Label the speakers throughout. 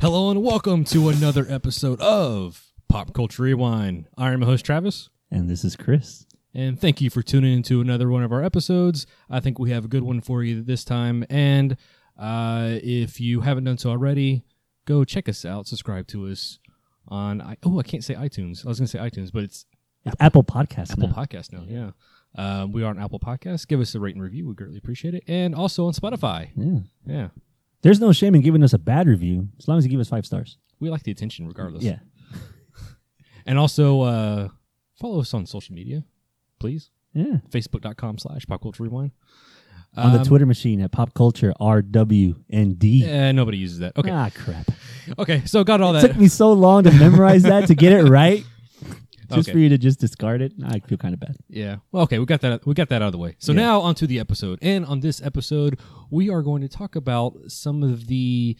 Speaker 1: Hello and welcome to another episode of Pop Culture Rewind. I am your host Travis,
Speaker 2: And this is Chris.
Speaker 1: and thank you for tuning into another one of our episodes. I think we have a good one for you this time, and uh, if you haven't done so already, go check us out. Subscribe to us on I- oh I can't say iTunes. I was going to say iTunes, but it's
Speaker 2: It's Apple Podcasts.
Speaker 1: Apple
Speaker 2: now.
Speaker 1: Podcast now. Yeah, um, we are on Apple Podcasts. Give us a rate and review. We greatly appreciate it, and also on Spotify.
Speaker 2: yeah.
Speaker 1: Yeah,
Speaker 2: There's no shame in giving us a bad review as long as you give us five stars.
Speaker 1: we like the attention regardless.
Speaker 2: Yeah.
Speaker 1: and also uh, follow us on social media, please.
Speaker 2: Yeah.
Speaker 1: facebook.com slash pop culture rewind.
Speaker 2: On the
Speaker 1: Um,
Speaker 2: Twitter machine at Pop Culture RWND.
Speaker 1: eh, nobody uses that. Okay.
Speaker 2: Ah, crap.
Speaker 1: Okay. So got all
Speaker 2: It
Speaker 1: that.
Speaker 2: took me so long to memorize that to get it right. Just
Speaker 1: Okay.
Speaker 2: for you to just discard it. I feel kind of bad.
Speaker 1: yeah. Well, okay. We got that. We got that out of the way. So
Speaker 2: Yeah.
Speaker 1: now onto the episode. And on this episode, we are going to talk about some of the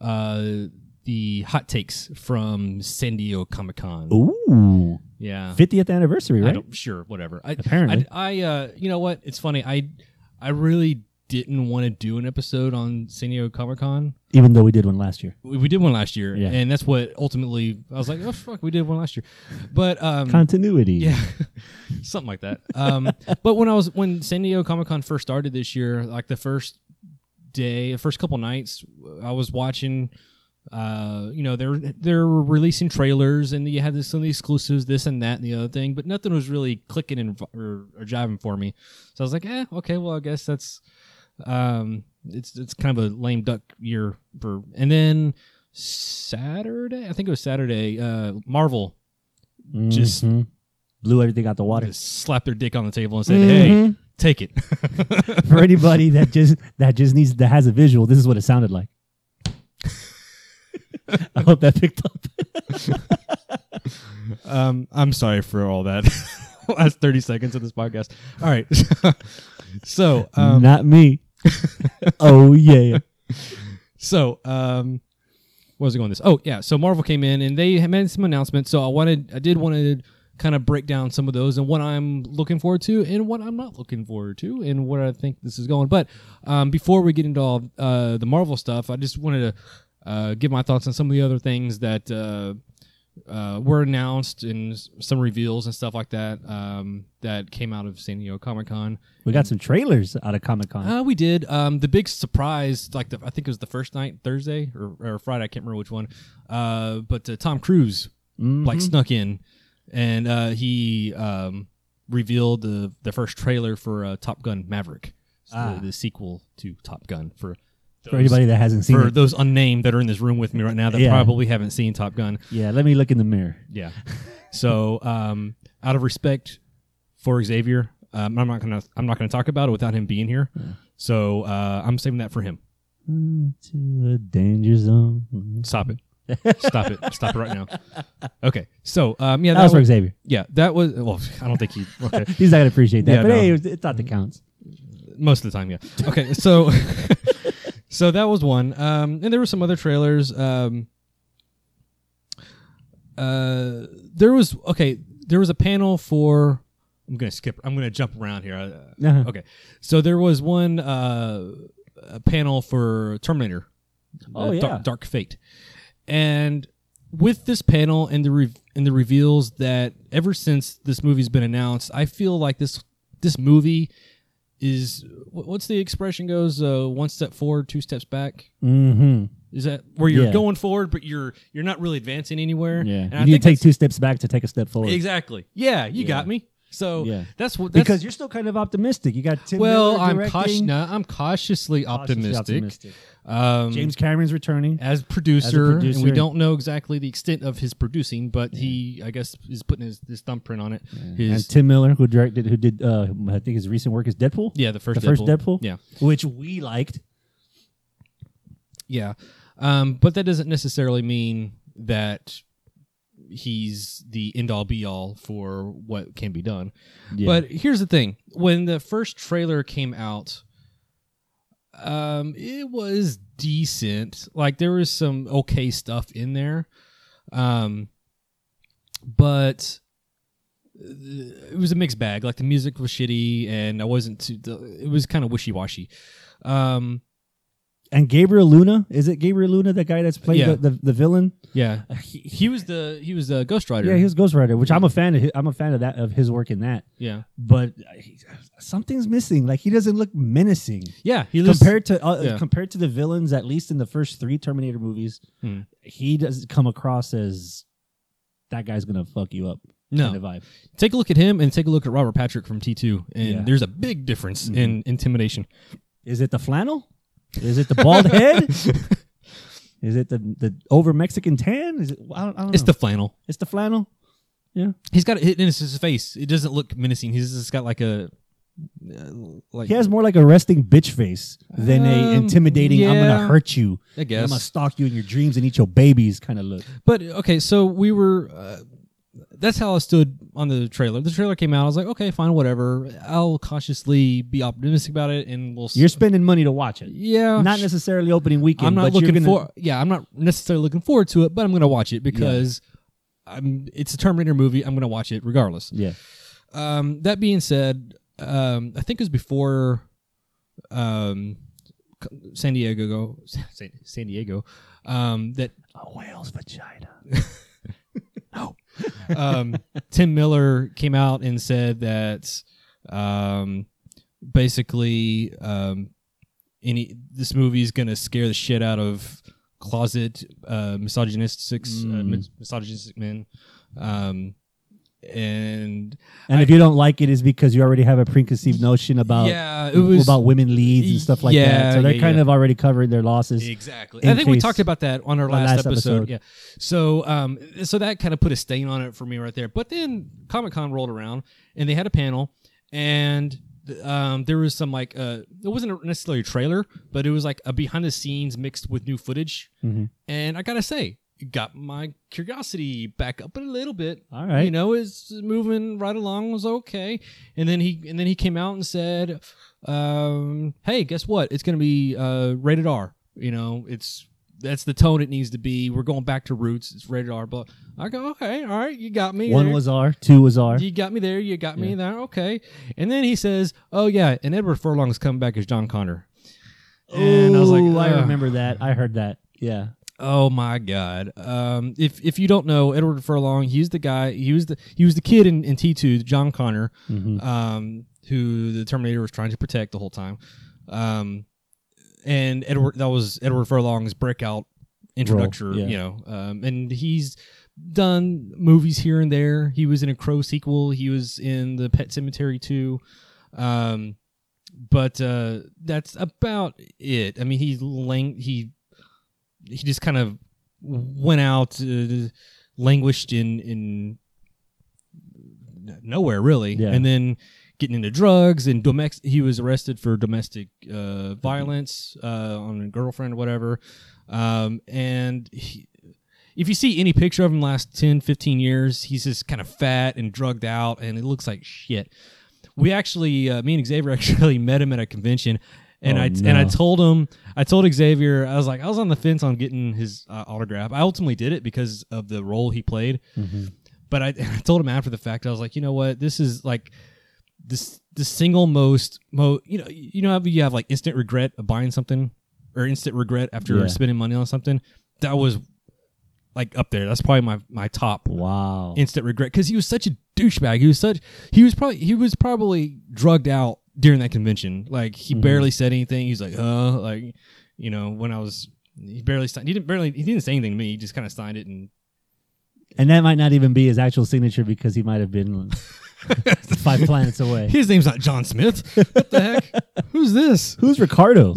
Speaker 1: uh, the hot takes from San Diego Comic Con.
Speaker 2: Ooh.
Speaker 1: Yeah.
Speaker 2: 50th anniversary,
Speaker 1: I
Speaker 2: right?
Speaker 1: don't, sure, whatever. I,
Speaker 2: Apparently.
Speaker 1: I, I uh, you know what? It's funny. I, I really didn't want to do an episode on San Diego Comic Con.
Speaker 2: Even though we did one last year.
Speaker 1: we, we did one last year,
Speaker 2: Yeah.
Speaker 1: and that's what ultimately I was like, oh fuck, we did one last year, but um,
Speaker 2: Continuity.
Speaker 1: yeah, something like that. Um, but when I was when San Diego Comic Con first started this year, like the first day, the first couple nights, I was watching. Uh, you know they're they're releasing trailers and you had this, some of the exclusives, this and that and the other thing, but nothing was really clicking and v- or, or jiving for me. So I was like, eh, okay, well I guess that's um, it's it's kind of a lame duck year for. And then Saturday, I think it was Saturday, uh, Marvel Just-
Speaker 2: Mhm. blew everything out the water.
Speaker 1: just slap their dick on the table and said, "Hey,
Speaker 2: Mhm.
Speaker 1: take it."
Speaker 2: For anybody that just that just needs that has a visual, this is what it sounded like. I hope that picked up.
Speaker 1: um, I'm sorry for all that last 30 seconds of this podcast. All right, so um,
Speaker 2: Not me. oh yeah.
Speaker 1: so um, where was I going with this? Oh yeah, so Marvel came in and they had made some announcements. So I wanted, I did want to kind of break down some of those and what I'm looking forward to and what I'm not looking forward to and where I think this is going. But um, before we get into all uh, the Marvel stuff, I just wanted to uh, give my thoughts on some of the other things that. Uh, uh, were announced and s- some reveals and stuff like that um, that came out of San Diego Comic Con.
Speaker 2: We got some trailers out of Comic Con.
Speaker 1: Uh, we did. Um, the big surprise, like the, I think it was the first night, Thursday or, or Friday, I can't remember which one. Uh, but uh, Tom Cruise
Speaker 2: Mm-hmm.
Speaker 1: like snuck in, and uh, he um, revealed the the first trailer for uh, Top Gun Maverick, so
Speaker 2: Ah.
Speaker 1: the sequel to Top Gun. For those,
Speaker 2: for anybody that hasn't seen
Speaker 1: for
Speaker 2: it.
Speaker 1: those unnamed that are in this room with me right now that
Speaker 2: Yeah.
Speaker 1: probably haven't seen Top Gun,
Speaker 2: Yeah, let me look in the mirror.
Speaker 1: yeah. So, um, out of respect for Xavier, um, I'm not gonna I'm not gonna talk about it without him being here. So uh, I'm saving that for him.
Speaker 2: Into a danger zone.
Speaker 1: Stop it. Stop it. Stop it right now. Okay. So um, yeah,
Speaker 2: That was
Speaker 1: that
Speaker 2: for
Speaker 1: was,
Speaker 2: Xavier.
Speaker 1: yeah, that was. Well, I don't think he. Okay.
Speaker 2: He's not gonna appreciate that,
Speaker 1: Yeah,
Speaker 2: but
Speaker 1: no. Mm-hmm.
Speaker 2: hey, it was- it's not that counts.
Speaker 1: most of the time yeah okay so so that was one um and there were some other trailers um uh there was okay there was a panel for i'm gonna skip i'm gonna jump around here Uh,
Speaker 2: Uh-huh.
Speaker 1: okay so there was one uh a panel for terminator
Speaker 2: Oh,
Speaker 1: uh, Dark-
Speaker 2: yeah.
Speaker 1: dark fate and with this panel and the re- and the reveals that ever since this movie's been announced, I feel like this this movie is wh- what's the expression goes uh, one step forward, two steps back.
Speaker 2: Mm-hmm.
Speaker 1: Is that where you're
Speaker 2: Yeah.
Speaker 1: going forward, but you're you're not really advancing anywhere?
Speaker 2: Yeah.
Speaker 1: and
Speaker 2: You
Speaker 1: I think
Speaker 2: need to take
Speaker 1: that's-
Speaker 2: two steps back to take a step forward.
Speaker 1: exactly. Yeah, you
Speaker 2: Yeah.
Speaker 1: got me. So
Speaker 2: Yeah.
Speaker 1: that's what that's,
Speaker 2: Because you're still kind of optimistic. You got Tim
Speaker 1: well,
Speaker 2: Miller
Speaker 1: I'm
Speaker 2: directing.
Speaker 1: cautious. I'm cautiously
Speaker 2: Cautiously
Speaker 1: optimistic.
Speaker 2: optimistic.
Speaker 1: Um,
Speaker 2: James Cameron's returning.
Speaker 1: as producer, and we
Speaker 2: producer.
Speaker 1: don't know exactly the extent of his producing, but he, I guess, is putting his, his thumbprint on it. His
Speaker 2: and Tim Miller, who directed, who did, uh, I think his recent work is Deadpool.
Speaker 1: yeah, the first
Speaker 2: the first Deadpool?
Speaker 1: yeah,
Speaker 2: which we liked.
Speaker 1: yeah, um, but that doesn't necessarily mean that he's the end all be all for what can be done. But here's the thing: when the first trailer came out, um, it was decent. Like there was some okay stuff in there, um, but uh, it was a mixed bag. Like the music was shitty, and I wasn't too. the- It was kind of wishy washy. Um,
Speaker 2: and Gabriel Luna is it Gabriel Luna that guy that's played
Speaker 1: Yeah.
Speaker 2: the, the the villain?
Speaker 1: Yeah, he, he was the he was the Ghost Rider.
Speaker 2: Yeah, he was Ghost Rider, which I'm a fan of. His, I'm a fan of that of his work in that.
Speaker 1: yeah,
Speaker 2: But he, something's missing. Like he doesn't look menacing
Speaker 1: yeah. He lives,
Speaker 2: compared to uh,
Speaker 1: yeah.
Speaker 2: compared to the villains. At least in the first three Terminator movies,
Speaker 1: Hmm.
Speaker 2: he doesn't come across as that guy's gonna fuck you up.
Speaker 1: no.
Speaker 2: kind of vibe.
Speaker 1: Take a look at him and take a look at Robert Patrick from T two, and
Speaker 2: Yeah. Mm-hmm.
Speaker 1: there's a big difference in intimidation.
Speaker 2: Is it the flannel? Is it the bald head? Is it the the over Mexican tan? Is it? I don't, I don't
Speaker 1: It's
Speaker 2: know.
Speaker 1: the flannel.
Speaker 2: it's the flannel.
Speaker 1: He's got it in his face. It doesn't look menacing. He's just got like a uh, like
Speaker 2: He has more like a resting bitch face than a
Speaker 1: Um,
Speaker 2: intimidating. I'm
Speaker 1: yeah.
Speaker 2: gonna hurt you.
Speaker 1: I
Speaker 2: and I'm gonna
Speaker 1: guess.
Speaker 2: stalk you in your dreams and eat your babies kind of look.
Speaker 1: But okay, so we were. Uh, that's how I stood on the trailer. The trailer came out. I was like, okay, fine, whatever. I'll cautiously be optimistic about it, and we'll. s-
Speaker 2: You're spending money to watch it.
Speaker 1: yeah,
Speaker 2: Not necessarily opening weekend.
Speaker 1: I'm not
Speaker 2: but you're
Speaker 1: looking
Speaker 2: gonna-
Speaker 1: for. Yeah, I'm not necessarily looking forward to it, but I'm gonna watch it because. I'm, it's a Terminator movie. I'm going to watch it regardless.
Speaker 2: Yeah,
Speaker 1: Um, that being said, um, I think it was before um, c- San Diego, go- San, San Diego, um, that
Speaker 2: a whale's vagina.
Speaker 1: um, Tim Miller came out and said that um, basically um, any this movie is going to scare the shit out of closet uh, misogynistic uh,
Speaker 2: Mm.
Speaker 1: mis- misogynistic men. Um, and
Speaker 2: And if you don't like it, is because you already have a preconceived notion about
Speaker 1: yeah, it was
Speaker 2: about women leads and stuff like
Speaker 1: Yeah,
Speaker 2: that. So they're
Speaker 1: yeah,
Speaker 2: kind
Speaker 1: yeah.
Speaker 2: of already covering their losses.
Speaker 1: Exactly.
Speaker 2: in
Speaker 1: I think we
Speaker 2: case-
Speaker 1: talked about that on our
Speaker 2: Our
Speaker 1: last,
Speaker 2: last
Speaker 1: episode.
Speaker 2: episode.
Speaker 1: Yeah. So um so that kind of put a stain on it for me right there. But then Comic Con rolled around and they had a panel and um, there was some like uh, it wasn't necessarily a trailer, but it was like a behind the scenes mixed with new footage.
Speaker 2: Mhm.
Speaker 1: And I gotta say, it got my curiosity back up a little bit.
Speaker 2: All right.
Speaker 1: You know, is moving right along was okay. And then he and then he came out and said, um, "Hey, guess what? It's going to be uh, rated R. You know, it's that's the tone it needs to be. We're going back to roots. It's rated R." But I go, "Okay, all right, you got me."
Speaker 2: One
Speaker 1: there.
Speaker 2: was R, two was R.
Speaker 1: You got me there. You got me there. Okay. And then he says, "Oh yeah," and Edward Furlong's coming back as John Connor. And I was like, oh,
Speaker 2: Ooh, I
Speaker 1: "Ugh."
Speaker 2: remember that. I heard that. Yeah.
Speaker 1: Oh my God! Um, if if you don't know Edward Furlong, he's the guy. He was the he was the kid in, in T two, John Connor,
Speaker 2: Mhm.
Speaker 1: um, who the Terminator was trying to protect the whole time. Um, and Edward that was Edward Furlong's breakout introductory,
Speaker 2: yeah.
Speaker 1: you know. Um, and he's done movies here and there. He was in a Crow sequel. He was in the Pet Cemetery two. Um, but uh, that's about it. I mean, he lang- he he just kind of went out, uh, languished in in nowhere really,
Speaker 2: Yeah.
Speaker 1: and then getting into drugs and domestic. He was arrested for domestic uh, violence uh, on a girlfriend or whatever, um, and. He, if you see any picture of him last 10, 15 years, he's just kind of fat and drugged out and it looks like shit we actually uh, me and Xavier actually met him at a convention and
Speaker 2: Oh,
Speaker 1: I
Speaker 2: no.
Speaker 1: and I told him I told Xavier I was like I was on the fence on getting his uh, autograph. I ultimately did it because of the role he played.
Speaker 2: Mm-hmm.
Speaker 1: But I, I told him after the fact I was like, "You know what? This is like this the single most mo you know you know how you have like instant regret of buying something or instant regret after
Speaker 2: Yeah.
Speaker 1: spending money on something. That was like up there. That's probably my my top
Speaker 2: Wow.
Speaker 1: instant regret because he was such a douchebag. He was such he was probably he was probably drugged out during that convention. Like he barely said anything. He's like, huh, like you know when I was he barely signed. He didn't barely he didn't say anything to me. He just kind of signed it and
Speaker 2: And that might not even be his actual signature because he might have been five planets away.
Speaker 1: his name's not John Smith. what the heck? Who's this?
Speaker 2: Who's Ricardo?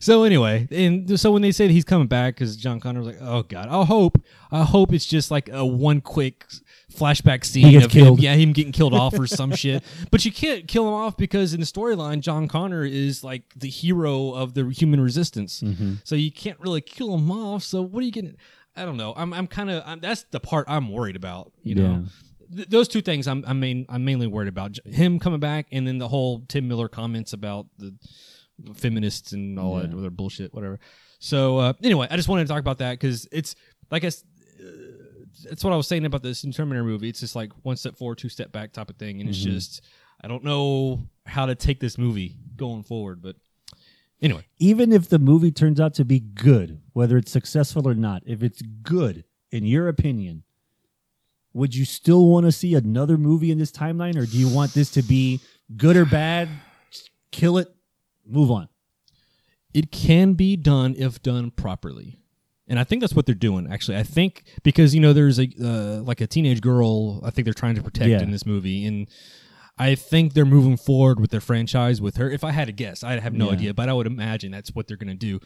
Speaker 1: So anyway, and so when they say that he's coming back because John Connor was like, "Oh God, I hope, I hope it's just like a one quick flashback scene
Speaker 2: He gets
Speaker 1: of
Speaker 2: killed.
Speaker 1: him, yeah, him getting killed off or some shit." But you can't kill him off because in the storyline, John Connor is like the hero of the human resistance,
Speaker 2: Mm-hmm.
Speaker 1: so you can't really kill him off. So what are you getting? I don't know. I'm, I'm kind of that's the part I'm worried about. You know, Th- those two things I'm, I'm main, I'm mainly worried about J- him coming back, and then the whole Tim Miller comments about the feminists and all that other bullshit, whatever. So uh, anyway, I just wanted to talk about that because it's like I, s- uh, that's what I was saying about this Terminator movie. It's just like one step forward, two step back type of thing, and it's just I don't know how to take this movie going forward, but Anyway,
Speaker 2: even if the movie turns out to be good, whether it's successful or not, if it's good in your opinion, would you still want to see another movie in this timeline or do you want this to be good or bad? Just kill it, move on.
Speaker 1: it can be done if done properly and i think that's what they're doing actually i think because you know there's a uh, like a teenage girl i think they're trying to protect
Speaker 2: Yeah.
Speaker 1: in this movie and i think they're moving forward with their franchise with her if i had to guess i have no
Speaker 2: Yeah.
Speaker 1: idea but i would imagine that's what they're going to do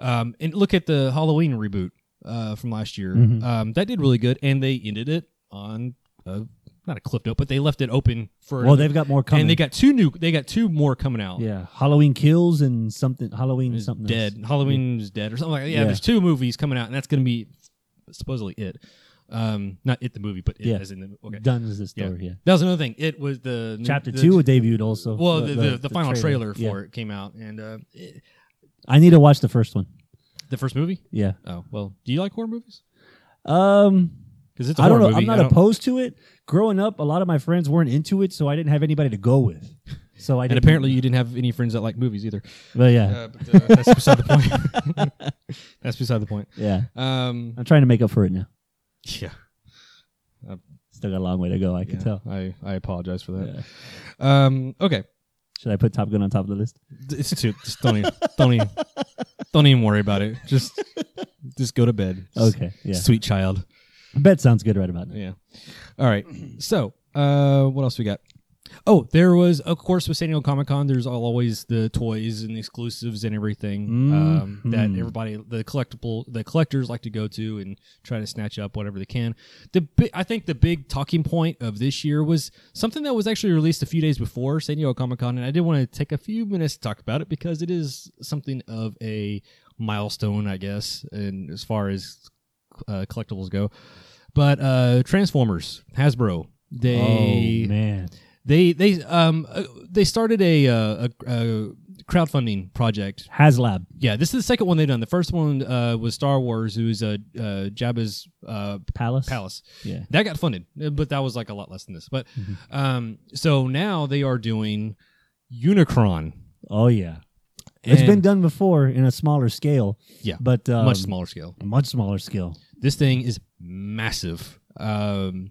Speaker 1: um, and look at the halloween reboot uh, from last year
Speaker 2: Mhm.
Speaker 1: um, that did really good and they ended it on a, not a cliff note but they left it open for
Speaker 2: Well, they've got more coming.
Speaker 1: and they got two new they got two more coming out
Speaker 2: yeah, Halloween kills and something Halloween
Speaker 1: is
Speaker 2: something
Speaker 1: dead.
Speaker 2: else.
Speaker 1: Halloween is dead or something like that. Yeah,
Speaker 2: Yeah.
Speaker 1: there's two movies coming out, and that's going to be supposedly it. Um, not it the movie, but it
Speaker 2: Yeah.
Speaker 1: as in the okay.
Speaker 2: Done is the
Speaker 1: Yeah.
Speaker 2: story. Yeah.
Speaker 1: That was another thing. It was the
Speaker 2: Chapter
Speaker 1: the-
Speaker 2: two debuted also.
Speaker 1: Well, the, the, the, final trailer,
Speaker 2: Yeah.
Speaker 1: for it came out, and uh, it-
Speaker 2: I need to watch the first one.
Speaker 1: the first movie.
Speaker 2: Yeah.
Speaker 1: Oh well, do you like horror movies?
Speaker 2: Um,
Speaker 1: Because it's a
Speaker 2: I don't
Speaker 1: horror
Speaker 2: know.
Speaker 1: movie.
Speaker 2: I'm not
Speaker 1: I don't-
Speaker 2: opposed to it. Growing up, a lot of my friends weren't into it, so I didn't have anybody to go with. So I
Speaker 1: And
Speaker 2: didn't,
Speaker 1: apparently, you didn't have any friends that like movies either.
Speaker 2: But yeah,
Speaker 1: Uh, but, uh, that's beside the point. that's beside the point.
Speaker 2: yeah.
Speaker 1: Um,
Speaker 2: I'm trying to make up for it now.
Speaker 1: yeah,
Speaker 2: Still got a long way to go. I can
Speaker 1: yeah,
Speaker 2: tell.
Speaker 1: I, I apologize for that.
Speaker 2: Yeah.
Speaker 1: Um, okay,
Speaker 2: Should I put Top Gun on top of the list?
Speaker 1: It's too, just don't even, don't even, don't even worry about it. Just, just go to bed.
Speaker 2: Okay. Yeah.
Speaker 1: Sweet child.
Speaker 2: Bet sounds good right about now.
Speaker 1: Yeah. All right. So, uh, what else we got? Oh, there was, of course, with San Diego Comic Con, there's all- always the toys and the exclusives and everything um,
Speaker 2: Mhm.
Speaker 1: that everybody, the collectible, the collectors like to go to and try to snatch up whatever they can. The bi- I think the big talking point of this year was something that was actually released a few days before San Diego Comic Con, and I did want to take a few minutes to talk about it because it is something of a milestone, I guess, and as far as uh, collectibles go. But uh, Transformers, Hasbro, they
Speaker 2: Oh man.
Speaker 1: they they um uh, they started a, uh, a, a crowdfunding project.
Speaker 2: HasLab.
Speaker 1: Yeah, this is the second one they've done. The first one uh, was Star Wars, who was uh, uh, Jabba's uh,
Speaker 2: Palace.
Speaker 1: palace.
Speaker 2: Yeah.
Speaker 1: That got funded, uh, but that was like a lot less than this. But
Speaker 2: Mhm.
Speaker 1: um, so now they are doing Unicron.
Speaker 2: Oh yeah. it's
Speaker 1: And-
Speaker 2: been done before in a smaller scale.
Speaker 1: Yeah.
Speaker 2: But um,
Speaker 1: much smaller scale.
Speaker 2: Much smaller scale.
Speaker 1: This thing is massive. Um,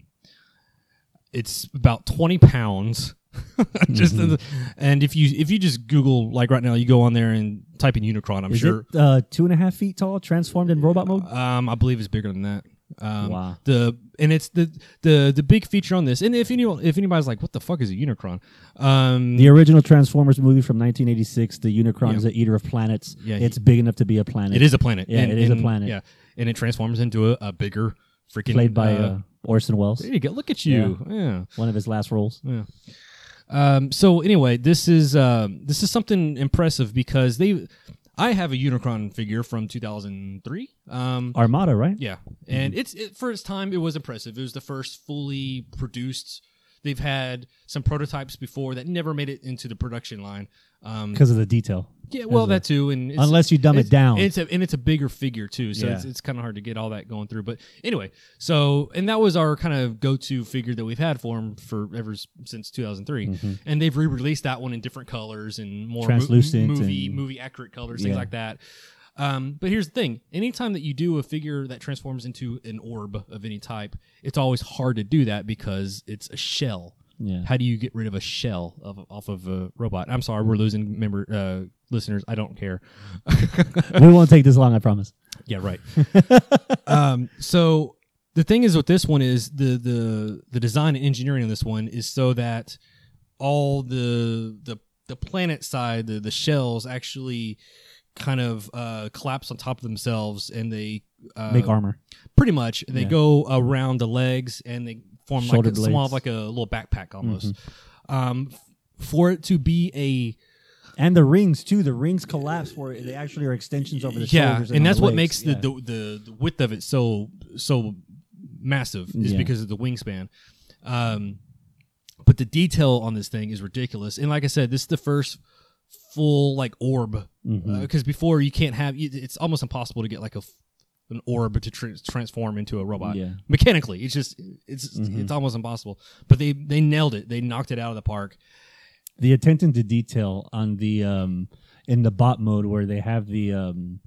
Speaker 1: it's about twenty pounds. just
Speaker 2: Mhm.
Speaker 1: and if you if you just Google like right now, you go on there and type in Unicron. I'm
Speaker 2: Is
Speaker 1: sure.
Speaker 2: it uh, two and a half feet tall, transformed in robot mode?
Speaker 1: Um, I believe it's bigger than that. Um,
Speaker 2: Wow.
Speaker 1: The and it's the the the big feature on this. And if anyone if anybody's like, what the fuck is a Unicron? Um,
Speaker 2: The original Transformers movie from 1986, the Unicron
Speaker 1: Yeah.
Speaker 2: is an eater of planets.
Speaker 1: Yeah, he-
Speaker 2: it's big enough to be a planet.
Speaker 1: it is a planet.
Speaker 2: Yeah, it is a planet.
Speaker 1: Yeah, and it transforms into a, a bigger freaking
Speaker 2: played by
Speaker 1: uh,
Speaker 2: uh, Orson Welles,
Speaker 1: there you go. Look at you. yeah.
Speaker 2: one of his last roles.
Speaker 1: Yeah. Um, so anyway, this is um, this is something impressive because they, I have a Unicron figure from 2003. Um,
Speaker 2: Armada, right?
Speaker 1: yeah, and it's it, for its time, it was impressive. It was the first fully produced. They've had some prototypes before that never made it into the production line. Um,
Speaker 2: Because of the detail.
Speaker 1: yeah, well,
Speaker 2: as a-
Speaker 1: that too, and it's,
Speaker 2: Unless you dumb it
Speaker 1: it's-
Speaker 2: down.
Speaker 1: and it's a, and it's a bigger figure too, so
Speaker 2: Yeah.
Speaker 1: it's, it's kind of hard to get all that going through. But anyway, so and that was our kind of go-to figure that we've had for him for ever s- since 2003,
Speaker 2: Mhm.
Speaker 1: and they've re-released that one in different colors and more mo-
Speaker 2: Translucent
Speaker 1: movie
Speaker 2: and-
Speaker 1: movie accurate colors, things
Speaker 2: Yeah.
Speaker 1: like that. Um, but here's the thing: anytime that you do a figure that transforms into an orb of any type, it's always hard to do that because it's a shell
Speaker 2: yeah.
Speaker 1: how do you get rid of a shell of, off of a robot? I'm sorry, we're losing member uh, listeners. I don't care.
Speaker 2: we won't take this long, I promise.
Speaker 1: yeah, right. um, so the thing is with this one is the the the design and engineering of this one is so that all the the the planet side, the the shells actually kind of uh, collapse on top of themselves and they uh,
Speaker 2: Make armor.
Speaker 1: pretty much they
Speaker 2: Yeah.
Speaker 1: go around the legs and they form
Speaker 2: Shoulder
Speaker 1: like a, small
Speaker 2: blades. Mm-hmm.
Speaker 1: like a little backpack almost um, f- for it to be
Speaker 2: And the rings, too. The rings collapse where they actually are extensions
Speaker 1: a
Speaker 2: over the
Speaker 1: yeah
Speaker 2: shoulders.
Speaker 1: and,
Speaker 2: on
Speaker 1: that's
Speaker 2: the
Speaker 1: what makes
Speaker 2: legs. Yeah.
Speaker 1: the, the the width of it so so massive is
Speaker 2: Yeah.
Speaker 1: because of the wingspan um, but the detail on this thing is ridiculous and like i said this is the first full like orb
Speaker 2: Mhm.
Speaker 1: because before you can't have it- it's almost impossible to get like a f- an orb to tr- transform into a robot
Speaker 2: Yeah.
Speaker 1: mechanically it's just it's
Speaker 2: Mm-hmm.
Speaker 1: it's almost impossible but they they nailed it they knocked it out of the park
Speaker 2: the attention to detail on the um in the bot mode where they have the um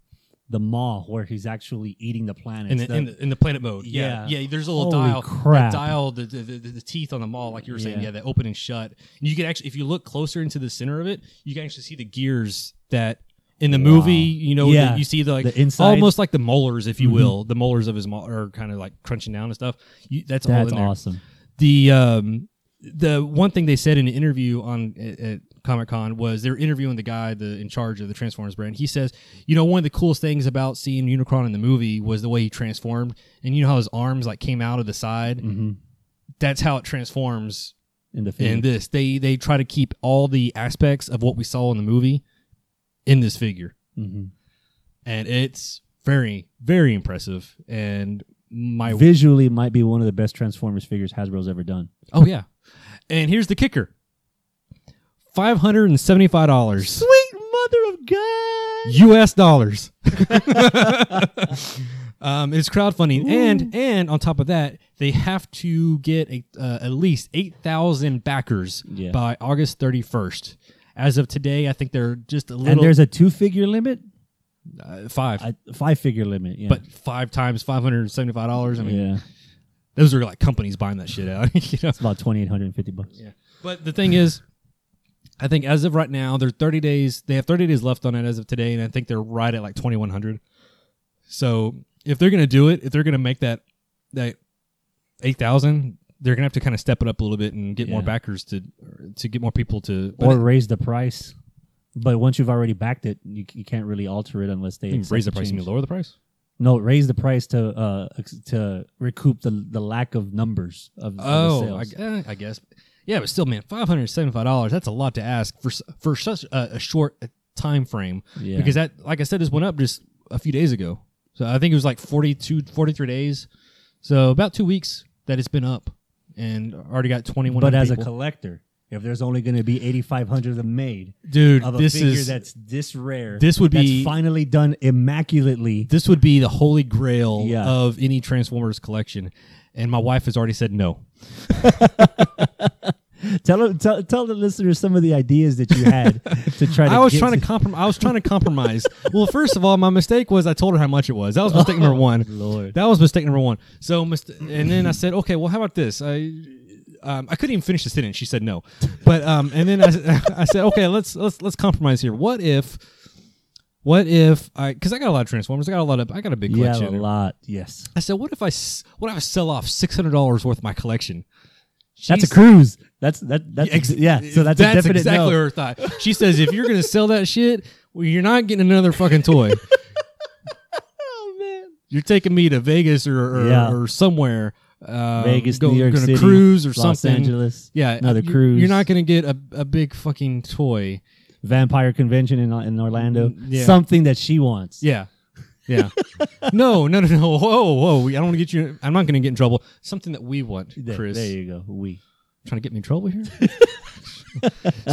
Speaker 2: the maw where he's actually eating the planet.
Speaker 1: in the, in the in the planet mode. Yeah,
Speaker 2: Yeah.
Speaker 1: yeah. there's a little
Speaker 2: Holy
Speaker 1: dial,
Speaker 2: crap.
Speaker 1: that dial the, the, the, the teeth on the mall, like you were saying.
Speaker 2: Yeah.
Speaker 1: Yeah. that open and shut. And you can actually, if you look closer into the center of it, you can actually see the gears that in the
Speaker 2: Wow.
Speaker 1: movie. You know,
Speaker 2: Yeah.
Speaker 1: that you see the like
Speaker 2: The Mm-hmm. insides.
Speaker 1: almost like the molars, if you will, the molars of his maw are kind of like crunching down and stuff. You, that's all
Speaker 2: That's
Speaker 1: in there
Speaker 2: awesome.
Speaker 1: the um the one thing they said in an interview on at, at Comic Con was they're interviewing the guy the in charge of the Transformers brand. He says, you know, one of the coolest things about seeing Unicron in the movie was the way he transformed, and you know how his arms like came out of the side.
Speaker 2: hmm
Speaker 1: That's how it transforms
Speaker 2: In the
Speaker 1: in
Speaker 2: film.
Speaker 1: this. They they try to keep all the aspects of what we saw in the movie in this figure
Speaker 2: hmm
Speaker 1: and it's very very impressive and my
Speaker 2: Visually, might be one of the best Transformers figures Hasbro's ever done.
Speaker 1: oh yeah and here's the kicker $575
Speaker 2: Sweet mother of God!
Speaker 1: U.S. dollars. um, it's crowdfunding, and and on top of that, they have to get a, uh, at least eight thousand backers
Speaker 2: Yeah.
Speaker 1: by August thirty first. As of today, I think they're just a little
Speaker 2: And there's a two figure limit,
Speaker 1: uh, five,
Speaker 2: a five figure limit. Yeah.
Speaker 1: but five times five hundred seventy five dollars. I mean,
Speaker 2: yeah,
Speaker 1: those are like companies buying that shit out. you know,
Speaker 2: it's about twenty eight hundred and fifty bucks.
Speaker 1: Yeah. But the thing is, I think as of right now, they're 30 days. They have 30 days left on it as of today, and I think they're right at like 2100. So if they're gonna do it, if they're gonna make that that 8000, they're gonna have to kind of step it up a little bit and get more
Speaker 2: Yeah.
Speaker 1: backers to to get more people to
Speaker 2: or raise the price. But once you've already backed it, you, you can't really alter it unless they
Speaker 1: I think
Speaker 2: accept
Speaker 1: Hmm, raise the price. You
Speaker 2: change.
Speaker 1: mean lower the price?
Speaker 2: No, raise the price to uh ex- to recoup the the lack of numbers of, of the
Speaker 1: Oh, I,
Speaker 2: sales.
Speaker 1: eh, I guess. Yeah, but still, man, five hundred seventy-five dollars. That's a lot to ask for s- for such a, a short uh, time frame.
Speaker 2: Yeah.
Speaker 1: Because that, like I said, this went up just a few days ago. So I think it was like 42, 43 days. So about two weeks that it's been up, and already got twenty-one.
Speaker 2: but as a
Speaker 1: people.
Speaker 2: collector, if there's only going to be eighty five hundred of them made
Speaker 1: dude,
Speaker 2: of a
Speaker 1: this
Speaker 2: figure
Speaker 1: is
Speaker 2: that's this rare,
Speaker 1: this would
Speaker 2: that's
Speaker 1: be-
Speaker 2: finally done immaculately.
Speaker 1: this would be the holy grail
Speaker 2: Yeah.
Speaker 1: of any Transformers collection. And my wife has already said no.
Speaker 2: Tell, tell tell the listeners some of the ideas that you had to try. to
Speaker 1: I was
Speaker 2: get
Speaker 1: trying to comprom- I was trying to compromise. well, first of all, my mistake was I told her how much it was. That was mistake number one.
Speaker 2: Lord.
Speaker 1: That was mistake number one. So, mist- and then I said, okay, well, how about this? I, um, I couldn't even finish the sentence. She said no, but um, and then I, s- I said, okay, let's let's let's compromise here. What if, what if I? Because I got a lot of Transformers. I got a lot of. I got a big
Speaker 2: yeah,
Speaker 1: collection.
Speaker 2: a lot. Yes,
Speaker 1: I said, what if I s- what if I sell off six hundred dollars worth of my collection?
Speaker 2: that's a
Speaker 1: She's-
Speaker 2: cruise. That's that. That's
Speaker 1: Ex-
Speaker 2: yeah. So that's, a definite
Speaker 1: exactly
Speaker 2: no.
Speaker 1: her thought. She says, if you're gonna sell that shit, well, you're not getting another fucking toy.
Speaker 2: Oh, man.
Speaker 1: You're taking me to Vegas or or,
Speaker 2: Yeah.
Speaker 1: or somewhere. Um,
Speaker 2: Vegas,
Speaker 1: go-
Speaker 2: New York
Speaker 1: gonna
Speaker 2: City,
Speaker 1: cruise or
Speaker 2: Los
Speaker 1: something.
Speaker 2: Angeles.
Speaker 1: Yeah,
Speaker 2: another
Speaker 1: you're-
Speaker 2: cruise.
Speaker 1: You're not gonna get a, a big fucking toy.
Speaker 2: vampire convention in in Orlando.
Speaker 1: Mm, yeah.
Speaker 2: Something that she wants.
Speaker 1: Yeah, yeah. no, no, no, no. Whoa, whoa. I don't want to get you. I'm not gonna get in trouble. Something that we want,
Speaker 2: There,
Speaker 1: Chris.
Speaker 2: there you go. We.
Speaker 1: trying to get me in trouble here.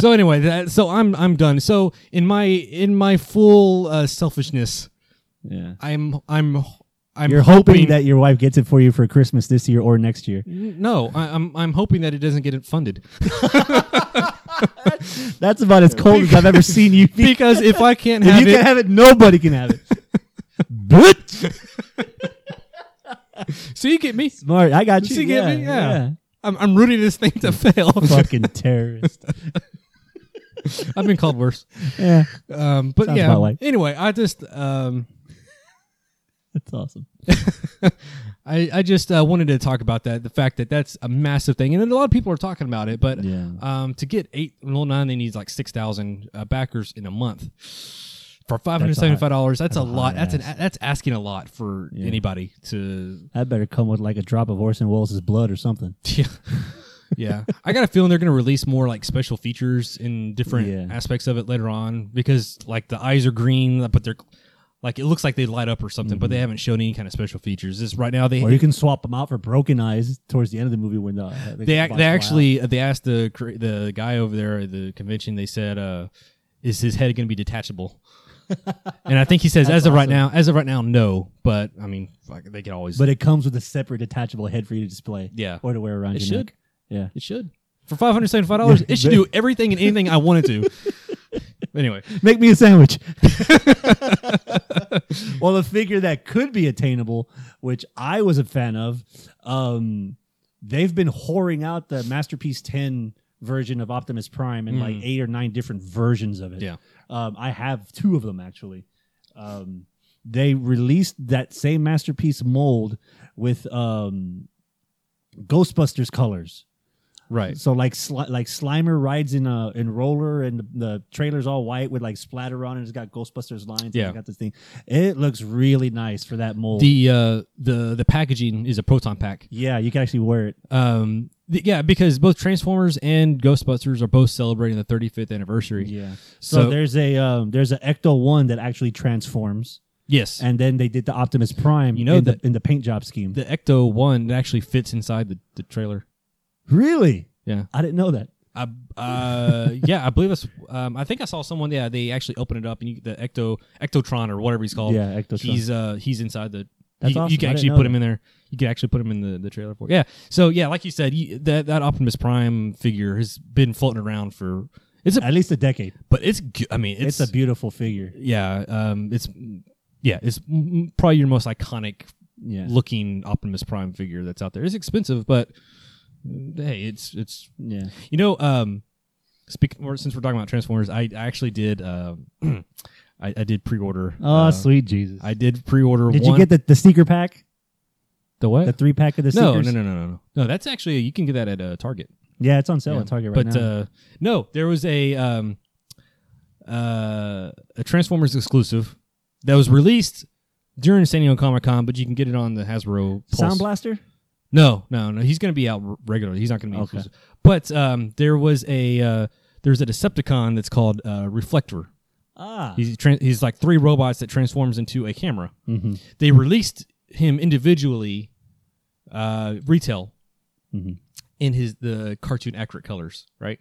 Speaker 1: so anyway, that, so I'm I'm done. So in my in my full uh, selfishness,
Speaker 2: Yeah.
Speaker 1: I'm I'm I'm
Speaker 2: You're hoping, that your wife gets it for you for Christmas this year or next year.
Speaker 1: no, I, I'm I'm hoping that it doesn't get it funded
Speaker 2: That's about as cold as I've ever seen you. be.
Speaker 1: because if I can't
Speaker 2: if
Speaker 1: have
Speaker 2: you
Speaker 1: it,
Speaker 2: can have it, nobody can have it. But
Speaker 1: so you get me.
Speaker 2: smart, I got you.
Speaker 1: So you
Speaker 2: yeah,
Speaker 1: get me. Yeah. I'm, I'm rooting this thing to fail.
Speaker 2: yeah. Fucking terrorist.
Speaker 1: I've been called worse.
Speaker 2: Yeah,
Speaker 1: Um, but
Speaker 2: Sounds
Speaker 1: yeah.
Speaker 2: about right.
Speaker 1: Anyway, I just um,
Speaker 2: that's awesome.
Speaker 1: I, I just uh, wanted to talk about that. The fact that that's a massive thing, and then a lot of people are talking about it. But
Speaker 2: Yeah.
Speaker 1: um, to get eight, well, nine, they need like six thousand uh, backers in a month for five hundred
Speaker 2: That's a
Speaker 1: seventy-five
Speaker 2: hot-
Speaker 1: dollars. That's,
Speaker 2: that's
Speaker 1: a
Speaker 2: a
Speaker 1: lot.
Speaker 2: hot
Speaker 1: That's an that's asking a lot for anybody to.
Speaker 2: That better come with like a drop of Orson Welles' blood or something.
Speaker 1: Yeah. yeah, I got a feeling they're going to release more like special features in different
Speaker 2: Yeah.
Speaker 1: aspects of it later on because like the eyes are green, but they're like it looks like they light up or something,
Speaker 2: Mm-hmm.
Speaker 1: but they haven't shown any kind of special features. This right now they
Speaker 2: Or you can swap them out for broken eyes towards the end of the movie when uh, the
Speaker 1: they ac-
Speaker 2: box
Speaker 1: they
Speaker 2: fly out.
Speaker 1: actually uh, they asked the cre- the guy over there at the convention. They said, uh, "Is his head going to be detachable?" and I think he says, "As of right now, as of right now, no." But I mean, like, they could always.
Speaker 2: But it comes with a separate detachable head for you to display.
Speaker 1: Yeah.
Speaker 2: Or to wear around
Speaker 1: It
Speaker 2: your
Speaker 1: should.
Speaker 2: neck. Yeah.
Speaker 1: it should for five hundred seventy-five dollars. it should do everything and anything I wanted to. Anyway,
Speaker 2: Make me a sandwich. well, the figure that could be attainable, which I was a fan of, um, they've been whoring out the Masterpiece 10 version of Optimus Prime in like
Speaker 1: Mm.
Speaker 2: eight or nine different versions of it.
Speaker 1: Yeah.
Speaker 2: Um, I have two of them actually. Um, they released that same Masterpiece mold with um, Ghostbusters colors.
Speaker 1: right.
Speaker 2: So like sli- like Slimer rides in a in roller and the, the trailer's all white with like splatter on it. It's got Ghostbusters lines. and
Speaker 1: Yeah.
Speaker 2: it's got this thing. It looks really nice for that mold.
Speaker 1: The uh, the the packaging is a proton pack.
Speaker 2: yeah, you can actually wear it.
Speaker 1: Um, th- yeah, because both Transformers and Ghostbusters are both celebrating the 35th anniversary.
Speaker 2: Yeah. So,
Speaker 1: So,
Speaker 2: there's a um, there's an Ecto one that actually transforms,
Speaker 1: yes,
Speaker 2: and then they did the Optimus Prime.
Speaker 1: You know
Speaker 2: in the
Speaker 1: that-
Speaker 2: in the paint job scheme.
Speaker 1: the Ecto one actually fits inside the, the trailer.
Speaker 2: really?
Speaker 1: Yeah.
Speaker 2: I didn't know that.
Speaker 1: I, uh, yeah, I believe it's. Um, I think I saw someone. Yeah, they actually opened it up and you, the Ecto Ectotron or whatever he's called.
Speaker 2: Yeah, Ecto.
Speaker 1: Oh, he's uh he's inside the.
Speaker 2: That's
Speaker 1: you,
Speaker 2: awesome.
Speaker 1: you can
Speaker 2: I didn't
Speaker 1: actually
Speaker 2: know
Speaker 1: put
Speaker 2: that.
Speaker 1: him in there. You can actually put him in the, the trailer for. It. Yeah. So yeah, like you said, you, that that Optimus Prime figure has been floating around for. It's a,
Speaker 2: at least a decade.
Speaker 1: but it's. g- I mean,
Speaker 2: It's,
Speaker 1: it's,
Speaker 2: a beautiful figure.
Speaker 1: yeah. Um, it's yeah, it's m- probably your most iconic
Speaker 2: Yeah.
Speaker 1: looking Optimus Prime figure that's out there. It's expensive, but hey, it's it's
Speaker 2: Yeah.
Speaker 1: you know, um, speak or since we're talking about Transformers, I, I actually did. Uh, I, I did pre-order.
Speaker 2: Oh,
Speaker 1: uh,
Speaker 2: sweet Jesus.
Speaker 1: I did pre-order.
Speaker 2: did you
Speaker 1: one,
Speaker 2: get the, the sneaker pack?
Speaker 1: the
Speaker 2: The
Speaker 1: what?
Speaker 2: three pack of the
Speaker 1: no,
Speaker 2: sneakers?
Speaker 1: no, no, no, no, no. No, that's actually you can get that at uh, Target.
Speaker 2: Yeah, it's on sale
Speaker 1: Yeah.
Speaker 2: at Target right
Speaker 1: but,
Speaker 2: now.
Speaker 1: uh, no, there was a um, uh, a Transformers exclusive that was released during San Diego Comic Con, but you can get it on the Hasbro. Pulse.
Speaker 2: Sound Blaster?
Speaker 1: No, no, no. He's going to be out r- regularly. He's not going to be.
Speaker 2: Okay.
Speaker 1: exclusive. But um, there was a uh, there's a Decepticon that's called uh, Reflector.
Speaker 2: Ah.
Speaker 1: He's tran he's like three robots that transforms into a camera.
Speaker 2: Mm-hmm.
Speaker 1: They released him individually, uh, retail,
Speaker 2: Mhm.
Speaker 1: in his the cartoon accurate colors, right?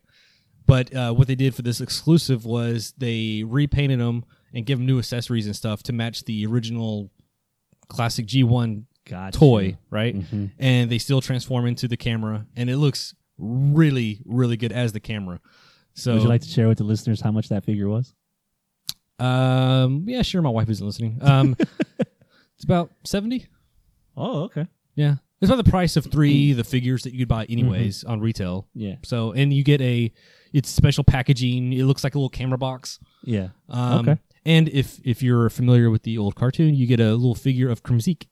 Speaker 1: But uh, what they did for this exclusive was they repainted him and give him new accessories and stuff to match the original classic G1
Speaker 2: Gotcha.
Speaker 1: toy, right?
Speaker 2: Mhm.
Speaker 1: And they still transform into the camera, and it looks really, really good as the camera. So
Speaker 2: Would you like to share with the listeners how much that figure was?
Speaker 1: Um, yeah, sure. My wife isn't listening. Um, it's about seventy.
Speaker 2: Oh, okay.
Speaker 1: Yeah, it's about the price of three
Speaker 2: Mm-hmm.
Speaker 1: the figures that you could buy anyways on retail.
Speaker 2: Yeah.
Speaker 1: So, and you get a it's special packaging. It looks like a little camera box.
Speaker 2: Yeah.
Speaker 1: Um,
Speaker 2: Okay.
Speaker 1: And if if you're familiar with the old cartoon, you get a little figure of Krumzik.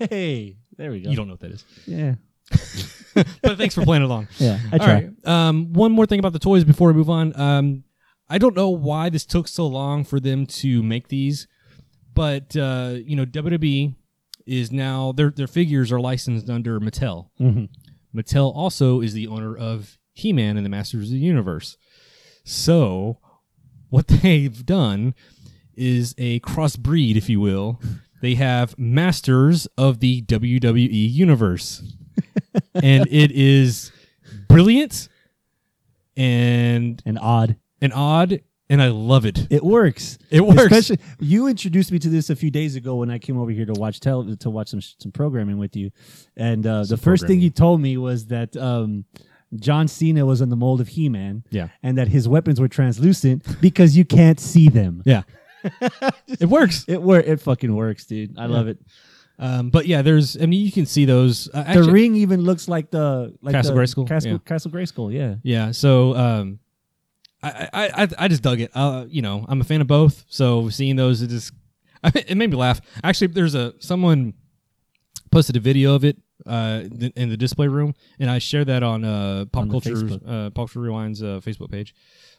Speaker 2: Hey, there we go.
Speaker 1: You don't know what that is,
Speaker 2: yeah.
Speaker 1: but thanks for playing along.
Speaker 2: Yeah. I
Speaker 1: All
Speaker 2: try.
Speaker 1: right. Um, one more thing about the toys before we move on. Um, I don't know why this took so long for them to make these, but uh, you know, WWE is now their their figures are licensed under Mattel.
Speaker 2: Mhm.
Speaker 1: Mattel also is the owner of He Man and the Masters of the Universe. So, what they've done is a crossbreed, if you will. They have Masters of the WWE Universe, and it is brilliant and
Speaker 2: And odd.
Speaker 1: and odd, and I love it.
Speaker 2: It works.
Speaker 1: It works.
Speaker 2: Especially, you introduced me to this a few days ago when I came over here to watch tel- to watch some some programming with you, and uh, the
Speaker 1: Some
Speaker 2: first thing
Speaker 1: programming.
Speaker 2: you told me was that um, John Cena was in the mold of He Man,
Speaker 1: Yeah.
Speaker 2: and that his weapons were translucent because you can't see them.
Speaker 1: yeah, it works.
Speaker 2: It wor- it fucking works, dude. I love it.
Speaker 1: Um, but yeah, there's. I mean, you can see those. Uh,
Speaker 2: the
Speaker 1: actually,
Speaker 2: ring even looks like the like
Speaker 1: Castle
Speaker 2: the
Speaker 1: Grayskull,
Speaker 2: Castle,
Speaker 1: yeah.
Speaker 2: Castle Grayskull, yeah.
Speaker 1: Yeah. So um, I, I I I just dug it. Uh, you know, I'm a fan of both. So seeing those, it just it made me laugh. Actually, there's a someone posted a video of it uh th- in the display room, and I shared that on uh pop
Speaker 2: On the
Speaker 1: culture
Speaker 2: Facebook.
Speaker 1: uh, pop culture rewinds uh, Facebook page,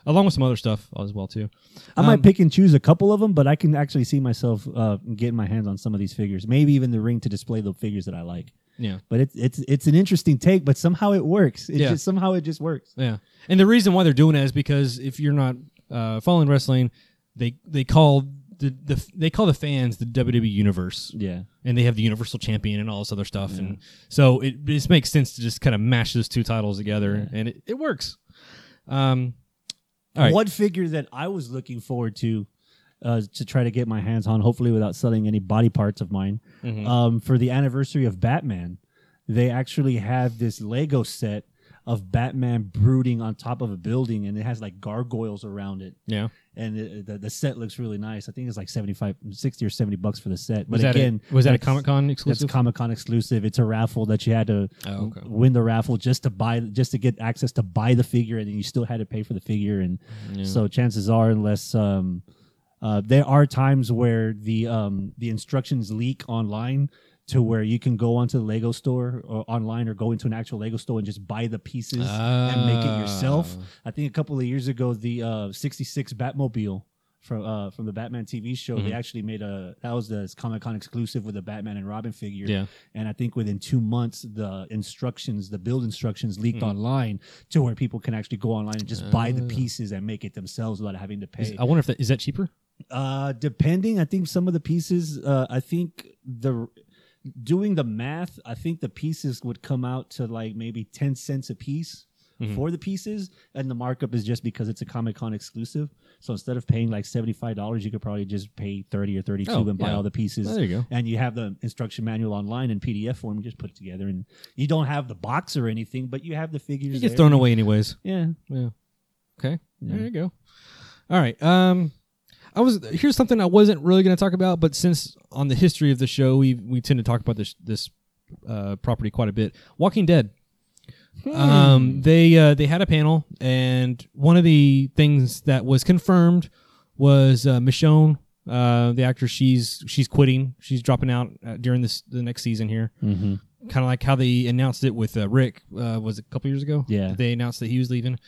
Speaker 1: along with some other stuff as well too.
Speaker 2: I
Speaker 1: Um,
Speaker 2: might pick and choose a couple of them, but I can actually see myself uh, getting my hands on some of these figures. Maybe even the ring to display the figures that I like.
Speaker 1: Yeah.
Speaker 2: But it's it's it's an interesting take, but somehow it works. It
Speaker 1: Yeah.
Speaker 2: just somehow it just works.
Speaker 1: Yeah, and the reason why they're doing it is because if you're not uh, following wrestling, they they call the, the they call the fans the WWE universe.
Speaker 2: Yeah.
Speaker 1: and they have the Universal Champion and all this other stuff, and so it just makes sense to just kind of mash those two titles together, and it, it works. Um, all right,
Speaker 2: One figure that I was looking forward to uh, to try to get my hands on, hopefully without selling any body parts of mine,
Speaker 1: Mhm.
Speaker 2: um, for the anniversary of Batman, they actually have this Lego set of Batman brooding on top of a building, and it has like gargoyles around it,
Speaker 1: Yeah.
Speaker 2: and it, the, the set looks really nice. I think it's like 75, 60 or seventy bucks for the set. But
Speaker 1: was that
Speaker 2: again,
Speaker 1: a, was that a
Speaker 2: that's-
Speaker 1: Comic Con
Speaker 2: That's
Speaker 1: exclusive?
Speaker 2: Comic Con exclusive. It's a raffle that you had to
Speaker 1: Oh, okay.
Speaker 2: win the raffle just to buy, just to get access to buy the figure, and then you still had to pay for the figure. And
Speaker 1: Yeah.
Speaker 2: so chances are, unless um, uh, there are times where the um, the instructions leak online to where you can go onto the Lego store or online or go into an actual Lego store and just buy the pieces and make it yourself.
Speaker 1: Ah.
Speaker 2: I think a couple of years ago, the uh, 66 Batmobile from uh, from the Batman TV show, they
Speaker 1: Mhm.
Speaker 2: actually made a that was the Comic Con exclusive with the Batman and Robin figure.
Speaker 1: Yeah.
Speaker 2: And I think within two months, the instructions, the build instructions leaked
Speaker 1: Mhm.
Speaker 2: online to where people can actually go online and just buy the
Speaker 1: Ah.
Speaker 2: pieces and make it themselves without having to
Speaker 1: Is-
Speaker 2: pay.
Speaker 1: I wonder if that is that cheaper.
Speaker 2: Uh, depending, I think some of the pieces, uh, I think the doing the math, I think the pieces would come out to like maybe 10 cents a piece
Speaker 1: Mhm.
Speaker 2: for the pieces. And the markup is just because it's a Comic Con exclusive. So instead of paying like $75, you could probably just pay 30 or 32
Speaker 1: Oh,
Speaker 2: and buy
Speaker 1: yeah.
Speaker 2: all the pieces.
Speaker 1: there you go.
Speaker 2: and you have the instruction manual online in PDF form. You just put it together, and you don't have the box or anything, but you have the figures.
Speaker 1: It gets
Speaker 2: there.
Speaker 1: thrown away anyways.
Speaker 2: Yeah,
Speaker 1: Yeah. Okay.
Speaker 2: Yeah.
Speaker 1: There you go. All right. Um, I was here's something I wasn't really going to talk about, but since on the history of the show, we we tend to talk about this this uh, property quite a bit. Walking Dead.
Speaker 2: Hmm.
Speaker 1: Um, they uh, they had a panel, and one of the things that was confirmed was uh, Michonne, uh, the actress. She's she's quitting. She's dropping out uh, during this the next season here.
Speaker 2: Mhm.
Speaker 1: Kind of like how they announced it with uh, Rick. Uh, was it a couple years ago?
Speaker 2: Yeah.
Speaker 1: they announced that he was leaving.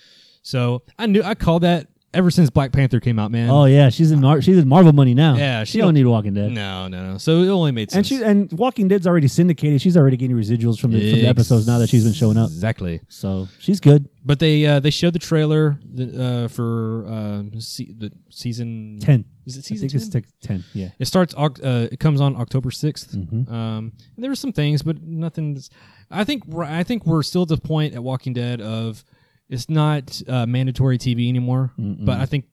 Speaker 1: So I knew I called that ever since Black Panther came out, man.
Speaker 2: Oh yeah, she's in Mar- she's in Marvel money now.
Speaker 1: Yeah,
Speaker 2: she,
Speaker 1: she
Speaker 2: don't
Speaker 1: don't-
Speaker 2: need Walking Dead.
Speaker 1: no, no, no. So it only made
Speaker 2: And
Speaker 1: sense.
Speaker 2: she and Walking Dead's already syndicated. She's already getting residuals from the, from the episodes now that she's been showing up.
Speaker 1: exactly.
Speaker 2: So she's good.
Speaker 1: But they uh, they showed the trailer the, uh, for uh, se- the season
Speaker 2: Ten.
Speaker 1: Is it
Speaker 2: I
Speaker 1: season
Speaker 2: think
Speaker 1: ten?
Speaker 2: it's t- ten. Yeah.
Speaker 1: It starts. Oc- Uh, it comes on October 6th
Speaker 2: Mhm.
Speaker 1: Um, and there were some things, but nothing. that's- I think we're- I think we're still at the point at Walking Dead of it's not uh, mandatory TV anymore. But I think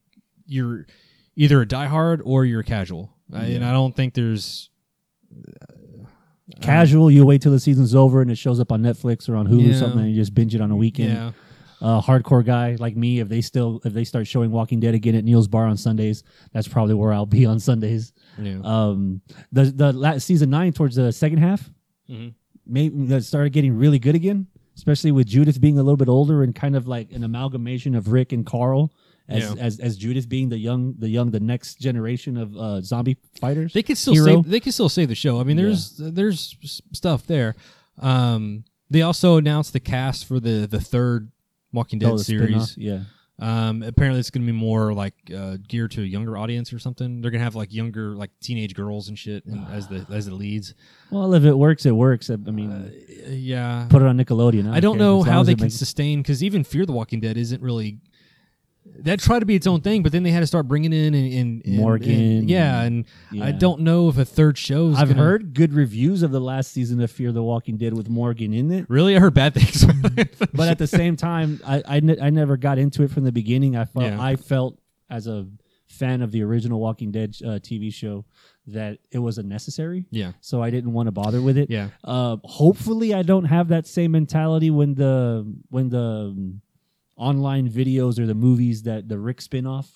Speaker 1: you're either a diehard or you're casual, I- and I don't think there's
Speaker 2: Uh, Casual. You wait till the season's over and it shows up on Netflix or on Hulu or
Speaker 1: Yeah.
Speaker 2: something, and you just binge it on a weekend.
Speaker 1: yeah.
Speaker 2: a hardcore guy like me, if they still if they start showing Walking Dead again at Neil's bar on Sundays, that's probably where I'll be on Sundays.
Speaker 1: yeah.
Speaker 2: Um, the the last season nine towards the second half,
Speaker 1: Mhm.
Speaker 2: maybe that started getting really good again, especially with Judith being a little bit older and kind of like an amalgamation of Rick and Carl. As,
Speaker 1: Yeah.
Speaker 2: as as Judith being the young the young the next generation of uh, zombie fighters,
Speaker 1: They could still
Speaker 2: Hero.
Speaker 1: save. They could still save the show. I mean, there's there's s- stuff there. Um, they also announced the cast for the the third Walking Dead
Speaker 2: Oh, the spin-off,
Speaker 1: series.
Speaker 2: yeah,
Speaker 1: Um, apparently, it's gonna be more like uh, geared to a younger audience or something. They're gonna have like younger, like teenage girls and shit and, as the as the leads.
Speaker 2: well if it works, it works. I, I mean,
Speaker 1: Yeah,
Speaker 2: put it on Nickelodeon.
Speaker 1: Uh, I don't
Speaker 2: care,
Speaker 1: know
Speaker 2: as long
Speaker 1: how
Speaker 2: as
Speaker 1: they
Speaker 2: it
Speaker 1: can
Speaker 2: makes-
Speaker 1: sustain because even Fear the Walking Dead isn't really that tried to be its own thing, but then they had to start bringing in and, and, and
Speaker 2: Morgan
Speaker 1: and- yeah, and I
Speaker 2: Yeah.
Speaker 1: don't know if a third show.
Speaker 2: I've heard good reviews of the last season of Fear the Walking Dead with Morgan in it.
Speaker 1: Really, I heard bad things.
Speaker 2: But at the same time, I I, ne- I never got into it from the beginning. I felt
Speaker 1: Yeah.
Speaker 2: I felt as a fan of the original Walking Dead uh, TV show that it was unnecessary,
Speaker 1: yeah,
Speaker 2: so I didn't want to bother with it.
Speaker 1: yeah,
Speaker 2: Uh, hopefully, I don't have that same mentality when the when the um, online videos or the movies that the Rick spinoff.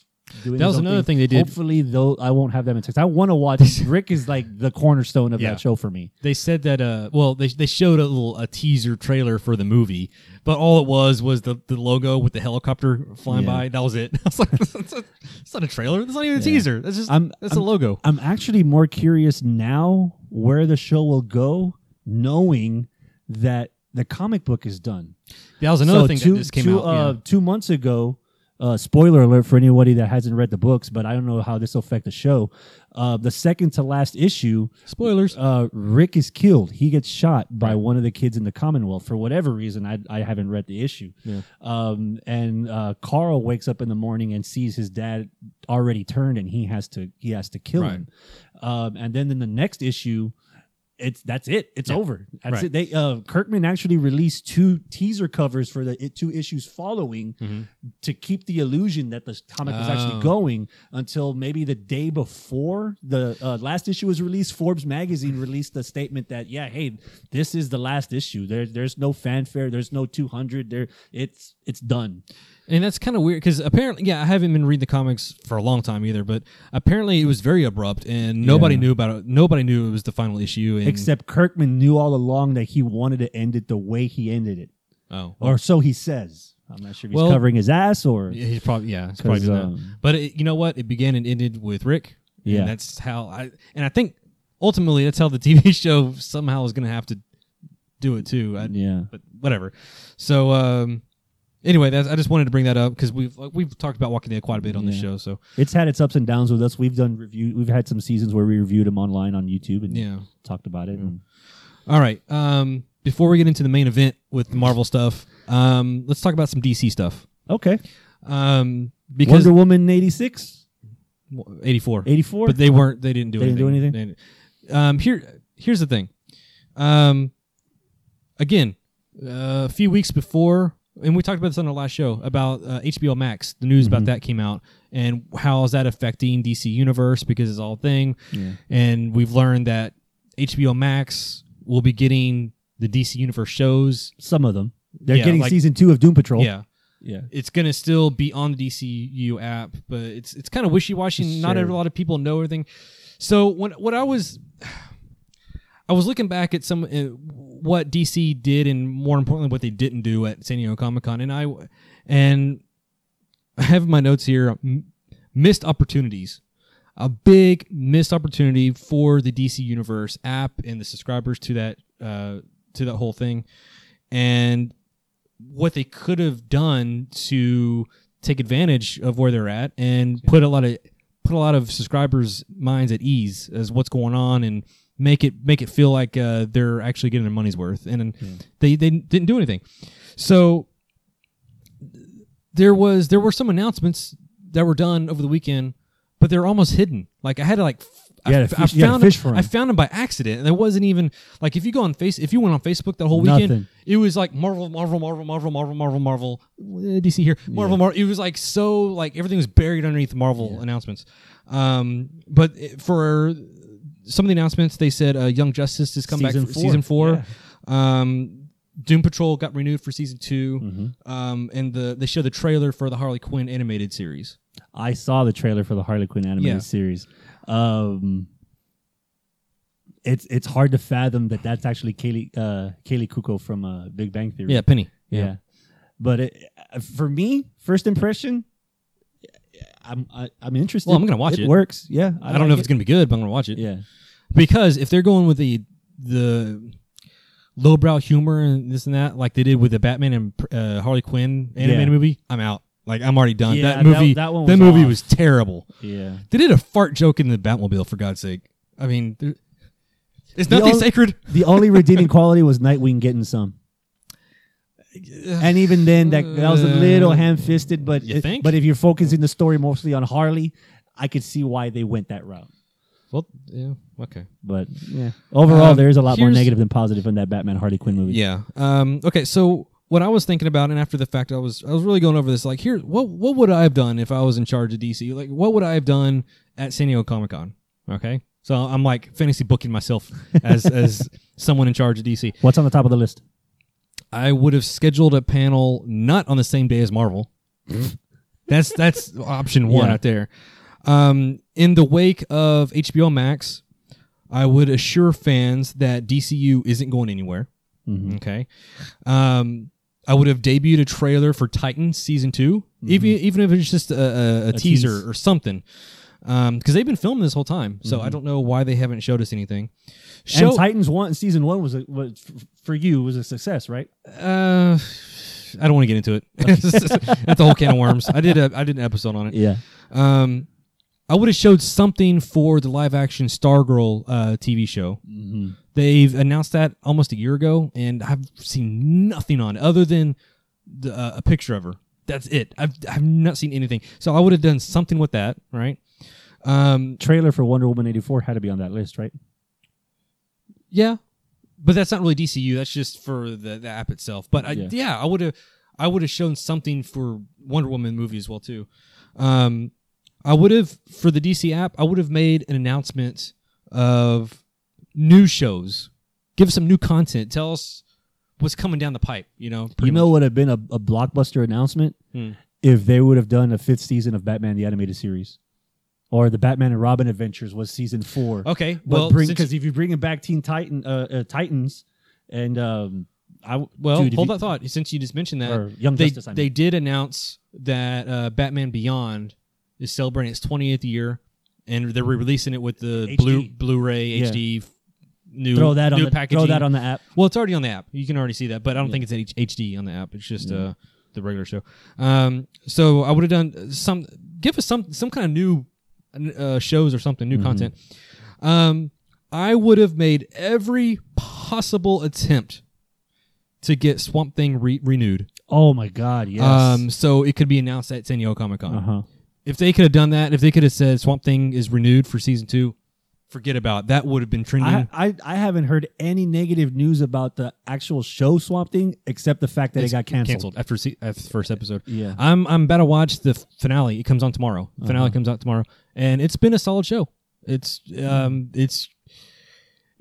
Speaker 2: Doing
Speaker 1: That was
Speaker 2: something.
Speaker 1: another thing they did.
Speaker 2: Hopefully, though, I won't have that mentality. I want to watch. Rick is like the cornerstone of
Speaker 1: Yeah.
Speaker 2: that show for me.
Speaker 1: they said that. Uh, well, they they showed a little a teaser trailer for the movie, but all it was was the, the logo with the helicopter flying
Speaker 2: Yeah.
Speaker 1: by. That was it. I was like, it's, not- it's not a trailer. That's not even a teaser. That's just
Speaker 2: I'm-
Speaker 1: that's
Speaker 2: I'm-
Speaker 1: a logo.
Speaker 2: I'm actually more curious now where the show will go, knowing that the comic book is done.
Speaker 1: That was another
Speaker 2: So
Speaker 1: thing
Speaker 2: two-
Speaker 1: that just came
Speaker 2: two,
Speaker 1: out.
Speaker 2: Uh,
Speaker 1: yeah.
Speaker 2: Two months ago, uh, spoiler alert for anybody that hasn't read the books, but I don't know how this will affect the show. Uh, the second to last issue,
Speaker 1: Spoilers.
Speaker 2: uh, Rick is killed. He gets shot by one of the kids in the Commonwealth for whatever reason. I, I haven't read the issue.
Speaker 1: Yeah.
Speaker 2: Um, and uh, Carl wakes up in the morning and sees his dad already turned, and he has to he has to kill
Speaker 1: Right.
Speaker 2: him. Um, and then in the next issue, it's that's it. It's
Speaker 1: Yeah.
Speaker 2: over. That's
Speaker 1: Right.
Speaker 2: it. They uh, Kirkman actually released two teaser covers for the it, two issues following
Speaker 1: Mhm.
Speaker 2: to keep the illusion that the comic was
Speaker 1: Oh.
Speaker 2: actually going until maybe the day before the uh, last issue was released. Forbes magazine released a statement that yeah, hey, this is the last issue. There, there's no fanfare. There's no two hundred. There, it's it's done.
Speaker 1: And that's kind of weird because apparently, yeah, I haven't been reading the comics for a long time either. But apparently, it was very abrupt, and nobody
Speaker 2: Yeah.
Speaker 1: knew about it. Nobody knew it was the final issue. And,
Speaker 2: Except Kirkman knew all along that he wanted to end it the way he ended it,
Speaker 1: oh,
Speaker 2: or so he says. I'm not sure if he's
Speaker 1: Well-
Speaker 2: covering his ass or
Speaker 1: yeah, he's probably yeah, he's probably
Speaker 2: 'Cause,
Speaker 1: doing that.
Speaker 2: um,
Speaker 1: But it, you know what? It began and ended with Rick. and
Speaker 2: Yeah.
Speaker 1: that's how I. And I think ultimately, that's how the TV show somehow is going to have to do it too. I,
Speaker 2: yeah.
Speaker 1: but whatever. So um, anyway, that's I just wanted to bring that up because we've like, we've talked about Walking Dead quite a bit on the
Speaker 2: Yeah.
Speaker 1: show. So
Speaker 2: it's had its ups and downs with us. We've done review. We've had some seasons where we reviewed them online on YouTube and
Speaker 1: yeah. Mm.
Speaker 2: talked about it. and-
Speaker 1: All right. Um, before we get into the main event with the Marvel stuff, um, let's talk about some DC stuff.
Speaker 2: okay,
Speaker 1: Um, because
Speaker 2: Wonder Woman 86,
Speaker 1: eighty four.
Speaker 2: 84?
Speaker 1: But they weren't. They didn't do
Speaker 2: They didn't
Speaker 1: anything.
Speaker 2: do
Speaker 1: They didn't- Um, here, here's the thing. Um, again, uh, a few weeks before, and we talked about this on our last show about uh, HBO Max. The news
Speaker 2: Mm-hmm.
Speaker 1: about that came out, and how is that affecting DC Universe because it's all a thing.
Speaker 2: Yeah.
Speaker 1: And we've learned that HBO Max will be getting the DC Universe shows.
Speaker 2: some of them. They're
Speaker 1: Yeah,
Speaker 2: getting
Speaker 1: like-
Speaker 2: season two of Doom Patrol.
Speaker 1: Yeah.
Speaker 2: yeah.
Speaker 1: It's gonna still be on the DCU app, but it's it's kind of wishy washy. Not
Speaker 2: Sure.
Speaker 1: a lot of people know everything. So when what I was, I was looking back at some uh, what DC did, and more importantly, what they didn't do at San Diego Comic Con, and I and I have in my notes here m- missed opportunities. A big missed opportunity for the DC Universe app and the subscribers to that uh, to that whole thing, and what they could have done to take advantage of where they're at and put a lot of put a lot of subscribers' minds at ease as what's going on and make it make it feel like uh, they're actually getting their money's worth and, and
Speaker 2: Hmm.
Speaker 1: they they didn't do anything. So there was there were some announcements that were done over the weekend, but they're almost hidden. Like I had to like f-
Speaker 2: You
Speaker 1: I,
Speaker 2: had to
Speaker 1: f- I
Speaker 2: fish- you had to
Speaker 1: found
Speaker 2: fish for 'em.
Speaker 1: I found them by accident. And there wasn't even like if you go on face if you went on Facebook that whole weekend,
Speaker 2: Nothing.
Speaker 1: it was like Marvel, Marvel, Marvel, Marvel, Marvel, Marvel, Marvel, uh, DC here, Marvel, Marvel. It was like so like everything was buried underneath the Marvel announcements. Um, but it- for some of the announcements, they said uh, Young Justice has come
Speaker 2: Season
Speaker 1: back for
Speaker 2: four.
Speaker 1: season four. Um, Doom Patrol got renewed for season 2
Speaker 2: Hmm. Mm-hmm.
Speaker 1: um, and the they showed the trailer for the Harley Quinn animated series.
Speaker 2: I saw the trailer for the Harley Quinn animated
Speaker 1: Yeah.
Speaker 2: series. Um, it's it's hard to fathom that that's actually Kaylee uh, Kaylee Kuko from uh, Big Bang Theory.
Speaker 1: Yeah, Penny.
Speaker 2: Yeah. But it, uh, for me, first impression, I'm I, I'm interested.
Speaker 1: Well, I'm gonna watch it.
Speaker 2: works. Yeah.
Speaker 1: I, don't know if it's gonna be good, but I'm gonna watch it.
Speaker 2: Yeah.
Speaker 1: because if they're going with the the lowbrow humor and this and that, like they did with the Batman and uh, Harley Quinn animated
Speaker 2: Yeah.
Speaker 1: movie, I'm out. Like I'm already done.
Speaker 2: Yeah,
Speaker 1: that movie,
Speaker 2: that- that one was
Speaker 1: movie
Speaker 2: off.
Speaker 1: was terrible.
Speaker 2: Yeah.
Speaker 1: They did a fart joke in the Batmobile for God's sake. I mean, there- it's
Speaker 2: The
Speaker 1: nothing
Speaker 2: only-
Speaker 1: sacred.
Speaker 2: The only redeeming quality was Nightwing getting some. And even then, that, that was a little
Speaker 1: Uh,
Speaker 2: ham fisted. But
Speaker 1: you
Speaker 2: it-
Speaker 1: think?
Speaker 2: but if you're focusing the story mostly on Harley, I could see why they went that route.
Speaker 1: Well, yeah, okay.
Speaker 2: But yeah, overall,
Speaker 1: Um,
Speaker 2: there is a lot more
Speaker 1: here's-
Speaker 2: negative than positive in that Batman Harley Quinn movie.
Speaker 1: Yeah. Um, okay. So what I was thinking about, and after the fact, I was I was really going over this. Like, here, what what would I have done if I was in charge of DC? Like, what would I have done at San Diego Comic Con? Okay. So I'm like fantasy booking myself as as someone in charge of DC.
Speaker 2: What's on the top of the list?
Speaker 1: I would have scheduled a panel not on the same day as Marvel. that's that's option one
Speaker 2: Yeah.
Speaker 1: out there. Um, in the wake of HBO Max, I would assure fans that DCU isn't going anywhere.
Speaker 2: Mhm.
Speaker 1: Okay, um, I would have debuted a trailer for Titan season 2 even even if it's just a, a, a teaser
Speaker 2: Mm-hmm. tease.
Speaker 1: or something, because they've been filming this whole time. So I don't know why they haven't showed us anything.
Speaker 2: Mm-hmm. and Titans one season one was, a, was f- for you was a success, right?
Speaker 1: Uh, I don't want to get into it. That's a whole can of worms. I did a I did an episode on it.
Speaker 2: Yeah.
Speaker 1: Um, I would have showed something for the live action Stargirl uh, TV show.
Speaker 2: Mhm.
Speaker 1: They've announced that almost a year ago, and I've seen nothing on it other than the, uh, a picture of her. That's it. I've I've not seen anything. So I would have done something with that, right? Um,
Speaker 2: Trailer for Wonder Woman eighty four had to be on that list, right?
Speaker 1: Yeah, but that's not really DCU. That's just for the, the app itself. But I, yeah.
Speaker 2: Yeah.
Speaker 1: I would have, I would have shown something for Wonder Woman movie as well too. Um, I would have for the DC app. I would have made an announcement of new shows. Give us some new content. Tell us what's coming down the pipe. You know, pretty
Speaker 2: you know
Speaker 1: much.
Speaker 2: what would have been a, a blockbuster announcement
Speaker 1: Hmm.
Speaker 2: if they would have done a fifth season of Batman the animated series, or the Batman and Robin Adventures was season four.
Speaker 1: Okay,
Speaker 2: But
Speaker 1: Oh, well,
Speaker 2: bring
Speaker 1: since-
Speaker 2: because if you bring it back Teen Titan uh, uh, Titans and um, I w-
Speaker 1: well,
Speaker 2: dude, if
Speaker 1: hold
Speaker 2: you-
Speaker 1: that thought. Since you just mentioned that,
Speaker 2: or Young
Speaker 1: they,
Speaker 2: Justice. I mean.
Speaker 1: they did announce that uh, Batman Beyond is celebrating its 20th year, and they're re-releasing it with the
Speaker 2: HD.
Speaker 1: blue Blu-ray
Speaker 2: Mm-hmm. Yeah.
Speaker 1: HD f- new
Speaker 2: throw that on
Speaker 1: new
Speaker 2: the,
Speaker 1: packaging.
Speaker 2: throw that on the app.
Speaker 1: Well, it's already on the app. You can already see that, but I don't think it's H- HD on the app. It's just
Speaker 2: Mm-hmm.
Speaker 1: uh, the regular show. Um, so I would have done some. Give us some some kind of new uh, shows or something, new
Speaker 2: Mm-hmm.
Speaker 1: content. Um, I would have made every possible attempt to get Swamp Thing re- renewed.
Speaker 2: Oh my god, yes.
Speaker 1: Um, so it could be announced at San Diego Comic Con.
Speaker 2: uh huh.
Speaker 1: If they could have done that, if they could have said Swamp Thing is renewed for season two, forget about it. that. Would have been trending.
Speaker 2: I, I I haven't heard any negative news about the actual show Swamp Thing except the fact that
Speaker 1: It's
Speaker 2: it got canceled.
Speaker 1: after se- after the first episode.
Speaker 2: Yeah.
Speaker 1: I'm I'm about to watch the finale. It comes on tomorrow.
Speaker 2: Uh-huh.
Speaker 1: The Finale comes out tomorrow, and it's been a solid show. It's um it's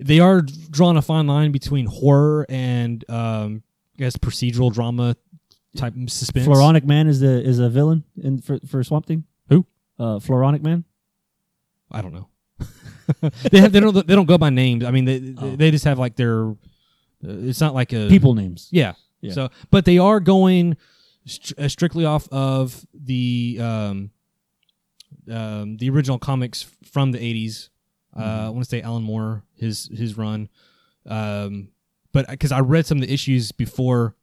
Speaker 1: they are drawing a fine line between horror and um I guess procedural drama type suspense.
Speaker 2: Floronic Man is the is a villain in for, for Swamp Thing.
Speaker 1: Who?
Speaker 2: Uh, Floronic Man.
Speaker 1: I don't know. they have, they don't they don't go by names. I mean they
Speaker 2: Oh.
Speaker 1: they just have like their. uh, It's not like a
Speaker 2: People names.
Speaker 1: Yeah.
Speaker 2: Yeah.
Speaker 1: So, but they are going str- uh, strictly off of the um, um, the original comics from the '80s.
Speaker 2: Mm-hmm.
Speaker 1: Uh, I want to say Alan Moore his his run, um, but because I read some of the issues before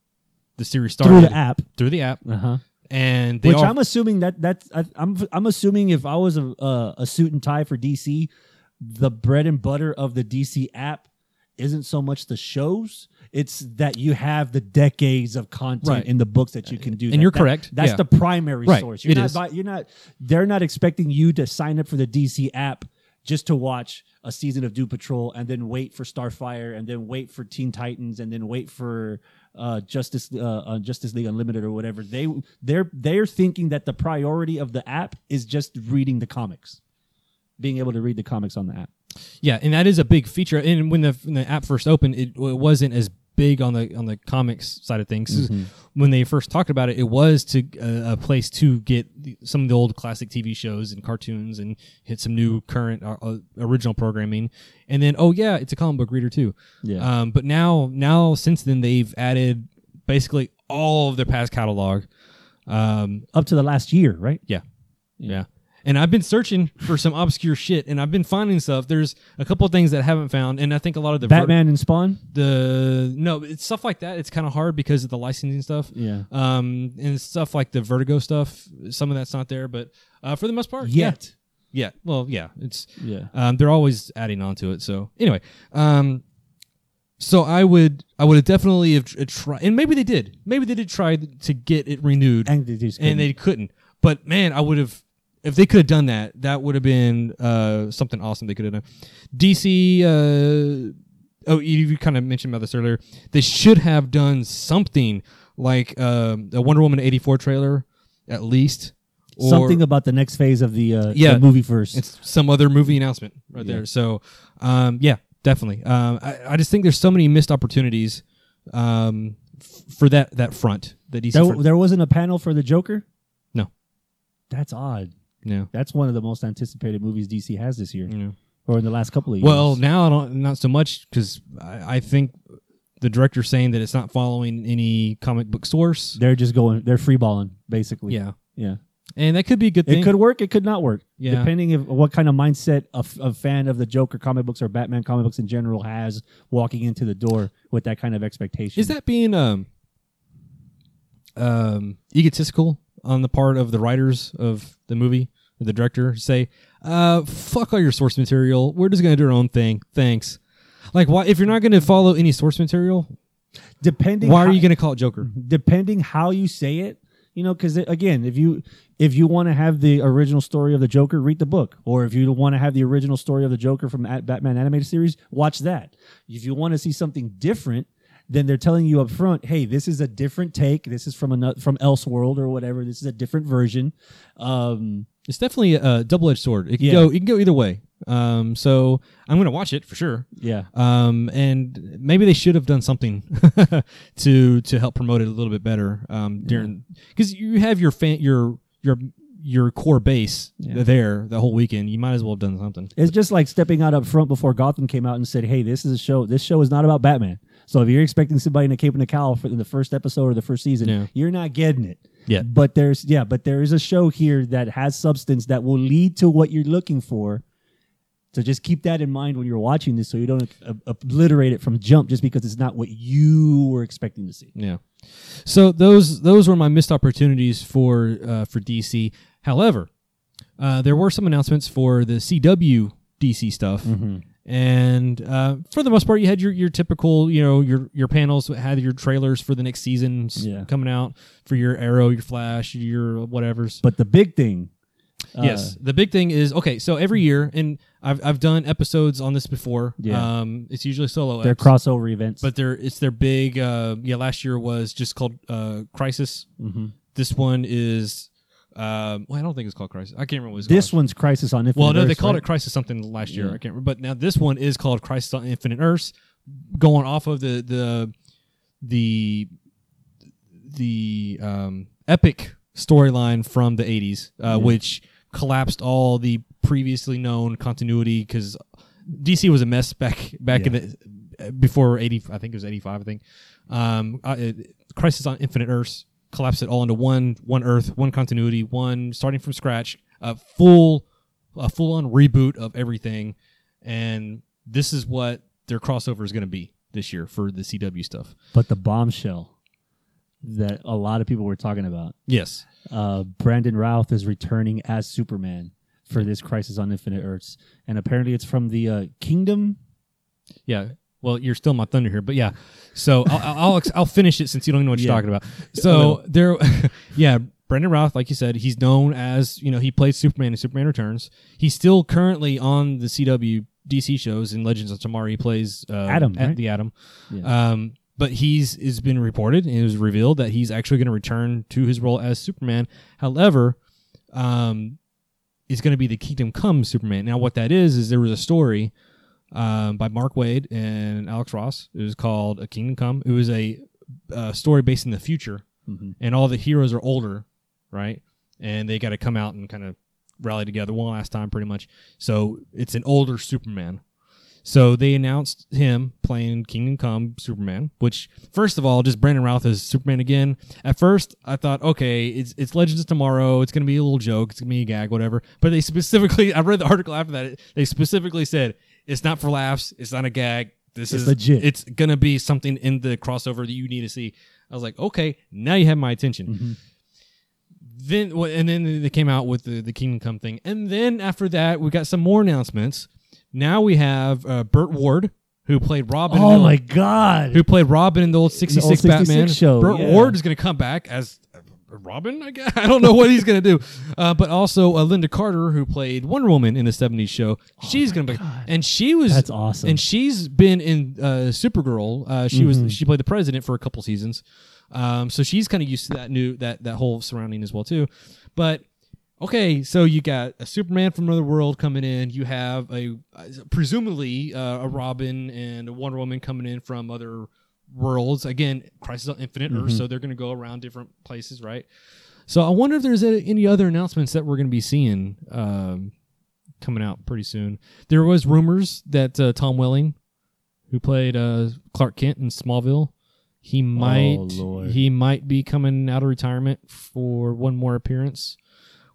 Speaker 1: the series started
Speaker 2: Through the app.
Speaker 1: through the app,
Speaker 2: Uh huh.
Speaker 1: and Uh-huh. they
Speaker 2: Which
Speaker 1: are
Speaker 2: I'm assuming that that's I, I'm I'm assuming if I was a uh, a suit and tie for DC, the bread and butter of the DC app isn't so much the shows. It's that you have the decades of content
Speaker 1: Right.
Speaker 2: in the books that you can do.
Speaker 1: And
Speaker 2: That-
Speaker 1: you're
Speaker 2: that-
Speaker 1: correct.
Speaker 2: That's
Speaker 1: Yeah.
Speaker 2: the primary
Speaker 1: Right.
Speaker 2: source. You're
Speaker 1: It
Speaker 2: not
Speaker 1: is.
Speaker 2: buy- you're not they're not expecting you to sign up for the DC app just to watch a season of Doom Patrol and then wait for Starfire and then wait for Teen Titans and then wait for uh, Justice uh, uh, Justice League Unlimited or whatever. They they're they're thinking that the priority of the app is just reading the comics, being able to read the comics on the app.
Speaker 1: yeah, and that is a big feature. And when the, when the app first opened, it, it wasn't as big on the on the comics side of things. When they first talked about it, it was to uh, a place to get the- some of the old classic TV shows and cartoons and hit some new current uh, uh, original programming. And then oh yeah, it's a comic book reader too.
Speaker 2: Yeah.
Speaker 1: Um, but now now since then they've added basically all of their past catalog. Um,
Speaker 2: Up to the last year, right?
Speaker 1: yeah. Yeah. And I've been searching for some obscure shit and I've been finding stuff. There's a couple of things that I haven't found and I think a lot of the ver-
Speaker 2: Batman and Spawn.
Speaker 1: the no, it's stuff like that. It's kind of hard because of the licensing stuff.
Speaker 2: Yeah.
Speaker 1: Um and stuff like the Vertigo stuff, some of that's not there, but uh, for the most part,
Speaker 2: Yet.
Speaker 1: yeah. Yeah. Well, yeah. It's
Speaker 2: Yeah.
Speaker 1: um, they're always adding on to it. So anyway, um, so I would I would have definitely have tr- tried, and maybe they did. Maybe they did try to get it renewed
Speaker 2: And they just
Speaker 1: and they couldn't. But man, I would have if they could have done that. That would have been uh, something awesome. They could have done. DC. Uh, oh, you, you kind of mentioned about this earlier. They should have done something like um, a Wonder Woman '84 trailer, at least. or-
Speaker 2: something about the next phase of the, uh,
Speaker 1: Yeah.
Speaker 2: the movie first.
Speaker 1: it's some other movie announcement right
Speaker 2: Yeah.
Speaker 1: there. So, um, yeah, definitely. Um, I, I just think there's so many missed opportunities um, f- for that that front. That DC.
Speaker 2: there,
Speaker 1: front.
Speaker 2: there wasn't a panel for the Joker.
Speaker 1: No.
Speaker 2: that's odd.
Speaker 1: no.
Speaker 2: That's one of the most anticipated movies DC has this year,
Speaker 1: You know.
Speaker 2: or in the last couple of years.
Speaker 1: Well, now I don't, not so much because I, I think the director's saying that it's not following any comic book source.
Speaker 2: they're just going, they're freeballing basically.
Speaker 1: Yeah,
Speaker 2: yeah.
Speaker 1: and that could be a good
Speaker 2: It
Speaker 1: thing.
Speaker 2: could work. It could not work.
Speaker 1: Yeah.
Speaker 2: Depending if what kind of mindset a, f- a fan of the Joker comic books or Batman comic books in general has walking into the door with that kind of expectation.
Speaker 1: Is that being um um egotistical on the part of the writers of the movie, the director? to Say, uh, fuck all your source material. We're just gonna do our own thing. Thanks. Like, why if you're not gonna follow any source material,
Speaker 2: depending?
Speaker 1: why
Speaker 2: how-
Speaker 1: are you gonna call it Joker?
Speaker 2: depending how you say it, You know, because again, if you if you want to have the original story of the Joker, read the book, or if you want to have the original story of the Joker from at Batman animated series, watch that. If you want to see something different, then they're telling you up front, hey, this is a different take. This is from another from Elseworld or whatever. This is a different version. Um,
Speaker 1: It's definitely a double edged sword. It can
Speaker 2: Yeah.
Speaker 1: go. It can go either way. Um, so I'm gonna watch it for sure.
Speaker 2: yeah,
Speaker 1: Um, and maybe they should have done something to to help promote it a little bit better. Um, during because you have your fan your your your core base
Speaker 2: Yeah.
Speaker 1: there the whole weekend. You might as well have done something.
Speaker 2: It's just like stepping out up front before Gotham came out and said, "Hey, this is a show. This show is not about Batman." So if you're expecting somebody in a cape and a cowl for the first episode or the first season,
Speaker 1: Yeah.
Speaker 2: you're not getting it.
Speaker 1: Yeah.
Speaker 2: But there's yeah, but there is a show here that has substance that will lead to what you're looking for. So just keep that in mind when you're watching this, so you don't ob- obliterate it from jump just because it's not what you were expecting to see.
Speaker 1: Yeah. So those those were my missed opportunities for uh, for DC. However, uh, there were some announcements for the CW DC stuff,
Speaker 2: Mm-hmm.
Speaker 1: and uh, for the most part, you had your, your typical you know your your panels that had your trailers for the next seasons
Speaker 2: Yeah.
Speaker 1: coming out for your Arrow, your Flash, your whatever's.
Speaker 2: But the big thing, uh,
Speaker 1: Yes, the big thing is okay. So every year, and I've I've done episodes on this before.
Speaker 2: Yeah.
Speaker 1: Um, it's usually solo.
Speaker 2: they're
Speaker 1: eps,
Speaker 2: crossover events.
Speaker 1: but they're it's their big. Uh, yeah, last year was just called uh, Crisis.
Speaker 2: Mhm.
Speaker 1: This one is. Um, well, I don't think it's called Crisis. I can't remember what it's
Speaker 2: this
Speaker 1: called.
Speaker 2: one's Crisis on Infinite.
Speaker 1: Well, no, they
Speaker 2: Earths,
Speaker 1: called
Speaker 2: right?
Speaker 1: it Crisis something last year.
Speaker 2: Yeah.
Speaker 1: I can't remember. But now this one is called Crisis on Infinite Earths, going off of the the the the um, epic storyline from the '80s, uh, which collapsed all the previously known continuity because DC was a mess back back in the before '80. I think it was '85. I think um, uh, it- Crisis on Infinite Earths collapsed it all into one one Earth, one continuity, one starting from scratch, a full a full on reboot of everything, and this is what their crossover is going to be this year for the CW stuff.
Speaker 2: but the bombshell that a lot of people were talking about.
Speaker 1: Yes.
Speaker 2: Uh, Brandon Routh is returning as Superman for this Crisis on Infinite Earths, and apparently it's from the uh, Kingdom.
Speaker 1: Yeah. Well, you're still my thunder here, but yeah. So I'll I'll, I'll, ex- I'll finish it since you don't know what you're
Speaker 2: Yeah.
Speaker 1: talking about. So there, yeah. Brendan Roth, like you said, he's known as you know he played Superman in Superman Returns. He's still currently on the CW DC shows in Legends of Tomorrow. He plays uh,
Speaker 2: Adam,
Speaker 1: at
Speaker 2: right?
Speaker 1: the Atom.
Speaker 2: Yeah.
Speaker 1: Um, but he's has been reported and it was revealed that he's actually going to return to his role as Superman. However, um, is going to be the Kingdom Come Superman. Now, what that is is there was a story um, by Mark Wade and Alex Ross. It was called A Kingdom Come. It was a uh, story based in the future, and all the heroes are older, right? And they got to come out and kind of rally together one last time, pretty much. So it's an older Superman. So they announced him playing Kingdom Come Superman, which first of all, just Brandon Routh as Superman again. At first, I thought, okay, it's it's Legends of Tomorrow. It's gonna be a little joke. It's gonna be a gag, whatever. But they specifically, I read the article after that. They specifically said it's not for laughs. It's not a gag. This
Speaker 2: It's
Speaker 1: is
Speaker 2: legit.
Speaker 1: It's gonna be something in the crossover that you need to see. I was like, okay, now you have my attention then well, and then they came out with the, the Kingdom Come thing, and then after that we got some more announcements. Now we have uh, Burt Ward, who played Robin. in
Speaker 2: Oh
Speaker 1: the-
Speaker 2: my God!
Speaker 1: Who played Robin in the old '66
Speaker 2: 66
Speaker 1: Batman
Speaker 2: show,
Speaker 1: Burt
Speaker 2: yeah.
Speaker 1: Ward is going to come back as uh, Robin. I guess I don't know what he's going to do, uh, but also uh, Linda Carter, who played Wonder Woman in the '70s show, she's going to be, and she was
Speaker 2: Oh That's awesome.
Speaker 1: and she's been in uh, Supergirl. Uh, she was she played the president for a couple seasons, um, so she's kind of used to that new that that whole surrounding as well too. But okay, so you got a Superman from another world coming in. You have a presumably uh, a Robin and a Wonder Woman coming in from other worlds. Again, Crisis on Infinite Earth, so they're going to go around different places, right? So I wonder if there's a- any other announcements that we're going to be seeing. Um, coming out pretty soon. There was rumors that uh, Tom Welling, who played uh, Clark Kent in Smallville, he might
Speaker 2: Lord.
Speaker 1: he might be coming out of retirement for one more appearance.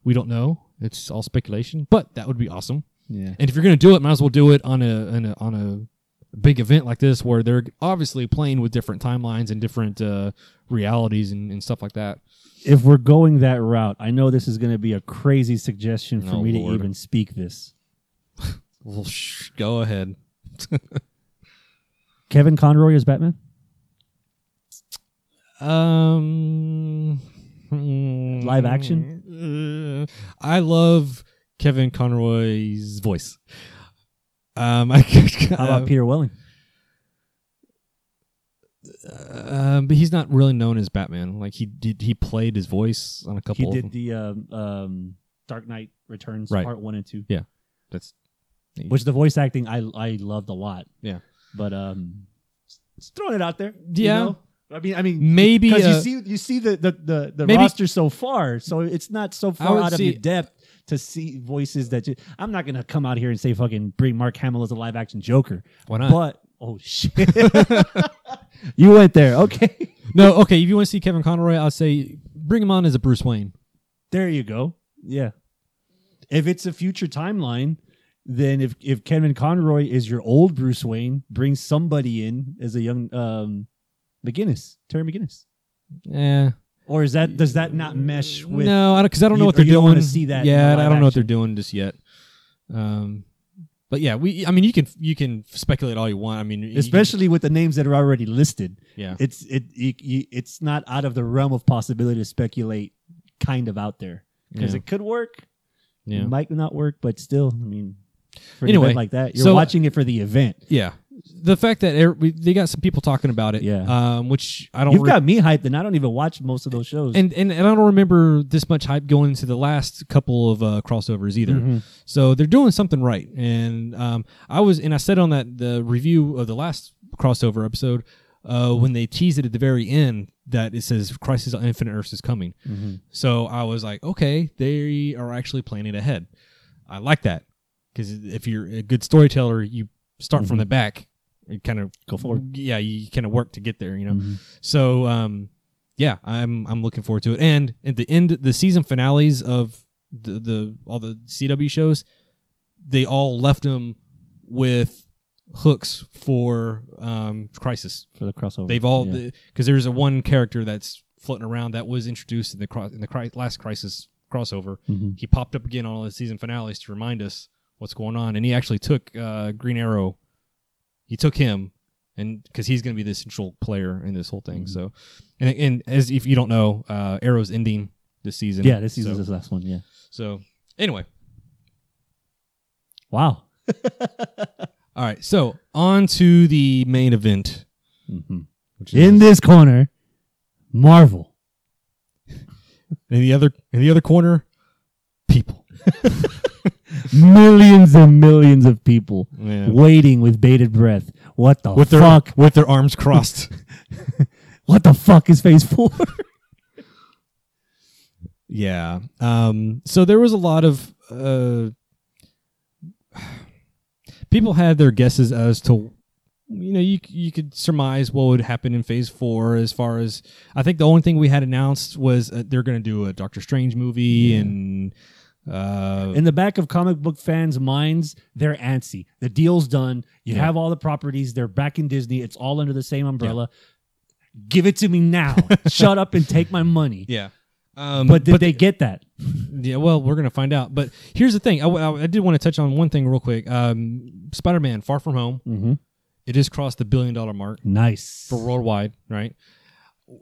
Speaker 1: We don't know. It's all speculation, but that would be awesome.
Speaker 2: yeah,
Speaker 1: And if you're going to do it, might as well do it on a on a, on a big event like this, where they're obviously playing with different timelines and different uh, realities and, and stuff like that.
Speaker 2: if we're going that route, I know this is going to be a crazy suggestion for
Speaker 1: Oh,
Speaker 2: me
Speaker 1: Lord.
Speaker 2: to even speak this.
Speaker 1: Well, sh- go ahead.
Speaker 2: Kevin Conroy is Batman.
Speaker 1: Um, hmm,
Speaker 2: live action?
Speaker 1: Uh, I love Kevin Conroy's voice. Um, I
Speaker 2: How about Peter Welling?
Speaker 1: um, but he's not really known as Batman. Like he did, he played his voice on a couple.
Speaker 2: He
Speaker 1: of
Speaker 2: did
Speaker 1: them.
Speaker 2: the um, um, Dark Knight Returns
Speaker 1: Right.
Speaker 2: part one and two,
Speaker 1: That's
Speaker 2: which the voice acting I I loved a lot.
Speaker 1: Yeah.
Speaker 2: but um, just throwing it out there. you
Speaker 1: Yeah.
Speaker 2: know? I mean, I mean,
Speaker 1: maybe
Speaker 2: because
Speaker 1: uh,
Speaker 2: you see you see the the the, the
Speaker 1: Maybe-
Speaker 2: roster so far, so it's not so far
Speaker 1: would
Speaker 2: out of
Speaker 1: see-
Speaker 2: your depth to see voices that you. I'm not gonna come out here and say fucking bring Mark Hamill as a live action Joker,
Speaker 1: why not?
Speaker 2: but oh shit, you went there. Okay,
Speaker 1: no, okay. If you want to see Kevin Conroy, I'll say bring him on as a Bruce Wayne.
Speaker 2: there you go. Yeah, if it's a future timeline. Then if, if Kevin Conroy is your old Bruce Wayne, bring somebody in as a young um, McGinnis, Terry McGinnis,
Speaker 1: Yeah.
Speaker 2: or is that does that not mesh with?
Speaker 1: no, I don't because I don't know
Speaker 2: you-
Speaker 1: what
Speaker 2: or
Speaker 1: they're
Speaker 2: you don't
Speaker 1: doing.
Speaker 2: wanna see that in
Speaker 1: Yeah, I
Speaker 2: live
Speaker 1: don't know what they're
Speaker 2: action.
Speaker 1: doing just yet. Um, but yeah, we. I mean, you can you can speculate all you want. I mean, you-
Speaker 2: especially with the names that are already listed.
Speaker 1: yeah.
Speaker 2: it's it you, you, it's not out of the realm of possibility to speculate kind of out there because
Speaker 1: Yeah.
Speaker 2: it could work
Speaker 1: Yeah.
Speaker 2: it might not work but still i mean for
Speaker 1: Anyway,
Speaker 2: an event like that you're
Speaker 1: so- uh,
Speaker 2: watching it for the event
Speaker 1: Yeah. The fact that er- we, they got some people talking about it,
Speaker 2: Yeah.
Speaker 1: um, which I don't
Speaker 2: you've
Speaker 1: re-
Speaker 2: got me hyped and i don't even watch most of those shows
Speaker 1: and, and and I don't remember this much hype going into the last couple of uh, crossovers either.
Speaker 2: Mhm.
Speaker 1: So they're doing something right. And um, I was and I said on that the review of the last crossover episode uh, when they teased it at the very end that it says Crisis on Infinite Earths is coming.
Speaker 2: Mhm.
Speaker 1: So I was like, okay, they are actually planning ahead. I like that because if you're a good storyteller, you start from
Speaker 2: Mhm.
Speaker 1: the back and kind of
Speaker 2: Go forward.
Speaker 1: Yeah, you kind of work to get there, you know.
Speaker 2: Mhm.
Speaker 1: So, um, yeah, I'm I'm looking forward to it. And at the end, the season finales of the, the all the CW shows, they all left them with hooks for um, Crisis.
Speaker 2: for the crossover
Speaker 1: They've all
Speaker 2: Yeah.
Speaker 1: because there's a one character that's floating around that was introduced in the cro- in the cri- last Crisis crossover.
Speaker 2: Mhm.
Speaker 1: He popped up again on all the season finales to remind us what's going on, and he actually took uh, Green Arrow. He took him, and because he's going to be the central player in this whole thing.
Speaker 2: Mhm.
Speaker 1: So, and, and as if you don't know, uh, Arrow's ending this season.
Speaker 2: yeah this season's
Speaker 1: So,
Speaker 2: his last one yeah
Speaker 1: so anyway,
Speaker 2: wow
Speaker 1: all right. So on to the main event.
Speaker 2: Mhm.
Speaker 1: Mm-hmm. Which
Speaker 2: in this corner marvel
Speaker 1: in the other in the other corner, people.
Speaker 2: millions and millions of people
Speaker 1: Yeah.
Speaker 2: waiting with bated breath what the
Speaker 1: with their
Speaker 2: fuck
Speaker 1: with their arms crossed.
Speaker 2: what the fuck is phase four
Speaker 1: yeah. Um. So there was a lot of uh. People had their guesses as to, you know, you you could surmise what would happen in Phase Four. As far as I think, the only thing we had announced was uh, they're going to do a Doctor Strange movie and. Uh,
Speaker 2: in the back of comic book fans' minds, they're antsy. The deal's done. You
Speaker 1: Yeah.
Speaker 2: have all the properties. They're back in Disney. It's all under the same umbrella. Give it to me now. Shut up and take my money.
Speaker 1: yeah. Um,
Speaker 2: But did they get that?
Speaker 1: Yeah, well, we're gonna find out. But here's the thing: I, I- I did want to touch on one thing real quick. Um, Spider-Man: Far From Home.
Speaker 2: Mm-hmm.
Speaker 1: It has crossed the billion-dollar mark
Speaker 2: Nice.
Speaker 1: for worldwide, right?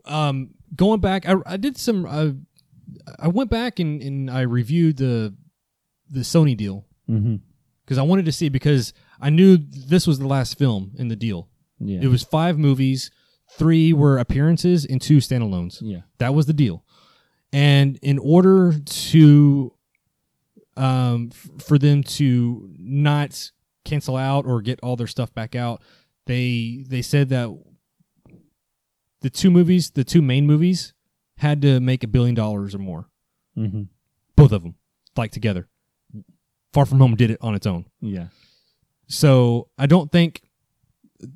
Speaker 1: Um, going back, I, I did some. Uh, I went back and, and I reviewed the the Sony deal
Speaker 2: mm-hmm.
Speaker 1: because I wanted to see because I knew this was the last film in the deal.
Speaker 2: Yeah.
Speaker 1: It was five movies, three were appearances, and two standalones.
Speaker 2: yeah.
Speaker 1: That was the deal. And in order to um f- for them to not cancel out or get all their stuff back out, they they said that the two movies, the two main movies had to make a billion dollars or more.
Speaker 2: Mm-hmm.
Speaker 1: Both of them like together. Far From Home did it on its own.
Speaker 2: Yeah.
Speaker 1: So I don't think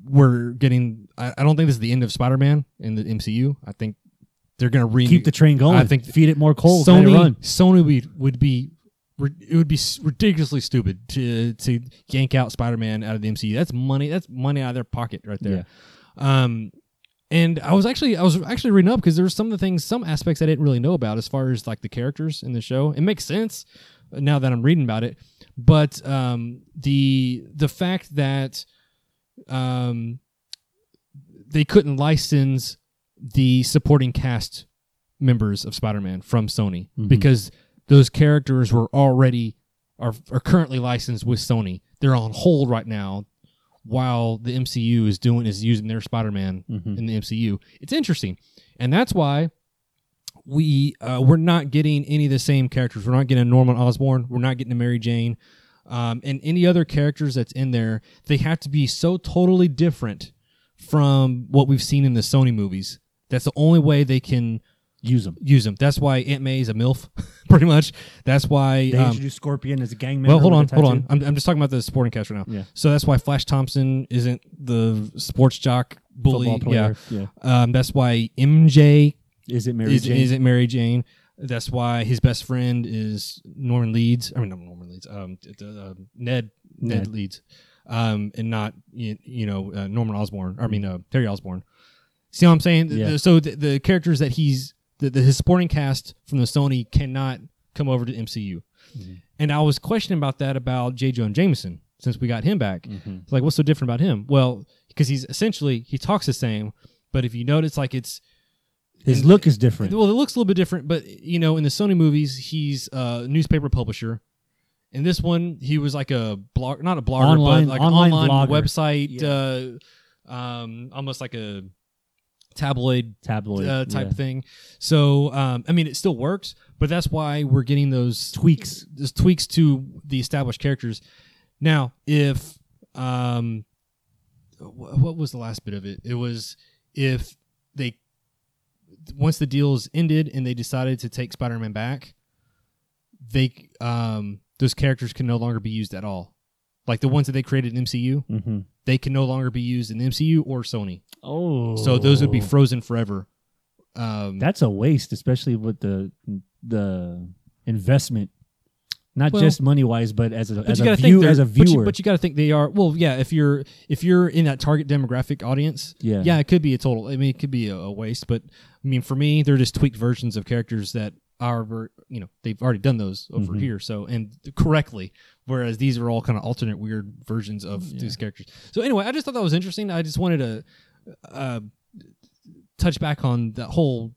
Speaker 1: we're getting. I, I don't think this is the end of Spider-Man in the MCU. I think they're going to re-
Speaker 2: Keep the train going.
Speaker 1: I think-
Speaker 2: feed it more coal. let it
Speaker 1: Sony
Speaker 2: run.
Speaker 1: Sony would, would be ri- it would be s- ridiculously stupid to to yank out Spider-Man out of the MCU. That's money. That's money out of their pocket right there. Um, and I was actually I was actually reading up because there were some of the things, some aspects I didn't really know about as far as like the characters in the show. It makes sense uh, now that I'm reading about it, but um, the the fact that um, they couldn't license the supporting cast members of Spider-Man from Sony because those characters were already are are currently licensed with Sony. They're on hold right now while the MCU is doing is using their Spider-Man
Speaker 2: Mhm.
Speaker 1: in the MCU. It's interesting, and that's why we uh, we're not getting any of the same characters. We're not getting a Norman Osborn. We're not getting a Mary Jane, um, and any other characters that's in there. They have to be so totally different from what we've seen in the Sony movies. That's the only way they can
Speaker 2: Use them.
Speaker 1: use them. That's why Aunt May is a milf, pretty much. That's why.
Speaker 2: They
Speaker 1: um,
Speaker 2: introduced Scorpion as a gang member.
Speaker 1: well, hold on,
Speaker 2: with a
Speaker 1: hold on.
Speaker 2: tattoo.
Speaker 1: I'm, I'm just talking about the sporting cast right now.
Speaker 2: Yeah.
Speaker 1: So that's why Flash Thompson isn't the sports jock bully.
Speaker 2: Football
Speaker 1: Yeah.
Speaker 2: player. Yeah.
Speaker 1: Um, that's why MJ
Speaker 2: Is it Mary
Speaker 1: is,
Speaker 2: Jane?
Speaker 1: isn't Mary Jane. That's why his best friend is Norman Leeds. I mean, not Norman Leeds. Um, d- d- uh, Ned Ned
Speaker 2: Ned.
Speaker 1: Leeds, um, and not you, you know uh, Norman Osborn. I mean uh, Terry Osborn. See what I'm saying? The-
Speaker 2: Yeah.
Speaker 1: the- so the, the characters that he's the, the his supporting cast from the Sony cannot come over to MCU. And I was questioning about that about J. Jonah Jameson since we got him back.
Speaker 2: Mm-hmm.
Speaker 1: It's like, what's so different about him? Well, because he's essentially he talks the same, but if you notice, like it's
Speaker 2: His look is different.
Speaker 1: well, it looks a little bit different, but you know, in the Sony movies, he's a newspaper publisher. In this one, he was like a blog, not a blogger,
Speaker 2: Online-
Speaker 1: but like
Speaker 2: online
Speaker 1: an online
Speaker 2: blogger.
Speaker 1: website, uh, um, almost like a tabloid
Speaker 2: Tabloid
Speaker 1: uh, type
Speaker 2: yeah.
Speaker 1: thing. So, um, I mean, it still works, but that's why we're getting those
Speaker 2: tweaks.
Speaker 1: there's tweaks to the established characters. Now, if um, wh- what was the last bit of it? It was if they once the deals ended and they decided to take Spider-Man back, they c- um those characters can no longer be used at all. Like the ones that they created in MCU,
Speaker 2: Mm-hmm.
Speaker 1: they can no longer be used in MCU or Sony.
Speaker 2: Oh,
Speaker 1: So those would be frozen forever. Um,
Speaker 2: That's a waste, especially with the the investment, not
Speaker 1: Well-
Speaker 2: just money wise, but as a
Speaker 1: But
Speaker 2: as
Speaker 1: you
Speaker 2: a
Speaker 1: got to think
Speaker 2: view
Speaker 1: they're-
Speaker 2: as a
Speaker 1: But
Speaker 2: viewer.
Speaker 1: you, but you got to think they are. Well, yeah. If you're if you're in that target demographic audience,
Speaker 2: Yeah.
Speaker 1: yeah, it could be a total. I mean, it could be a, a waste. But I mean, for me, they're just tweaked versions of characters that are, ver- you know, they've already done those over
Speaker 2: Mhm.
Speaker 1: here. So and correctly, whereas these are all kind of alternate weird versions of these characters. So anyway, I just thought that was interesting. I just wanted to uh, touch back on that whole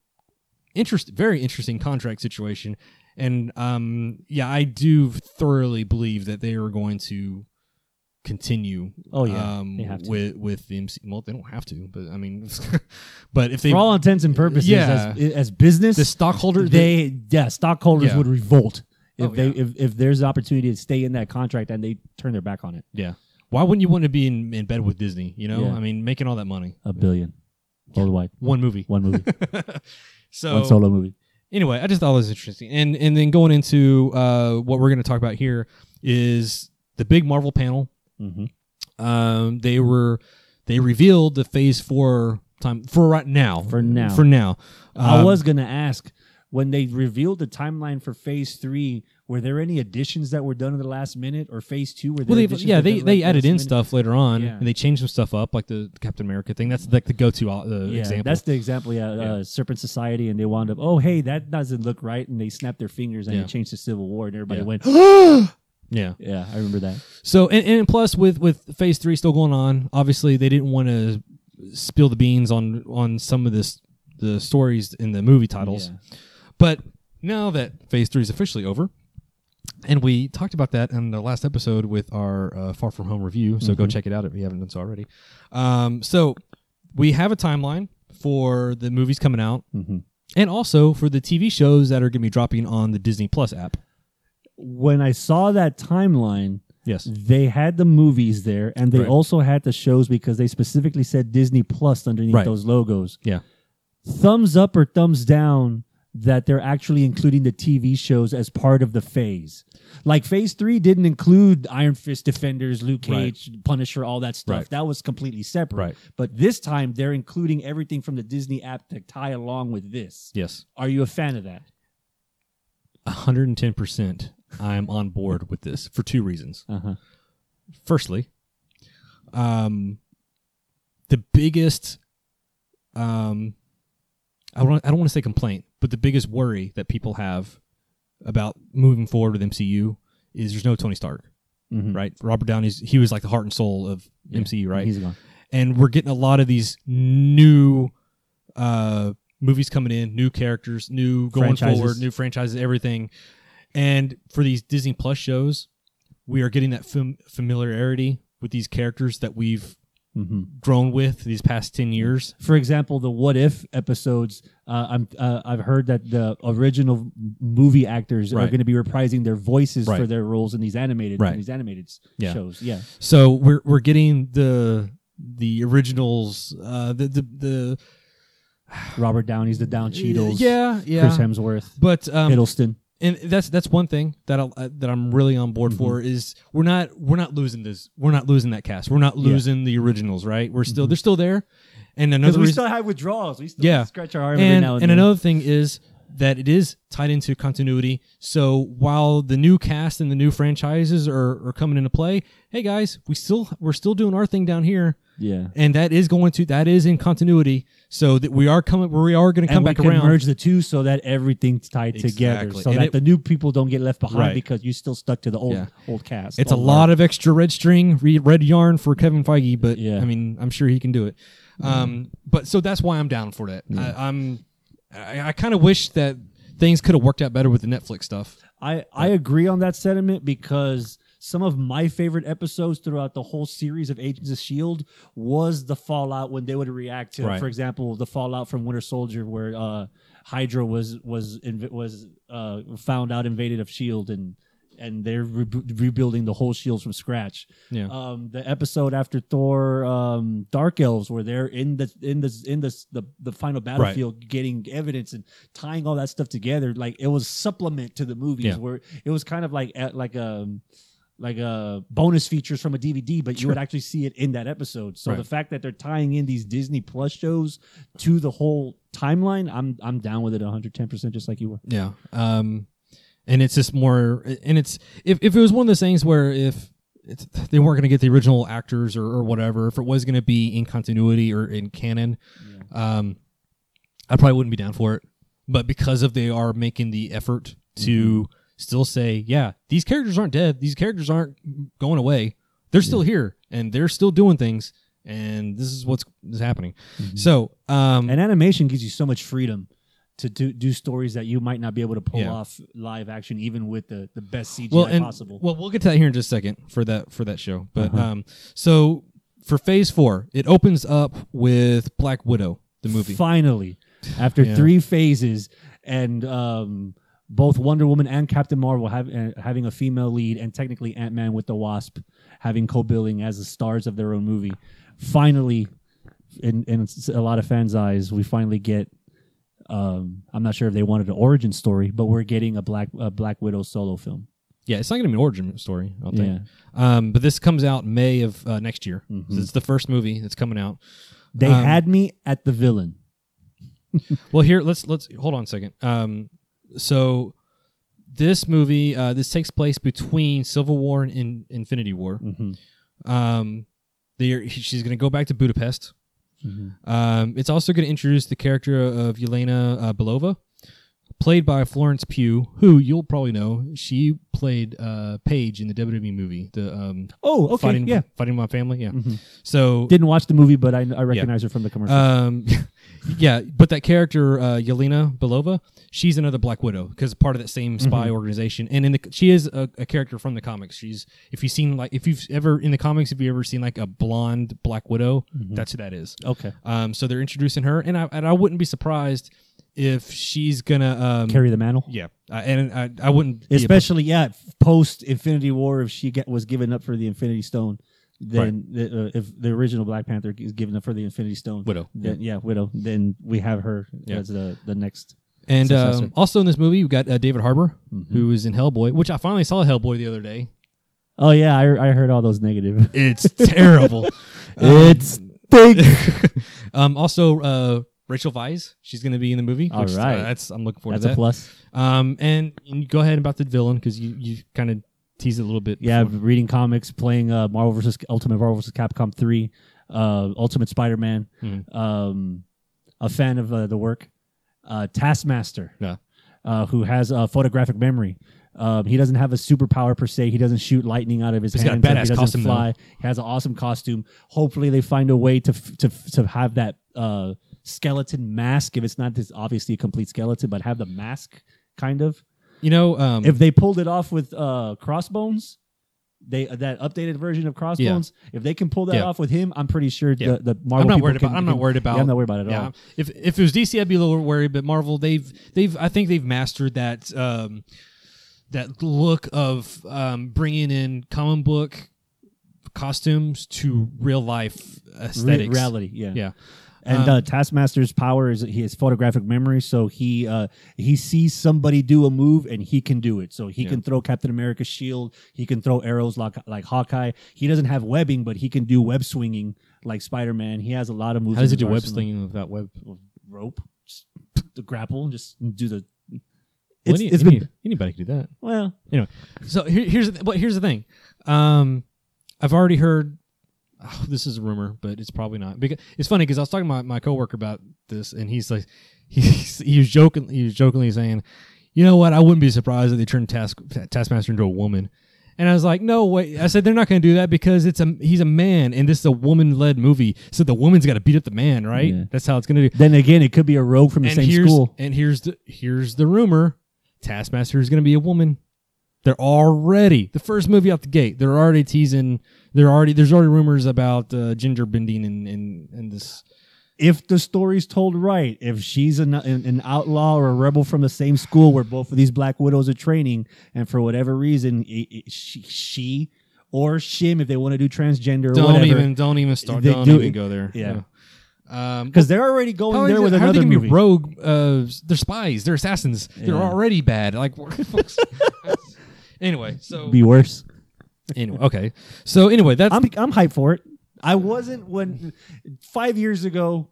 Speaker 1: interest, very interesting contract situation. And um, yeah, I do thoroughly believe that they are going to continue.
Speaker 2: Oh, yeah.
Speaker 1: um,
Speaker 2: They have to.
Speaker 1: with with the MC. Well, they don't have to, but I mean, but if they
Speaker 2: For all intents and purposes,
Speaker 1: Yeah.
Speaker 2: as, as business,
Speaker 1: the stockholder they
Speaker 2: they yeah stockholders
Speaker 1: Yeah.
Speaker 2: would revolt if
Speaker 1: Oh,
Speaker 2: they
Speaker 1: yeah.
Speaker 2: if, if there's opportunity to stay in that contract and they turn their back on it.
Speaker 1: yeah. Why wouldn't you want to be in, in bed with Disney? You know,
Speaker 2: Yeah.
Speaker 1: I mean, making all that money,
Speaker 2: A billion worldwide,
Speaker 1: one movie,
Speaker 2: one movie,
Speaker 1: so
Speaker 2: one solo movie.
Speaker 1: anyway, I just thought it was interesting. And and then going into uh, what we're going to talk about here is the big Marvel panel.
Speaker 2: Mm-hmm.
Speaker 1: Um, they were they revealed the Phase Four time for right now.
Speaker 2: For now.
Speaker 1: For now.
Speaker 2: I
Speaker 1: Um,
Speaker 2: was gonna ask when they revealed the timeline for Phase Three. Were there any additions that were done at the last minute, or Phase Two? Were there
Speaker 1: Well, they
Speaker 2: additions
Speaker 1: yeah
Speaker 2: that
Speaker 1: they,
Speaker 2: were
Speaker 1: they
Speaker 2: done at
Speaker 1: added
Speaker 2: the
Speaker 1: in
Speaker 2: last minute?
Speaker 1: stuff later on,
Speaker 2: Yeah.
Speaker 1: and they changed some stuff up, like the Captain America thing. That's like the go-to uh,
Speaker 2: Yeah,
Speaker 1: example.
Speaker 2: that's the example. Yeah,
Speaker 1: Yeah.
Speaker 2: Uh, Serpent Society, and they wound up. Oh, hey, that doesn't look right, and they snapped their fingers and
Speaker 1: Yeah.
Speaker 2: it changed to Civil War, and everybody
Speaker 1: Yeah.
Speaker 2: went.
Speaker 1: yeah.
Speaker 2: Yeah, I remember that.
Speaker 1: So and, and plus with with phase three still going on, obviously they didn't want to spill the beans on on some of this the stories in the movie titles. But now that phase three is officially over, and we talked about that in the last episode with our uh, Far From Home review, so go check it out if you haven't done so already. Um, so we have a timeline for the movies coming out,
Speaker 2: Mhm.
Speaker 1: and also for the TV shows that are going to be dropping on the Disney Plus app.
Speaker 2: When I saw that timeline,
Speaker 1: Yes.
Speaker 2: they had the movies there, and they
Speaker 1: Right.
Speaker 2: also had the shows because they specifically said Disney Plus underneath
Speaker 1: Right.
Speaker 2: those logos.
Speaker 1: Yeah.
Speaker 2: thumbs up or thumbs down that they're actually including the TV shows as part of the phase. Like phase three didn't include Iron Fist Defenders, Luke
Speaker 1: Right.
Speaker 2: Cage, Punisher, all that stuff.
Speaker 1: Right.
Speaker 2: That was completely separate.
Speaker 1: Right.
Speaker 2: But this time they're including everything from the Disney app to tie along with this.
Speaker 1: Yes.
Speaker 2: Are you a fan of that?
Speaker 1: 110% I'm on board with this for two reasons.
Speaker 2: Uh-huh.
Speaker 1: Firstly, um, the biggest, um, I don't, I don't want to say complaint, but the biggest worry that people have about moving forward with MCU is there's no Tony Stark,
Speaker 2: Mm. Mm-hmm.
Speaker 1: right? Robert Downey's he was like the heart and soul of MCU, right?
Speaker 2: He's gone.
Speaker 1: and we're getting a lot of these new uh movies coming in, new characters, new going
Speaker 2: Franchises.
Speaker 1: forward, new franchises, everything. And for these Disney Plus shows, we are getting that fam- familiarity with these characters that we've
Speaker 2: Mm-hmm.
Speaker 1: grown with these past 10 years.
Speaker 2: for example, the What If episodes. Uh, I'm uh, I've heard that the original m- movie actors are
Speaker 1: Right.
Speaker 2: going to be reprising their voices for
Speaker 1: Right.
Speaker 2: their roles in these animated
Speaker 1: Right.
Speaker 2: in these animated s-
Speaker 1: Yeah.
Speaker 2: shows. Yeah,
Speaker 1: So we're we're getting the the originals uh the the, the
Speaker 2: Robert Downey's the Down Cheadles.
Speaker 1: Yeah, yeah.
Speaker 2: Chris Hemsworth,
Speaker 1: but um
Speaker 2: Hiddleston.
Speaker 1: and that's that's one thing that I'll, uh, that I'm really on
Speaker 2: Mm-hmm.
Speaker 1: board for is we're not we're not losing this we're not losing that cast we're not
Speaker 2: Yeah. Mm-hmm.
Speaker 1: losing the originals right we're still they're still there and
Speaker 2: Because
Speaker 1: another
Speaker 2: we
Speaker 1: reason,
Speaker 2: still have withdrawals. We still
Speaker 1: Yeah.
Speaker 2: scratch our arm every
Speaker 1: and
Speaker 2: now and,
Speaker 1: and
Speaker 2: then.
Speaker 1: another thing is that it is tied into continuity so while the new cast and the new franchises are, are coming into play hey guys we still we're still doing our thing down here
Speaker 2: yeah.
Speaker 1: and that is going to that is in continuity so that we are coming we are going to come
Speaker 2: and
Speaker 1: back
Speaker 2: we can
Speaker 1: around
Speaker 2: merge the two so that everything's tied together,
Speaker 1: Exactly.
Speaker 2: so
Speaker 1: And
Speaker 2: that
Speaker 1: it-
Speaker 2: the new people don't get left behind
Speaker 1: Right.
Speaker 2: because you still stuck to the old
Speaker 1: Yeah.
Speaker 2: old cast.
Speaker 1: It's a lot of extra red string, re- red yarn for Kevin Feige, but
Speaker 2: Yeah.
Speaker 1: I mean, I'm sure he can do it. Um, but so that's why I'm down for that. I, I'm, I, I kind of wish that things could have worked out better with the Netflix stuff.
Speaker 2: I, I agree on that sentiment because some of my favorite episodes throughout the whole series of Agents of S.H.I.E.L.D. E was the fallout when they would react to,
Speaker 1: Right.
Speaker 2: for example, the fallout from Winter Soldier where uh, Hydra was was inv- was uh, found out invaded of S.H.I.E.L.D. E and and they're re- rebuilding the whole shields E from scratch.
Speaker 1: Yeah.
Speaker 2: Um, the episode after Thor, um, Dark Elves, where they're in the in the in the the, the final battlefield, getting evidence and tying all that stuff together. Like it was supplement to the movies,
Speaker 1: Yeah.
Speaker 2: where it was kind of like at like a like a bonus features from a DVD, but you would actually see it in that episode. So
Speaker 1: Right.
Speaker 2: the fact that they're tying in these Disney Plus shows to the whole timeline, I'm I'm down with it 110, percent just like you were.
Speaker 1: Yeah. Um, and it's just more, and it's if, if it was one of those things where if it's, they weren't going to get the original actors or, or whatever, if it was going to be in continuity or in canon, um, I probably wouldn't be down for it. But because of they are making the effort to still say, yeah, these characters aren't dead, these characters aren't going away, they're still here and they're still doing things, and this is what's is happening. So, um,
Speaker 2: And animation gives you so much freedom to do, do stories that you might not be able to pull
Speaker 1: Yeah.
Speaker 2: off live action, even with the, the best CGI
Speaker 1: well, and
Speaker 2: possible.
Speaker 1: well, we'll get to that here in just a second for that for that show. But
Speaker 2: Uh-huh.
Speaker 1: um, so for Phase Four, it opens up with Black Widow, the movie.
Speaker 2: Finally, after
Speaker 1: Yeah.
Speaker 2: three phases and um, both Wonder Woman and Captain Marvel have, uh, having a female lead, and technically Ant Man with the Wasp having co billing as the stars of their own movie. Finally, in, in s- a lot of fans' eyes, we finally get. Um, I'm not sure if they wanted an origin story, but we're getting a black a Black Widow solo film.
Speaker 1: Yeah, it's not going to be an origin story. I don't
Speaker 2: Yeah.
Speaker 1: think. Um, but this comes out May of uh, next year.
Speaker 2: Mhm.
Speaker 1: So it's the first movie that's coming out.
Speaker 2: They
Speaker 1: Um,
Speaker 2: had me at the villain.
Speaker 1: Well, here let's let's hold on a second. Um, so this movie uh, this takes place between Civil War and in, Infinity War.
Speaker 2: Mm-hmm.
Speaker 1: Um, they she's going to go back to Budapest.
Speaker 2: Mm-hmm.
Speaker 1: Um, it's also going to introduce the character of Yelena uh, Belova, played by Florence Pugh, who you'll probably know. She played uh, Paige in the WWE movie, the um,
Speaker 2: Oh, okay,
Speaker 1: fighting,
Speaker 2: yeah.
Speaker 1: fighting my family. Yeah.
Speaker 2: Mhm.
Speaker 1: So,
Speaker 2: Didn't watch the movie, but I, I recognize her from the commercial.
Speaker 1: um, yeah, but that character uh, Yelena Belova, she's another Black Widow because part of that same spy
Speaker 2: Mm-hmm.
Speaker 1: organization, and in the she is a, a character from the comics. She's if you've seen like if you've ever in the comics if you have ever seen like a blonde Black Widow,
Speaker 2: Mm-hmm.
Speaker 1: that's who that is.
Speaker 2: okay,
Speaker 1: Um, so they're introducing her, and I and I wouldn't be surprised if she's gonna um,
Speaker 2: carry the mantle.
Speaker 1: Yeah, I, and uh, I, I wouldn't be opposed-
Speaker 2: Especially, yeah, post Infinity War, if she get, was given up for the Infinity Stone, then the, uh, if the original Black Panther is given up for the Infinity Stone,
Speaker 1: Widow.
Speaker 2: then, yeah. Widow, then we have her
Speaker 1: Yeah.
Speaker 2: as the the next.
Speaker 1: And
Speaker 2: Successor.
Speaker 1: um, also in this movie, we've got uh, David Harbour, who is in Hellboy, which I finally saw Hellboy the other day.
Speaker 2: Oh yeah, I, I heard all those negative.
Speaker 1: It's terrible.
Speaker 2: it's big.
Speaker 1: um, also, uh, Rachel Vise, she's going to be in the movie.
Speaker 2: All
Speaker 1: which, uh,
Speaker 2: right.
Speaker 1: that's I'm looking forward
Speaker 2: That's
Speaker 1: to that.
Speaker 2: a plus.
Speaker 1: Um, and, and go ahead about the villain because you, you kind of teased it a little bit.
Speaker 2: Yeah,
Speaker 1: before.
Speaker 2: reading comics, playing uh, Marvel versus Ultimate Marvel versus Capcom three, uh, Ultimate Spider Man.
Speaker 1: Mhm.
Speaker 2: Um, a fan of uh, the work, uh, Taskmaster,
Speaker 1: Yeah.
Speaker 2: uh, who has a photographic memory. Um, he doesn't have a superpower per se. He doesn't shoot lightning out of his
Speaker 1: He's got a
Speaker 2: hands.
Speaker 1: badass
Speaker 2: he doesn't
Speaker 1: costume,
Speaker 2: fly. He has an awesome costume. Hopefully, they find a way to f- to f- to have that uh, skeleton mask if it's not this obviously a complete skeleton, but have the mask kind of.
Speaker 1: You know, um,
Speaker 2: If they pulled it off with uh, Crossbones, they uh, that updated version of Crossbones, if they can pull that
Speaker 1: Yeah.
Speaker 2: off with him, I'm pretty sure
Speaker 1: Yeah.
Speaker 2: the, the Marvel
Speaker 1: I'm not
Speaker 2: people
Speaker 1: worried
Speaker 2: can-
Speaker 1: about. I'm not
Speaker 2: can-
Speaker 1: worried
Speaker 2: yeah,
Speaker 1: about.
Speaker 2: I'm not worried about it at all.
Speaker 1: Yeah. If if it was DC, I'd be a little worried. But Marvel, they've they've I think they've mastered that um, that look of um, bringing in common book costumes to real life
Speaker 2: Re-
Speaker 1: aesthetics.
Speaker 2: reality, yeah.
Speaker 1: Yeah.
Speaker 2: And
Speaker 1: Um,
Speaker 2: uh, Taskmaster's power is his photographic memory, so he uh, he sees somebody do a move and he can do it. So he
Speaker 1: Yeah.
Speaker 2: can throw Captain America's shield, he can throw arrows like like Hawkeye. He doesn't have webbing, but he can do web swinging like Spider Man. He has a lot of moves.
Speaker 1: How does
Speaker 2: in
Speaker 1: it do
Speaker 2: his
Speaker 1: web
Speaker 2: arsenal.
Speaker 1: slinging without web?
Speaker 2: Rope, just the grapple, just do the.
Speaker 1: Well,
Speaker 2: It's,
Speaker 1: any-
Speaker 2: it's been
Speaker 1: any- anybody can do that.
Speaker 2: well.
Speaker 1: So here, here's the, but here's the thing. Um, I've already heard. oh, this is a rumor, but it's probably not. Because it's funny because I was talking to my, my coworker about this, and he's like, he's, he was joking, he was jokingly saying, "You know what? I wouldn't be surprised if they turned Task Taskmaster into a woman." And I was like, "No way!" I said they're not going to do that because it's a he's a man, and this is a woman led movie, so the woman's got to beat up the man, right?
Speaker 2: Yeah.
Speaker 1: That's how it's going to do
Speaker 2: Then again, it could be a rogue from the
Speaker 1: and
Speaker 2: same
Speaker 1: here's,
Speaker 2: school.
Speaker 1: And here's the here's the rumor: Taskmaster is going to be a woman. They're already the first movie out the gate. They're already teasing. They're already there's already rumors about uh, gender bending and and and this.
Speaker 2: if the story's told right, if she's an, an, an outlaw or a rebel from the same school where both of these Black Widows are training, and for whatever reason, i i she, she or Shim, if they want to do transgender or
Speaker 1: Don't
Speaker 2: whatever,
Speaker 1: even don't even start.
Speaker 2: They
Speaker 1: don't
Speaker 2: do
Speaker 1: even
Speaker 2: it-
Speaker 1: go there.
Speaker 2: yeah.
Speaker 1: Yeah. Um,
Speaker 2: because they're already going
Speaker 1: how
Speaker 2: there
Speaker 1: are
Speaker 2: with
Speaker 1: they, how are they
Speaker 2: another
Speaker 1: gonna
Speaker 2: movie.
Speaker 1: be rogue? Uh, they're spies. They're assassins. They're
Speaker 2: Yeah.
Speaker 1: already bad. Like anyway. So
Speaker 2: be worse.
Speaker 1: anyway, okay. So anyway, that's
Speaker 2: I'm I'm hyped for it. I wasn't when five years ago,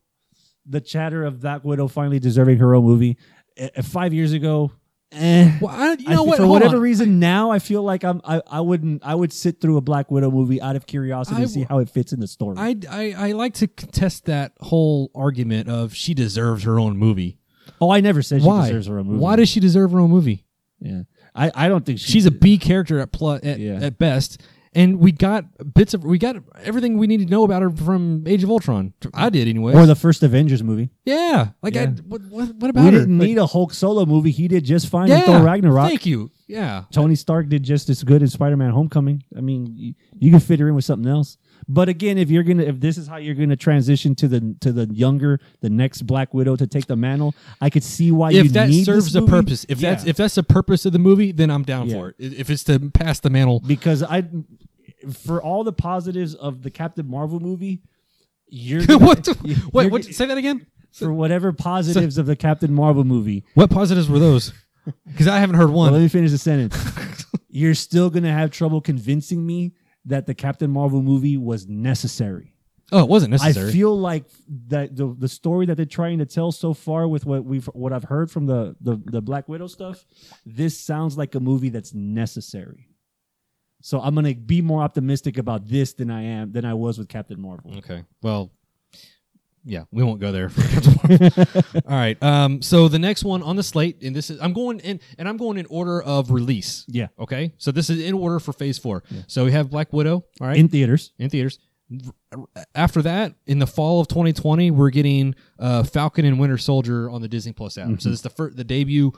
Speaker 2: the chatter of Black Widow finally deserving her own movie. Eh, eh, Five years ago, eh.
Speaker 1: well, I, you
Speaker 2: I
Speaker 1: know
Speaker 2: fe-
Speaker 1: what?
Speaker 2: For
Speaker 1: Hold
Speaker 2: whatever
Speaker 1: on.
Speaker 2: reason, now I feel like I'm. I, I wouldn't. I would sit through a Black Widow movie out of curiosity
Speaker 1: I
Speaker 2: to see
Speaker 1: w-
Speaker 2: how it fits in the story.
Speaker 1: I, I, I like to contest that whole argument of she deserves her own movie.
Speaker 2: oh, I never said
Speaker 1: Why?
Speaker 2: she deserves her own movie.
Speaker 1: Why does she deserve her own movie?
Speaker 2: Yeah, I, I don't think she,
Speaker 1: She's a B character at plus at,
Speaker 2: Yeah.
Speaker 1: at best, and we got bits of we got everything we need to know about her from Age of Ultron. I did anyway.
Speaker 2: or the first Avengers movie.
Speaker 1: yeah, like I
Speaker 2: Yeah.
Speaker 1: what what, what about
Speaker 2: We
Speaker 1: her?
Speaker 2: didn't
Speaker 1: Like,
Speaker 2: need a Hulk solo movie. He did just fine
Speaker 1: yeah,
Speaker 2: with Thor Ragnarok.
Speaker 1: Thank you. Yeah,
Speaker 2: Tony Stark did just as good in Spider-Man: Homecoming. I mean, you, you can fit her in with something else. But again, if you're gonna, if this is how you're gonna transition to the to the younger, the next Black Widow to take the mantle, I could see why you
Speaker 1: if that
Speaker 2: need
Speaker 1: serves
Speaker 2: this
Speaker 1: a
Speaker 2: movie.
Speaker 1: purpose, if
Speaker 2: Yeah.
Speaker 1: that's if that's the purpose of the movie, then I'm down
Speaker 2: Yeah.
Speaker 1: for it. If it's to pass the mantle,
Speaker 2: because I, for all the positives of the Captain Marvel movie, you're gonna-
Speaker 1: what? the-
Speaker 2: you're-
Speaker 1: wait,
Speaker 2: you're-
Speaker 1: what? Say that again.
Speaker 2: for whatever positives of the Captain Marvel movie.
Speaker 1: What positives were those? Because I haven't heard
Speaker 2: Well, let
Speaker 1: one.
Speaker 2: me finish the sentence. you're still gonna have trouble convincing me that the Captain Marvel movie was necessary.
Speaker 1: Oh, it wasn't
Speaker 2: I
Speaker 1: necessary.
Speaker 2: feel like that the, the story that they're trying to tell so far with what we've what I've heard from the, the the Black Widow stuff, this sounds like a movie that's necessary. So I'm gonna be more optimistic about this than I am than I was with Captain Marvel.
Speaker 1: okay. Well, yeah, we won't go there. For All right. Um, so the next one on the slate, and this is I'm going in, and I'm going in order of release.
Speaker 2: Yeah,
Speaker 1: Okay. So this is in order for Phase Four. So we have Black Widow. All right.
Speaker 2: in theaters.
Speaker 1: in theaters. After that, in the fall of 2020, we're getting uh, Falcon and Winter Soldier on the Disney Plus
Speaker 2: Mm-hmm.
Speaker 1: app. So it's the first, the debut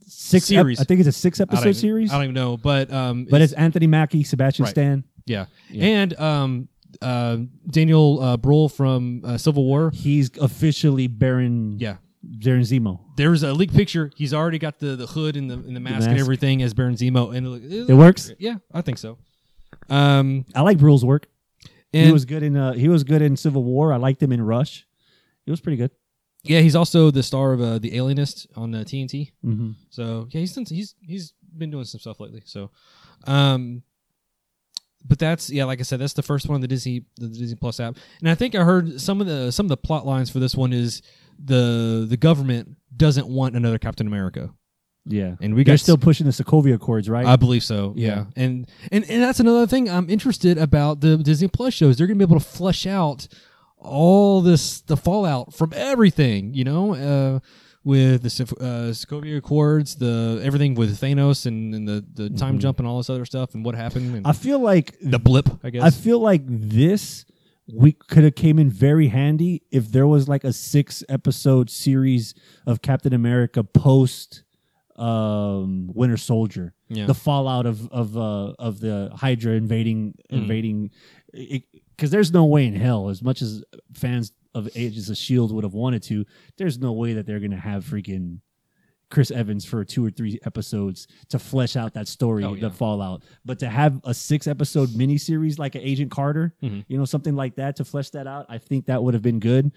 Speaker 2: Six ep-
Speaker 1: Series.
Speaker 2: I think it's a six
Speaker 1: I don't
Speaker 2: episode
Speaker 1: even-
Speaker 2: series.
Speaker 1: I don't even know, but um,
Speaker 2: But it's Anthony Mackie, Sebastian
Speaker 1: Right.
Speaker 2: Stan.
Speaker 1: yeah.
Speaker 2: Yeah.
Speaker 1: and um, uh, Daniel uh, Bruhl from uh, Civil War.
Speaker 2: He's officially Baron
Speaker 1: Yeah,
Speaker 2: Baron Zemo.
Speaker 1: there's a leaked picture. He's already got the, the hood and the and the mask, and
Speaker 2: mask.
Speaker 1: everything as Baron Zemo. And it look- it
Speaker 2: It
Speaker 1: look-
Speaker 2: works.
Speaker 1: Yeah, I think so. Um,
Speaker 2: I like Brule's work.
Speaker 1: and
Speaker 2: he was good in uh, he was good in Civil War. I liked him in Rush. It was pretty good.
Speaker 1: yeah, he's also the star of uh, the Alienist on uh, TNT.
Speaker 2: Mm-hmm.
Speaker 1: So yeah, he's done, he's he's been doing some stuff lately. So, um, but that's yeah, like I said, that's the first one on the Disney the Disney Plus app, and I think I heard some of the some of the plot lines for this one is the the government doesn't want another Captain America,
Speaker 2: Yeah,
Speaker 1: and we
Speaker 2: they're
Speaker 1: got
Speaker 2: still pushing the Sokovia Accords, right?
Speaker 1: I believe so. Yeah. And, and and that's another thing I'm interested about the Disney Plus shows. They're going to be able to flesh out all this the fallout from everything, you know, uh, with the Sof- uh, Sokovia Accords, the everything with Thanos and, and the the time jump and all this other stuff and what happened and
Speaker 2: I feel like
Speaker 1: the blip, I guess.
Speaker 2: I feel like this we could have came in very handy if there was like a six episode series of Captain America post um Winter Soldier
Speaker 1: Yeah.
Speaker 2: the fallout of of uh, of the Hydra invading
Speaker 1: Mm.
Speaker 2: invading because there's no way in hell as much as fans of Agents of Shield E would have wanted to, there's no way that they're gonna have freaking Chris Evans for two or three episodes to flesh out that story,
Speaker 1: Oh, yeah.
Speaker 2: the fallout. But to have a six episode miniseries like an Agent Carter,
Speaker 1: Mhm.
Speaker 2: you know, something like that to flesh that out, I think that would have been good.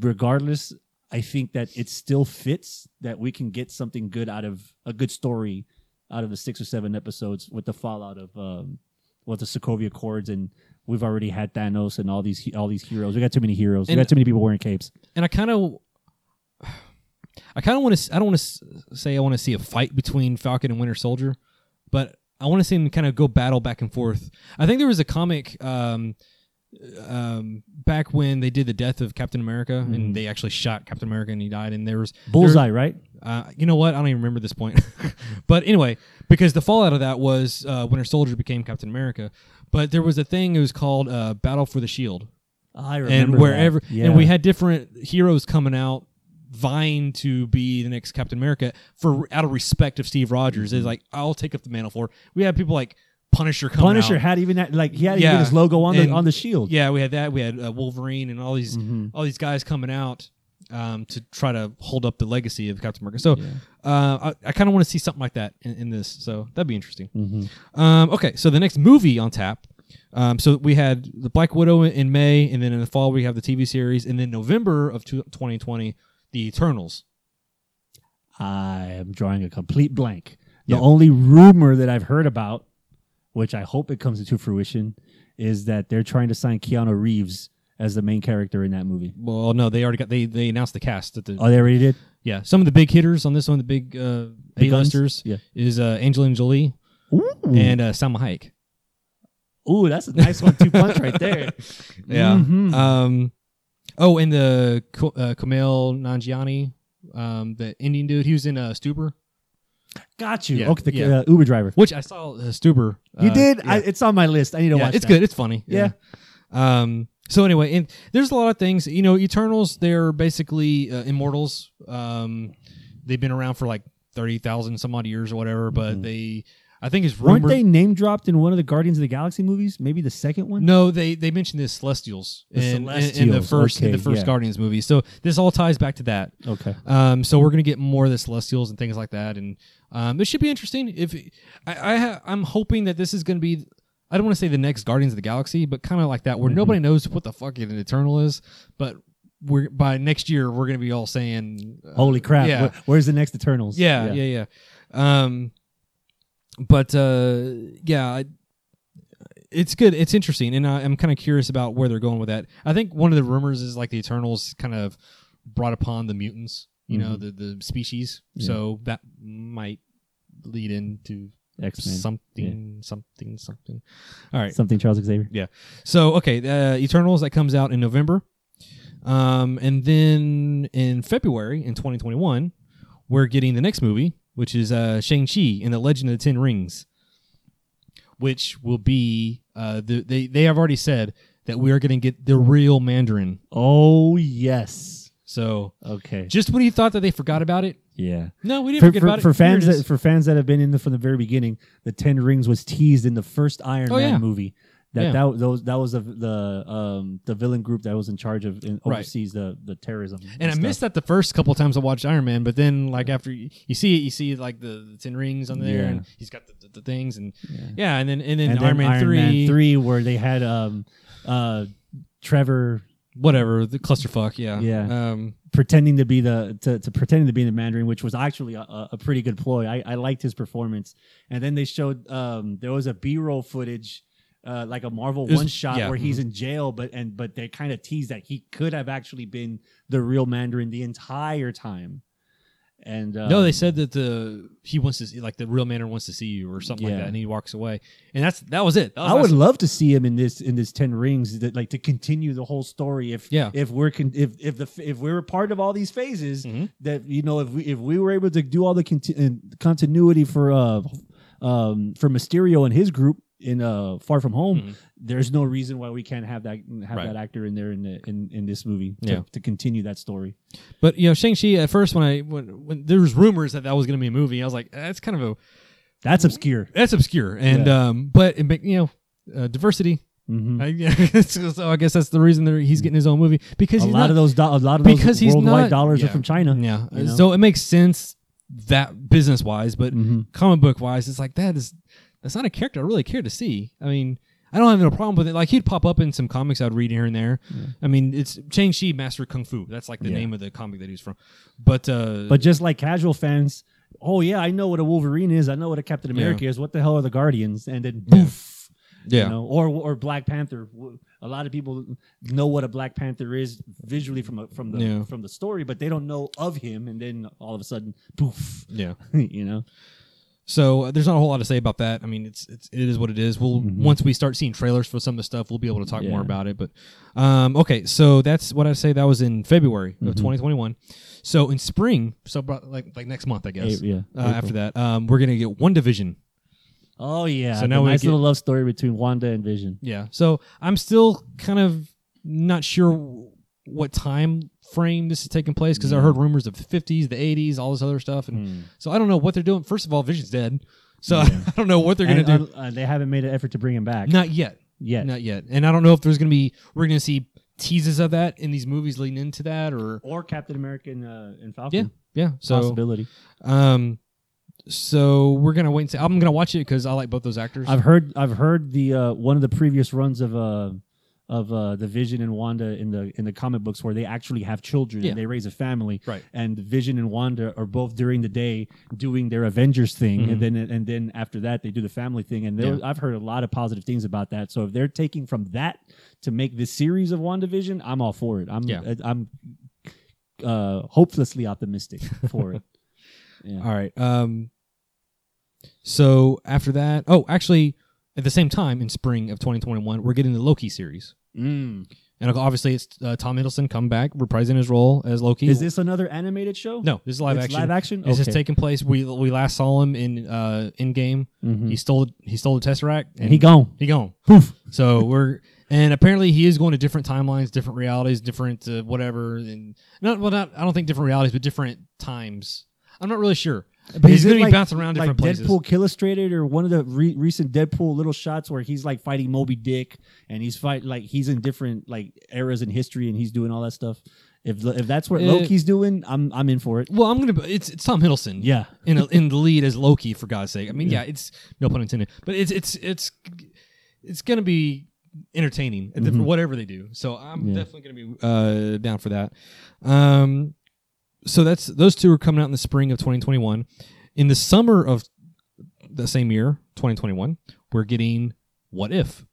Speaker 2: Regardless, I think that it still fits that we can get something good out of a good story out of the six or seven episodes with the fallout of um, what the Sokovia Accords and we've already had Thanos and all these all these heroes. We got too many heroes.
Speaker 1: And-
Speaker 2: we got too many people wearing capes.
Speaker 1: and I kind of, I kind of want to. I don't want to say I want to see a fight between Falcon and Winter Soldier, but I want to see them kind of go battle back and forth. I think there was a comic um, um, back when they did the death of Captain America, and they actually shot Captain America and he died. And there was there-
Speaker 2: Bullseye, right?
Speaker 1: uh, you know what? I don't even remember this point. but anyway, because the fallout of that was uh, Winter Soldier became Captain America. But there was a thing. It was called uh, Battle for the Shield
Speaker 2: I
Speaker 1: and wherever
Speaker 2: that. Yeah.
Speaker 1: and we had different heroes coming out vying to be the next Captain America for out of respect of Steve Rogers
Speaker 2: Mm-hmm.
Speaker 1: is like I'll take up the mantle for. it. We had people like Punisher coming
Speaker 2: Punisher
Speaker 1: out.
Speaker 2: had even that, like he had
Speaker 1: Yeah.
Speaker 2: even his logo on
Speaker 1: And-
Speaker 2: the on the shield.
Speaker 1: yeah, we had that. We had uh, Wolverine and all these
Speaker 2: Mm-hmm.
Speaker 1: all these guys coming out um, to try to hold up the legacy of Captain America. So uh, I, I kind of want to see something like that in, in this. So that'd be interesting.
Speaker 2: Mm-hmm.
Speaker 1: Um, okay, so the next movie on tap. Um, so we had the Black Widow in May, and then in the fall we have the TV series, and then November of two- 2020, the Eternals.
Speaker 2: I am drawing a complete blank. The
Speaker 1: Yeah.
Speaker 2: only rumor that I've heard about, which I hope it comes into fruition, is that they're trying to sign Keanu Reeves as the main character in that movie.
Speaker 1: Well, no, they already got they they announced the cast at the
Speaker 2: Oh, they already did.
Speaker 1: yeah some of the big hitters on this one, the big uh,
Speaker 2: Big Mm. guns?
Speaker 1: A-listers
Speaker 2: Yeah.
Speaker 1: is uh, Angelina Jolie
Speaker 2: Ooh,
Speaker 1: and uh, Salma Hayek.
Speaker 2: ooh, that's a nice one-two punch right there.
Speaker 1: Yeah.
Speaker 2: Mhm.
Speaker 1: Um, oh, and the K- uh, Kumail Nanjiani, um, the Indian dude, he was in uh, Stuber,
Speaker 2: Got you.
Speaker 1: Yeah,
Speaker 2: okay, the
Speaker 1: yeah.
Speaker 2: uh, Uber driver.
Speaker 1: which I saw uh, Stuber.
Speaker 2: You
Speaker 1: uh,
Speaker 2: did.
Speaker 1: yeah.
Speaker 2: I, it's on my list. I need to
Speaker 1: yeah,
Speaker 2: watch.
Speaker 1: it's
Speaker 2: that.
Speaker 1: good. It's funny.
Speaker 2: Yeah.
Speaker 1: Um. So anyway, and there's a lot of things. You know, Eternals. They're basically uh, immortals. Um, they've been around for like thirty thousand some odd years or whatever. But they, I think it's
Speaker 2: Mm-hmm. Weren't
Speaker 1: rumored.
Speaker 2: they name dropped in one of the Guardians of the Galaxy movies? Maybe the second one.
Speaker 1: No, they they mentioned the Celestials
Speaker 2: The
Speaker 1: in, in- in the
Speaker 2: Celestials,
Speaker 1: first in the
Speaker 2: okay,
Speaker 1: first
Speaker 2: yeah.
Speaker 1: Guardians movie. So this all ties back to that.
Speaker 2: Okay.
Speaker 1: Um, so we're gonna get more of the Celestials and things like that, and um, it should be interesting. If I, I ha- I'm hoping that this is gonna be, I don't want to say the next Guardians of the Galaxy, but kind of like that, where nobody knows what the fuck an Eternal is, but we're by next year we're gonna be all saying, uh,
Speaker 2: Holy crap!
Speaker 1: yeah.
Speaker 2: Where- where's the next Eternals?
Speaker 1: yeah, yeah, yeah, Um, but uh, yeah, I, it's good. It's interesting, and I, I'm kind of curious about where they're going with that. I think one of the rumors is like the Eternals kind of brought upon the mutants, you know, the the species.
Speaker 2: Yeah.
Speaker 1: So that might lead into
Speaker 2: X-Men.
Speaker 1: something, something, something. All right.
Speaker 2: Something Charles Xavier.
Speaker 1: So okay, uh, Eternals that comes out in November, um, and then in February in 2021, we're getting the next movie, which is uh, Shang Chi and the Legend of the Ten Rings, which will be uh, the, they they have already said that we are going to get the real Mandarin.
Speaker 2: Oh yes.
Speaker 1: So
Speaker 2: Okay.
Speaker 1: just when you thought that they forgot about it,
Speaker 2: Yeah.
Speaker 1: no, we didn't
Speaker 2: For,
Speaker 1: forget
Speaker 2: for-
Speaker 1: about it.
Speaker 2: for
Speaker 1: Here
Speaker 2: fans
Speaker 1: it is.
Speaker 2: that for fans that have been in the, from the very beginning, the Ten Rings was teased in the first Iron
Speaker 1: Oh,
Speaker 2: Man
Speaker 1: yeah.
Speaker 2: movie. That,
Speaker 1: Yeah.
Speaker 2: that those that was the the um the villain group that was in charge of in,
Speaker 1: Right.
Speaker 2: oversees the the terrorism.
Speaker 1: and I
Speaker 2: stuff.
Speaker 1: missed that the first couple times I watched Iron Man, but then like after you, you see it, you see like the, the ten rings on there,
Speaker 2: Yeah.
Speaker 1: and he's got the, the, the things, and
Speaker 2: Yeah.
Speaker 1: yeah, and then and then,
Speaker 2: And
Speaker 1: Iron,
Speaker 2: then
Speaker 1: Man, 3,
Speaker 2: three, where they had um uh Trevor
Speaker 1: whatever the clusterfuck, yeah,
Speaker 2: Yeah.
Speaker 1: Um,
Speaker 2: pretending to be the to, to pretending to be the Mandarin, which was actually a, a pretty good ploy. I, I liked his performance. And then they showed um there was a B roll footage, uh like a Marvel
Speaker 1: It was-
Speaker 2: one shot
Speaker 1: yeah, mm-hmm.
Speaker 2: where he's in jail, but and but they kind of teased that he could have actually been the real Mandarin the entire time. And uh,
Speaker 1: no, they said that the he wants to see like the real Mandarin wants to see you or something like
Speaker 2: Yeah.
Speaker 1: that, and he walks away, and that's that was it. That was
Speaker 2: I would
Speaker 1: awesome.
Speaker 2: love to see him in this in this Ten Rings, that, like to continue the whole story. If
Speaker 1: Yeah.
Speaker 2: if we're con- if if the if we were part of all these phases,
Speaker 1: Mhm.
Speaker 2: that you know, if we if we were able to do all the conti- uh, continuity for uh um for Mysterio and his group, in uh, Far From Home,
Speaker 1: Mhm.
Speaker 2: there's no reason why we can't have that have
Speaker 3: Right.
Speaker 2: that actor in there in the, in in this movie to,
Speaker 1: Yeah.
Speaker 2: to continue that story.
Speaker 1: But you know, Shang Chi. At first, when I when, when there was rumors that that was going to be a movie, I was like, that's kind of a
Speaker 2: That's obscure.
Speaker 1: that's obscure. And um, but it, make- you know, uh, diversity.
Speaker 2: Mhm.
Speaker 1: I, yeah, so I guess that's the reason that he's getting his own movie because
Speaker 2: A
Speaker 1: he's
Speaker 2: lot
Speaker 1: not,
Speaker 2: of those do- a lot of those
Speaker 1: because he's
Speaker 2: worldwide
Speaker 1: not-
Speaker 2: dollars are
Speaker 3: yeah.
Speaker 2: from China.
Speaker 1: Yeah.
Speaker 2: you know?
Speaker 1: So it makes sense that business wise, but
Speaker 2: Mhm.
Speaker 1: comic book wise, it's like that is that's not a character I really care to see. I mean, I don't have no problem with it. Like he'd pop up in some comics I'd read here and there. I mean, it's Chang Chi Master of Kung Fu. That's like the
Speaker 2: Yeah.
Speaker 1: name of the comic that he was from. But uh
Speaker 2: But just like casual fans, oh yeah, I know what a Wolverine is. I know what a Captain
Speaker 1: Yeah.
Speaker 2: America is. What the hell are the Guardians? And then
Speaker 1: Yeah.
Speaker 2: boof,
Speaker 1: yeah.
Speaker 2: you know, or or Black Panther. W- A lot of people know what a Black Panther is visually from a, from the
Speaker 1: Yeah.
Speaker 2: from the story, but they don't know of him. And then all of a sudden, poof,
Speaker 1: yeah.
Speaker 2: you know.
Speaker 1: So uh, there's not a whole lot to say about that. I mean, it's, it's it is what it is. We'll
Speaker 2: Mhm.
Speaker 1: once we start seeing trailers for some of the stuff, we'll be able to talk more
Speaker 2: Yeah.
Speaker 1: about it. But um, okay, so that's what I say. That was in February of
Speaker 2: Mhm.
Speaker 1: 2021. So in spring, so about like like next month, I guess.
Speaker 2: A- yeah,
Speaker 1: Uh, after
Speaker 2: April.
Speaker 1: that, um, we're gonna get one division.
Speaker 2: Oh yeah.
Speaker 1: So
Speaker 2: So
Speaker 1: now
Speaker 2: now
Speaker 1: we
Speaker 2: nice
Speaker 1: get-
Speaker 2: little love story between Wanda and Vision.
Speaker 1: Yeah. So I'm still kind of not sure what time frame this is taking place because I
Speaker 2: Mm.
Speaker 1: heard rumors of the 50s, the 80s, all this other stuff, and
Speaker 2: Hmm.
Speaker 1: so I don't know what they're doing. First of all, Vision's dead, so I don't know what they're gonna
Speaker 2: And,
Speaker 1: do.
Speaker 2: uh, uh, they haven't made an effort to bring him back
Speaker 1: Not yet.
Speaker 2: yet.
Speaker 1: Not yet. And I don't know if there's going to be we're going to see teases of that in these movies leading into that or
Speaker 2: Or Captain America and, uh, and Falcon.
Speaker 1: yeah. So
Speaker 2: Possibility.
Speaker 1: um so we're going to wait and see. I'm going to watch it cuz I like both those actors.
Speaker 2: I've heard I've heard the uh, one of the previous runs of uh of uh, the Vision and Wanda in the in the comic books where they actually have children
Speaker 1: Yeah.
Speaker 2: and they raise a family.
Speaker 1: Right.
Speaker 2: And Vision and Wanda are both during the day doing their Avengers thing,
Speaker 1: Mhm.
Speaker 2: and then and then after that they do the family thing. And there, I've heard a lot of positive things about that. So if they're taking from that to make this series of WandaVision, I'm all for it. I'm
Speaker 1: Yeah.
Speaker 2: I'm uh, hopelessly optimistic for it. Yeah.
Speaker 1: All right. Um so after that, oh, actually at the same time in spring of 2021, we're getting the Loki series.
Speaker 2: Mm.
Speaker 1: And obviously it's uh, Tom Hiddleston come back reprising his role as Loki.
Speaker 2: Is this another animated show?
Speaker 1: No, this is live
Speaker 2: It's
Speaker 1: action.
Speaker 2: Live action.
Speaker 1: It's just
Speaker 2: Okay.
Speaker 1: taking place. We we last saw him in uh in game.
Speaker 2: Mhm.
Speaker 1: He stole he stole the tesseract
Speaker 2: and he gone.
Speaker 1: He gone. So we're and apparently he is going to different timelines, different realities, different uh, whatever, and not well, not I don't think different realities, but different times. I'm not really sure, but he's going to be bouncing around
Speaker 2: like
Speaker 1: different places.
Speaker 2: Deadpool illustrated or one of the re- recent Deadpool little shots where he's like fighting Moby Dick and he's fight like he's in different like eras in history and he's doing all that stuff. If if that's what
Speaker 1: Uh,
Speaker 2: Loki's doing, I'm I'm in for it.
Speaker 1: Well, I'm gonna. be- It's it's Tom Hiddleston.
Speaker 2: Yeah.
Speaker 1: in a, in the lead as Loki for God's sake. I mean, yeah, it's no pun intended, but it's it's it's it's gonna be entertaining at the-
Speaker 2: Mhm.
Speaker 1: whatever they do. So I'm
Speaker 2: Yeah.
Speaker 1: definitely gonna be uh, down for that. Um, so that's those two are coming out in the spring of 2021. In the summer of the same year, 2021, we're getting What If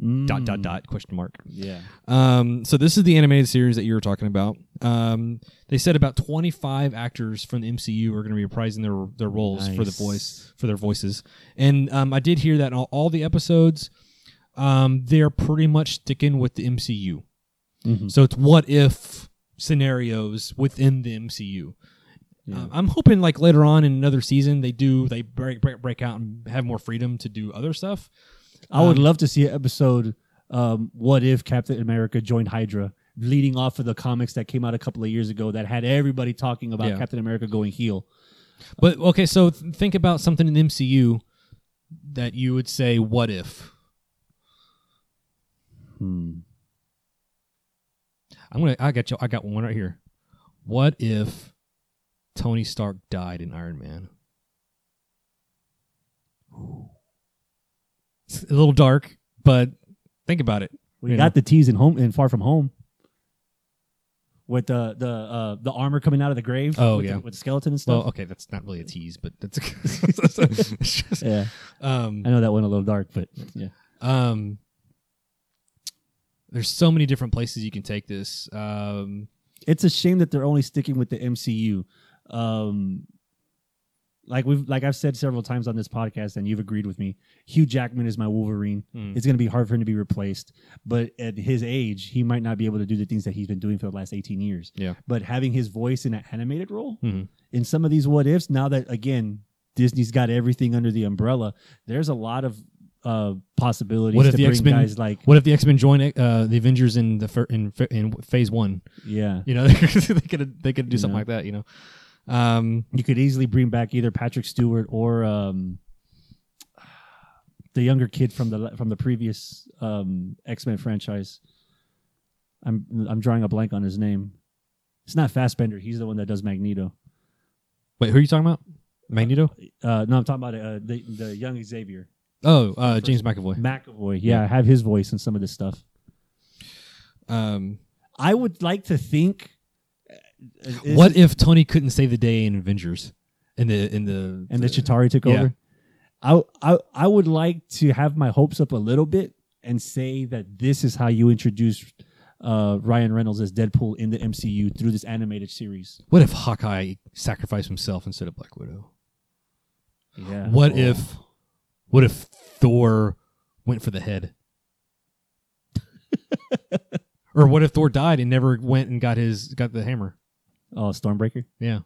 Speaker 1: dot dot
Speaker 2: Mm.
Speaker 1: dot question mark.
Speaker 2: Yeah.
Speaker 1: Um, so this is the animated series that you were talking about. Um, they said about 25 actors from the MCU are going to be reprising their their roles for the
Speaker 2: Nice.
Speaker 1: voice for their voices. And um, I did hear that in all, all the episodes, um, they're pretty much sticking with the MCU.
Speaker 2: Mhm.
Speaker 1: So it's what if scenarios within the MCU.
Speaker 2: Yeah.
Speaker 1: Um, I'm hoping like later on in another season they do they break break break out and have more freedom to do other stuff.
Speaker 2: I would
Speaker 1: Um,
Speaker 2: love to see an episode. Um, what if Captain America joined Hydra? Leading off of the comics that came out a couple of years ago that had everybody talking about
Speaker 1: Yeah.
Speaker 2: Captain America going heel.
Speaker 1: But okay, so th- think about something in the MCU that you would say, "What if?" Hmm. I'm gonna. I got you. I got one right here. What if Tony Stark died in Iron Man? It's a little dark, but think about it.
Speaker 2: We
Speaker 1: You
Speaker 2: got the tease in home in Far From Home with the the uh, the armor coming out of the grave.
Speaker 1: Oh,
Speaker 2: with
Speaker 1: yeah.
Speaker 2: the, with the skeleton and
Speaker 1: Well,
Speaker 2: stuff.
Speaker 1: okay, that's not really a tease, but that's. it's just,
Speaker 2: yeah,
Speaker 1: um,
Speaker 2: I know that went a little dark, but yeah,
Speaker 1: um, there's so many different places you can take this. Um,
Speaker 2: it's a shame that they're only sticking with the MCU. Um, like we've like I've said several times on this podcast, and you've agreed with me. Hugh Jackman is my Wolverine.
Speaker 1: mm,
Speaker 2: It's going to be hard for him to be replaced, but at his age, he might not be able to do the things that he's been doing for the last 18 years.
Speaker 1: Yeah.
Speaker 2: But having his voice in an animated role,
Speaker 1: mhm.
Speaker 2: in some of these what ifs now that again disney's got everything under the umbrella there's a lot of uh, possibilities
Speaker 1: What if
Speaker 2: to
Speaker 1: the
Speaker 2: bring
Speaker 1: X-Men-
Speaker 2: guys like
Speaker 1: What if the X Men join uh, the Avengers in the fir- in, fa- in Phase One?
Speaker 2: yeah.
Speaker 1: You know, they could they could do
Speaker 2: You
Speaker 1: something
Speaker 2: know.
Speaker 1: like that. You know, um,
Speaker 2: You could easily bring back either Patrick Stewart or um, the younger kid from the from the previous um, X Men franchise. I'm I'm drawing a blank on his name. It's not Fassbender. He's the one that does Magneto.
Speaker 1: wait, who are you talking about? Magneto?
Speaker 2: Uh, no, I'm talking about uh, the the young Xavier
Speaker 1: Oh, uh, James McAvoy.
Speaker 2: McAvoy. Yeah, have his voice in some of this stuff.
Speaker 1: Um,
Speaker 2: I would like to think. uh, is
Speaker 1: what if Tony couldn't save the day in Avengers? In the in the
Speaker 2: and that Chitari took
Speaker 1: yeah.
Speaker 2: over. I, I I would like to have my hopes up a little bit and say that this is how you introduce uh, Ryan Reynolds as Deadpool in the MCU through this animated series.
Speaker 1: what if Hawkeye sacrificed himself instead of Black Widow?
Speaker 2: Yeah.
Speaker 1: What if what if Thor went for the head? or what if Thor died and never went and got his got the hammer?
Speaker 2: Oh, Stormbreaker.
Speaker 1: Yeah.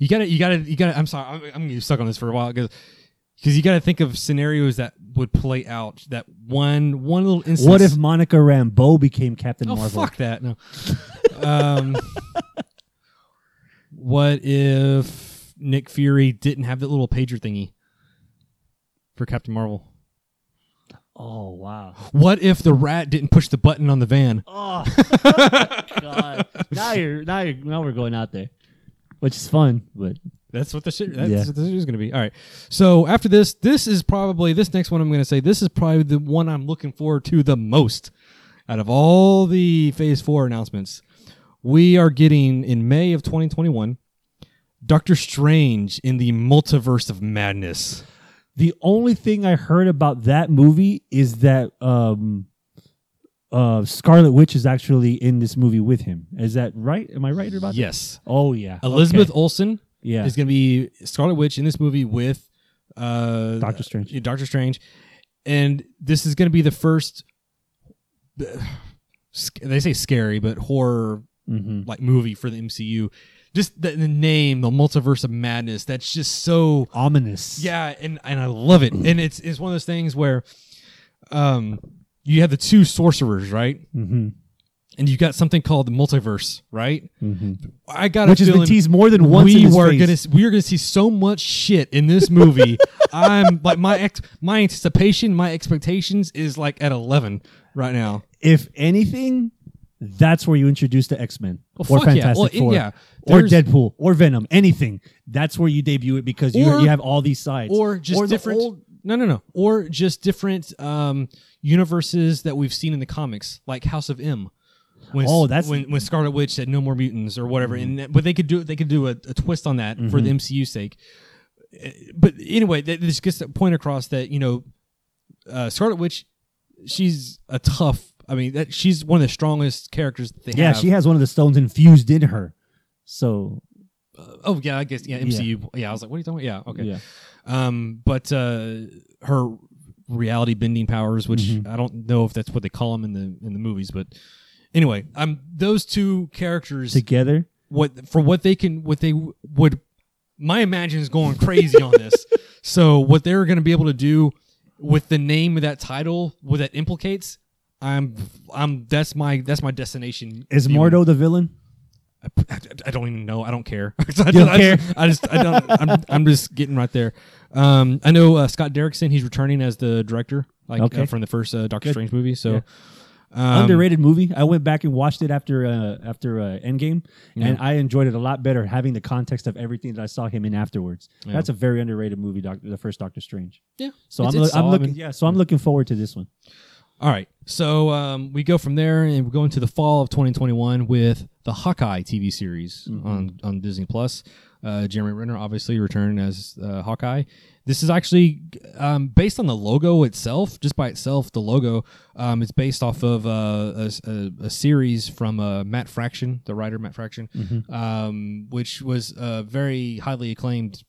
Speaker 1: You gotta, you gotta, you gotta. I'm sorry, I'm, I'm gonna be stuck on this for a while because you gotta think of scenarios that would play out. That one, one little instance.
Speaker 2: What if Monica Rambeau became Captain
Speaker 1: Oh
Speaker 2: Marvel?
Speaker 1: fuck that! No. um, what if Nick Fury didn't have that little pager thingy for Captain Marvel?
Speaker 2: Oh wow.
Speaker 1: What if the rat didn't push the button on the van?
Speaker 2: Oh god. Now you're now you're now we're going out there, which is fun, but
Speaker 1: That's what the shit. That's
Speaker 2: Yeah.
Speaker 1: what the shit is going to be. All right. So after this, this is probably this next one. I'm going to say this is probably the one I'm looking forward to the most out of all the Phase Four announcements. We are getting in May of 2021, Doctor Strange in the Multiverse of Madness.
Speaker 2: The only thing I heard about that movie is that um, uh, Scarlet Witch is actually in this movie with him. Is that right? Am I right about that?
Speaker 1: Yes,
Speaker 2: Oh yeah,
Speaker 1: Elizabeth
Speaker 2: Okay.
Speaker 1: Olsen
Speaker 2: Yeah,
Speaker 1: is going to be Scarlet Witch in this movie with uh,
Speaker 2: Doctor Strange.
Speaker 1: Yeah, Doctor Strange, and this is going to be the first. sc- They say scary, but horror
Speaker 2: hmm
Speaker 1: like movie for the MCU. Just the, the name, the multiverse of madness. That's just so
Speaker 2: Ominous.
Speaker 1: yeah, and and I love it. And it's it's one of those things where, um, you have the two sorcerers, right?
Speaker 2: hmm
Speaker 1: And you got something called the multiverse, right?
Speaker 2: hmm
Speaker 1: I got
Speaker 2: Which
Speaker 1: a
Speaker 2: has been
Speaker 1: feeling
Speaker 2: teased more than once.
Speaker 1: we
Speaker 2: in his
Speaker 1: were
Speaker 2: face.
Speaker 1: gonna s- we were gonna see so much shit in this movie. I'm like my ex, my anticipation, my expectations is like at eleven right now.
Speaker 2: If anything, that's where you introduce the X Men
Speaker 1: Well,
Speaker 2: or
Speaker 1: fuck yeah.
Speaker 2: Fantastic
Speaker 1: Well, it-
Speaker 2: Four.
Speaker 1: yeah.
Speaker 2: Or
Speaker 1: There's-
Speaker 2: Deadpool, or Venom, anything. That's where you debut it because you,
Speaker 1: Or-
Speaker 2: you have all these sides.
Speaker 1: or just
Speaker 2: the
Speaker 1: different
Speaker 2: old-
Speaker 1: no no no or just different um universes that we've seen in the comics like house of m when,
Speaker 2: Oh, that's-
Speaker 1: when, when scarlet witch said no more mutants or whatever and that- but they could do they could do a, a twist on that for the mcu's sake Uh, but anyway that this gets the point across that you know uh, scarlet witch she's a tough i mean that she's one of the strongest characters that they
Speaker 2: yeah,
Speaker 1: have
Speaker 2: she has one of the stones infused in her. So
Speaker 1: oh yeah i guess yeah
Speaker 2: Yeah.
Speaker 1: mcu yeah, i was like what are you talking about yeah okay
Speaker 2: yeah.
Speaker 1: Um, but uh, her reality bending powers, which
Speaker 2: Mhm.
Speaker 1: I don't know if that's what they call them in the in the movies, but anyway, um, those two characters,
Speaker 2: together.
Speaker 1: what for what they can, what they w- would, my imagination is going crazy on this. So what they're going to be able to do with the name of that title, what that implicates, I'm, I'm that's my that's my destination.
Speaker 2: Is
Speaker 1: viewing.
Speaker 2: Mordo the villain?
Speaker 1: I, I don't even know. I don't care. I don't
Speaker 2: don't
Speaker 1: I just, I just, I don't. I'm, I'm just getting right there. Um, I know uh, Scott Derrickson. He's returning as the director, like uh,
Speaker 2: Okay.
Speaker 1: from the first uh, Doctor
Speaker 2: Good.
Speaker 1: Strange movie. So
Speaker 2: Yeah.
Speaker 1: um,
Speaker 2: Underrated movie. I went back and watched it after uh, after uh, Endgame, and I enjoyed it a lot better having the context of everything that I saw him in afterwards.
Speaker 1: Yeah.
Speaker 2: That's a very underrated movie, doc- the first Doctor Strange.
Speaker 1: Yeah.
Speaker 2: So
Speaker 1: It's-
Speaker 2: I'm,
Speaker 1: it's
Speaker 2: loo- I'm
Speaker 1: solid.
Speaker 2: looking yeah. So I'm looking forward to this one.
Speaker 1: All right. So um, we go from there, and we go into the fall of 2021 with the Hawkeye TV series on on Disney Plus. Uh, Jeremy Renner obviously returned as uh, Hawkeye. This is actually um, based on the logo itself, just by itself. The logo um, it's based off of uh, a, a, a series from uh, Matt Fraction, the writer Matt Fraction, um, which was a very highly acclaimed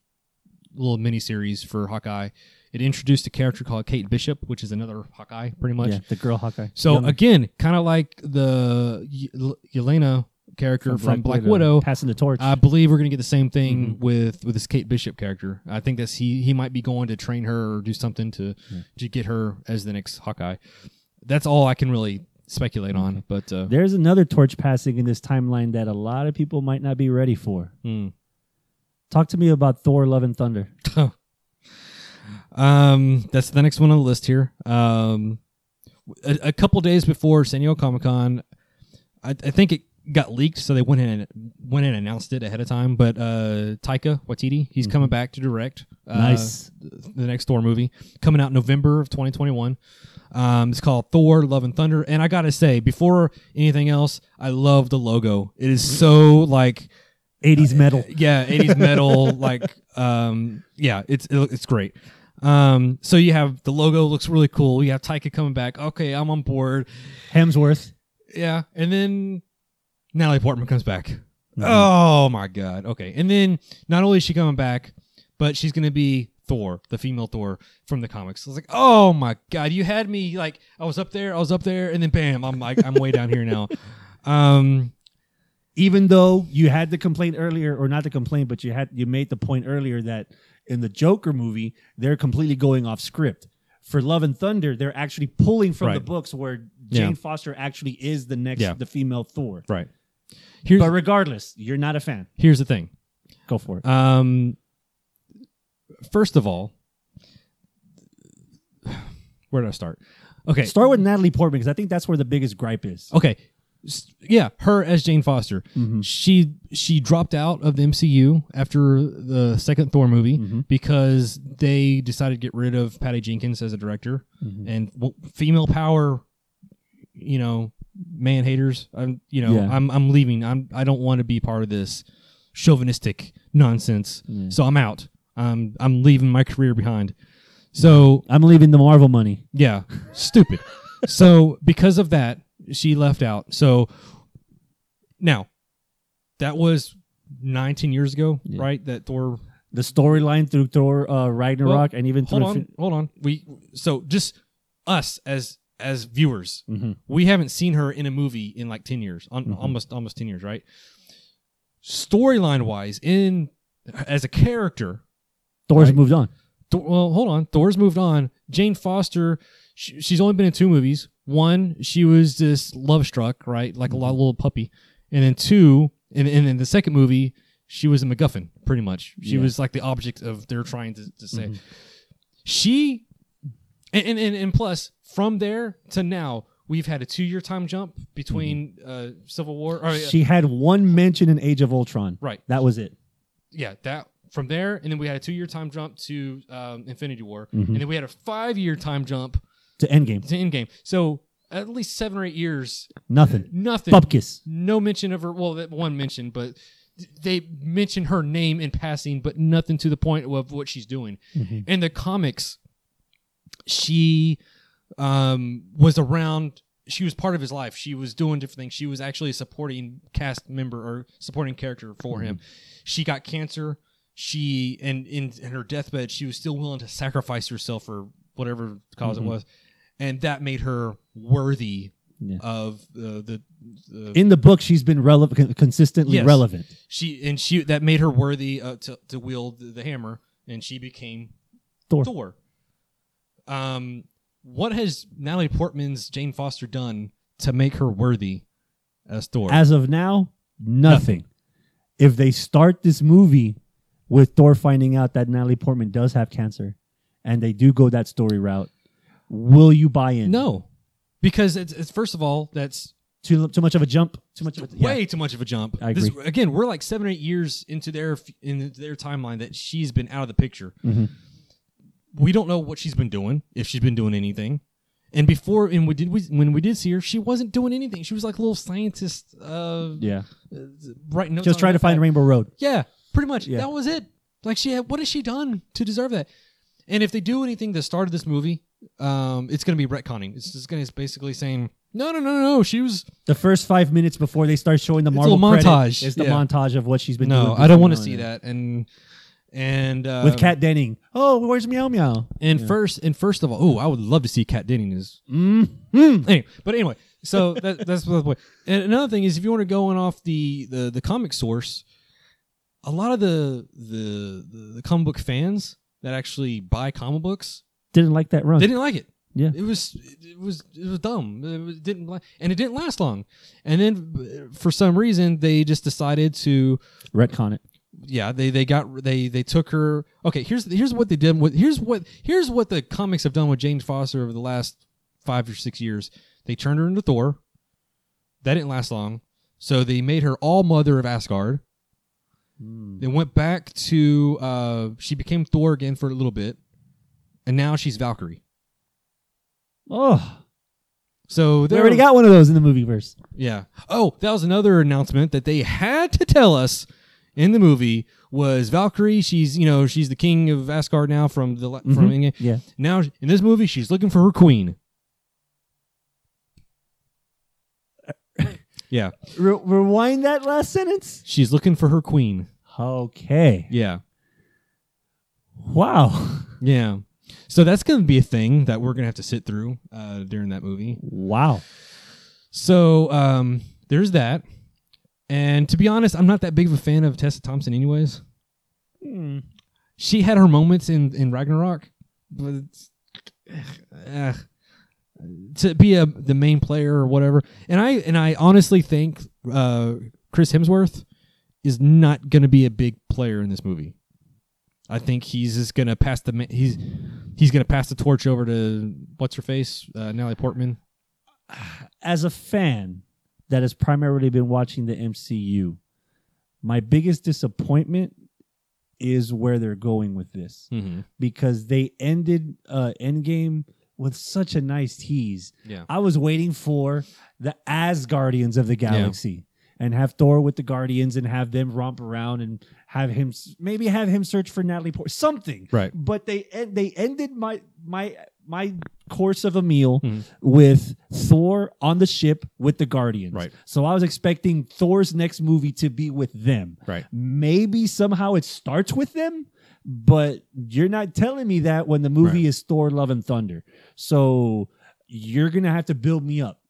Speaker 1: little mini series for Hawkeye. It introduced a character called Kate Bishop, which is another Hawkeye, pretty much.
Speaker 2: Yeah, the girl Hawkeye.
Speaker 1: So
Speaker 2: Young-
Speaker 1: again, kind of like the Y- Yelena character from, Black, Widow. Uh, Mm-hmm.
Speaker 2: passing the torch.
Speaker 1: I believe we're gonna get the same thing with with this Kate Bishop character. I think that's he he might be going to train her or do something to to get her as the next Hawkeye. That's all I can really speculate on. But uh,
Speaker 2: There's another torch passing in this timeline that a lot of people might not be ready for.
Speaker 1: hmm.
Speaker 2: Talk to me about Thor: Love and Thunder.
Speaker 1: um, that's the next one on the list here. Um, a, a couple days before San Diego Comic Con, I, I think it got leaked, so they went in and went in and announced it ahead of time. But uh, Taika Waititi, he's coming back to direct. Uh,
Speaker 2: Nice.
Speaker 1: the next Thor movie coming out November of 2021. Um, it's called Thor: Love and Thunder, and I gotta say, before anything else, I love the logo. It is so like
Speaker 2: 80s
Speaker 1: uh,
Speaker 2: metal.
Speaker 1: yeah, 80s metal like um, yeah, it's it, it's great. Um, so you have the logo looks really cool. You have Taika coming back. Okay, I'm on board.
Speaker 2: Hemsworth.
Speaker 1: Yeah, and then Natalie Portman comes back. Oh my god. Okay, and then not only is she coming back, but she's gonna be Thor, the female Thor from the comics. I was like, oh my god, you had me like I was up there, I was up there, and then bam, I'm like I'm way down here now. Um,
Speaker 2: Even though you had the complaint earlier, or not the complaint, but you had you made the point earlier that in the Joker movie they're completely going off script. For Love and Thunder, they're actually pulling from the
Speaker 1: Right.
Speaker 2: books where
Speaker 1: Yeah.
Speaker 2: Jane Foster actually is the next
Speaker 1: Yeah.
Speaker 2: the female Thor.
Speaker 1: right. Here's
Speaker 2: But regardless, you're not a fan.
Speaker 1: here's the thing.
Speaker 2: Go for it.
Speaker 1: Um, first of all, where did I start? Okay,
Speaker 2: Start with Natalie Portman because I think that's where the biggest gripe is.
Speaker 1: okay, S- yeah, her as Jane Foster. She she dropped out of the MCU after the second Thor movie because they decided to get rid of Patty Jenkins as a director and w- female power. You know, man haters. I'm you know
Speaker 2: Yeah.
Speaker 1: I'm I'm leaving. I'm I don't want to be part of this chauvinistic nonsense. So I'm out. I'm I'm leaving my career behind. So
Speaker 2: I'm leaving the Marvel money.
Speaker 1: yeah, stupid. so because of that, she left out. So now, that was 19 years ago,
Speaker 2: Yeah.
Speaker 1: right? That Thor.
Speaker 2: The storyline through Thor uh, Ragnarok and even
Speaker 1: Hold
Speaker 2: through
Speaker 1: on, hold on. We so just us as as viewers,
Speaker 2: Mhm.
Speaker 1: we haven't seen her in a movie in like 10 years, on, almost almost 10 years, right? Storyline wise, in as a character,
Speaker 2: Thor's
Speaker 1: Right.
Speaker 2: moved on.
Speaker 1: Thor, well, hold on. Thor's moved on. Jane Foster, she, she's only been in two movies. One, she was just love struck, right, like a lot
Speaker 2: Mm-hmm.
Speaker 1: little puppy, and then two, and, and in the second movie, she was a MacGuffin, pretty much. She
Speaker 2: Yeah. Mm-hmm.
Speaker 1: was like the object of they're trying to, to say. She, and, and and and plus, from there to now, we've had a two-year time jump between uh, Civil War. Or, uh,
Speaker 2: Mm-hmm. She had one mention in Age of Ultron.
Speaker 1: Right.
Speaker 2: That was it.
Speaker 1: yeah, that from there, and then we had a two-year time jump to um, Infinity War,
Speaker 2: Mm-hmm.
Speaker 1: and then we had a five-year time jump
Speaker 2: To Endgame.
Speaker 1: to Endgame. So at least seven or eight years,
Speaker 2: Nothing.
Speaker 1: nothing,
Speaker 2: Bupkis.
Speaker 1: no mention of her. Well, that one mention, but th- they mention her name in passing, but nothing to the point of what she's doing. In the comics, she um, was around. She was part of his life. She was doing different things. She was actually a supporting cast member or supporting character for him. She got cancer. She and in, in her deathbed, she was still willing to sacrifice herself for whatever because it was, and that made her worthy
Speaker 2: Yeah.
Speaker 1: of uh, the, the
Speaker 2: In the book, she's been relevant, consistently
Speaker 1: Yes.
Speaker 2: relevant.
Speaker 1: she and she that made her worthy uh, to to wield the, the hammer, and she became
Speaker 2: Thor.
Speaker 1: Thor. Um, what has Natalie Portman's Jane Foster done to make her worthy as Thor?
Speaker 2: As of now, nothing. If they start this movie with Thor finding out that Natalie Portman does have cancer and they do go that story route, will you buy in?
Speaker 1: no, because it's, it's first of all that's
Speaker 2: Too, too much of a jump? Too much of a. yeah.
Speaker 1: way too much of a jump.
Speaker 2: I agree.
Speaker 1: again, we're like seven or eight years into their f- into their timeline that she's been out of the picture.
Speaker 2: Mhm.
Speaker 1: We don't know what she's been doing, if she's been doing anything. And before, and we did we, when we did see her, she wasn't doing anything. She was like a little scientist, uh,
Speaker 2: Yeah.
Speaker 1: writing notes.
Speaker 2: Just
Speaker 1: on
Speaker 2: try
Speaker 1: an
Speaker 2: to find
Speaker 1: iPad.
Speaker 2: Rainbow Road.
Speaker 1: Yeah, pretty much.
Speaker 2: Yeah.
Speaker 1: That was it. Like she had, what has she done to deserve that? And if they do anything that started this movie, um, it's going to be retconning. It's just going to basically saying, no, no, no, no, no. She was
Speaker 2: The first five minutes before they start showing the
Speaker 1: a
Speaker 2: Marvel
Speaker 1: little montage.
Speaker 2: credit is the
Speaker 1: Yeah.
Speaker 2: montage of what she's been doing.
Speaker 1: no. I don't
Speaker 2: between
Speaker 1: want to
Speaker 2: now and
Speaker 1: see
Speaker 2: then.
Speaker 1: that. And and uh,
Speaker 2: With Kat Denning. Oh, where's Meow Meow?
Speaker 1: And first and first of all, oh, I would love to see Kat Denning as
Speaker 2: Mm-hmm.
Speaker 1: anyway. But anyway, so that, that's the point. And another thing is, if you want to go on off the, the the comic source, a lot of the the the, the comic book fans that actually buy comic books,
Speaker 2: Didn't like that run.
Speaker 1: they didn't like it.
Speaker 2: Yeah.
Speaker 1: it was it was it was dumb. It was- didn't la- and it didn't last long. And then uh, for some reason, they just decided to
Speaker 2: Retcon it.
Speaker 1: yeah they they got they they took her okay here's here's what they did with here's what here's what the comics have done with james foster over the last five or six years they turned her into thor that didn't last long so they made her all mother of asgard they went back to uh she became thor again for a little bit and now she's valkyrie
Speaker 2: Oh,
Speaker 1: so
Speaker 2: they
Speaker 1: there
Speaker 2: already got one of those in the movie verse.
Speaker 1: Yeah. Oh, that was another announcement that they had to tell us in the movie was Valkyrie. She's you know she's the king of Asgard now from the la
Speaker 2: Mm-hmm.
Speaker 1: from Inge.
Speaker 2: Yeah.
Speaker 1: now in this movie she's looking for her queen. yeah,
Speaker 2: Re- rewind that last sentence.
Speaker 1: she's looking for her queen.
Speaker 2: Okay.
Speaker 1: Yeah,
Speaker 2: Wow.
Speaker 1: yeah. So that's going to be a thing that we're going to have to sit through uh, during that movie.
Speaker 2: Wow.
Speaker 1: So um, there's that. And to be honest, I'm not that big of a fan of Tessa Thompson, anyways.
Speaker 2: Hmm.
Speaker 1: she had her moments in in Ragnarok, but it's- ugh, to be a the main player or whatever, and I and I honestly think uh, Chris Hemsworth is not going to be a big player in this movie. I think he's just going to pass the ma- he's he's going to pass the torch over to what's her face uh, Natalie Portman.
Speaker 2: As a fan that has primarily been watching the MCU, my biggest disappointment is where they're going with this
Speaker 1: Mm-hmm.
Speaker 2: because they ended uh, Endgame with such a nice tease.
Speaker 1: Yeah,
Speaker 2: I was waiting for the Asgardians of the galaxy and have Thor with the Guardians and have them romp around and have him maybe have him search for Natalie Port something.
Speaker 1: right.
Speaker 2: But they en- they ended my my my course of a meal
Speaker 1: Mhm.
Speaker 2: with Thor on the ship with the Guardians.
Speaker 1: Right.
Speaker 2: So I was expecting Thor's next movie to be with them.
Speaker 1: Right.
Speaker 2: Maybe somehow it starts with them, but you're not telling me that when the movie
Speaker 1: Right.
Speaker 2: is Thor Love and Thunder. So you're gonna have to build me up.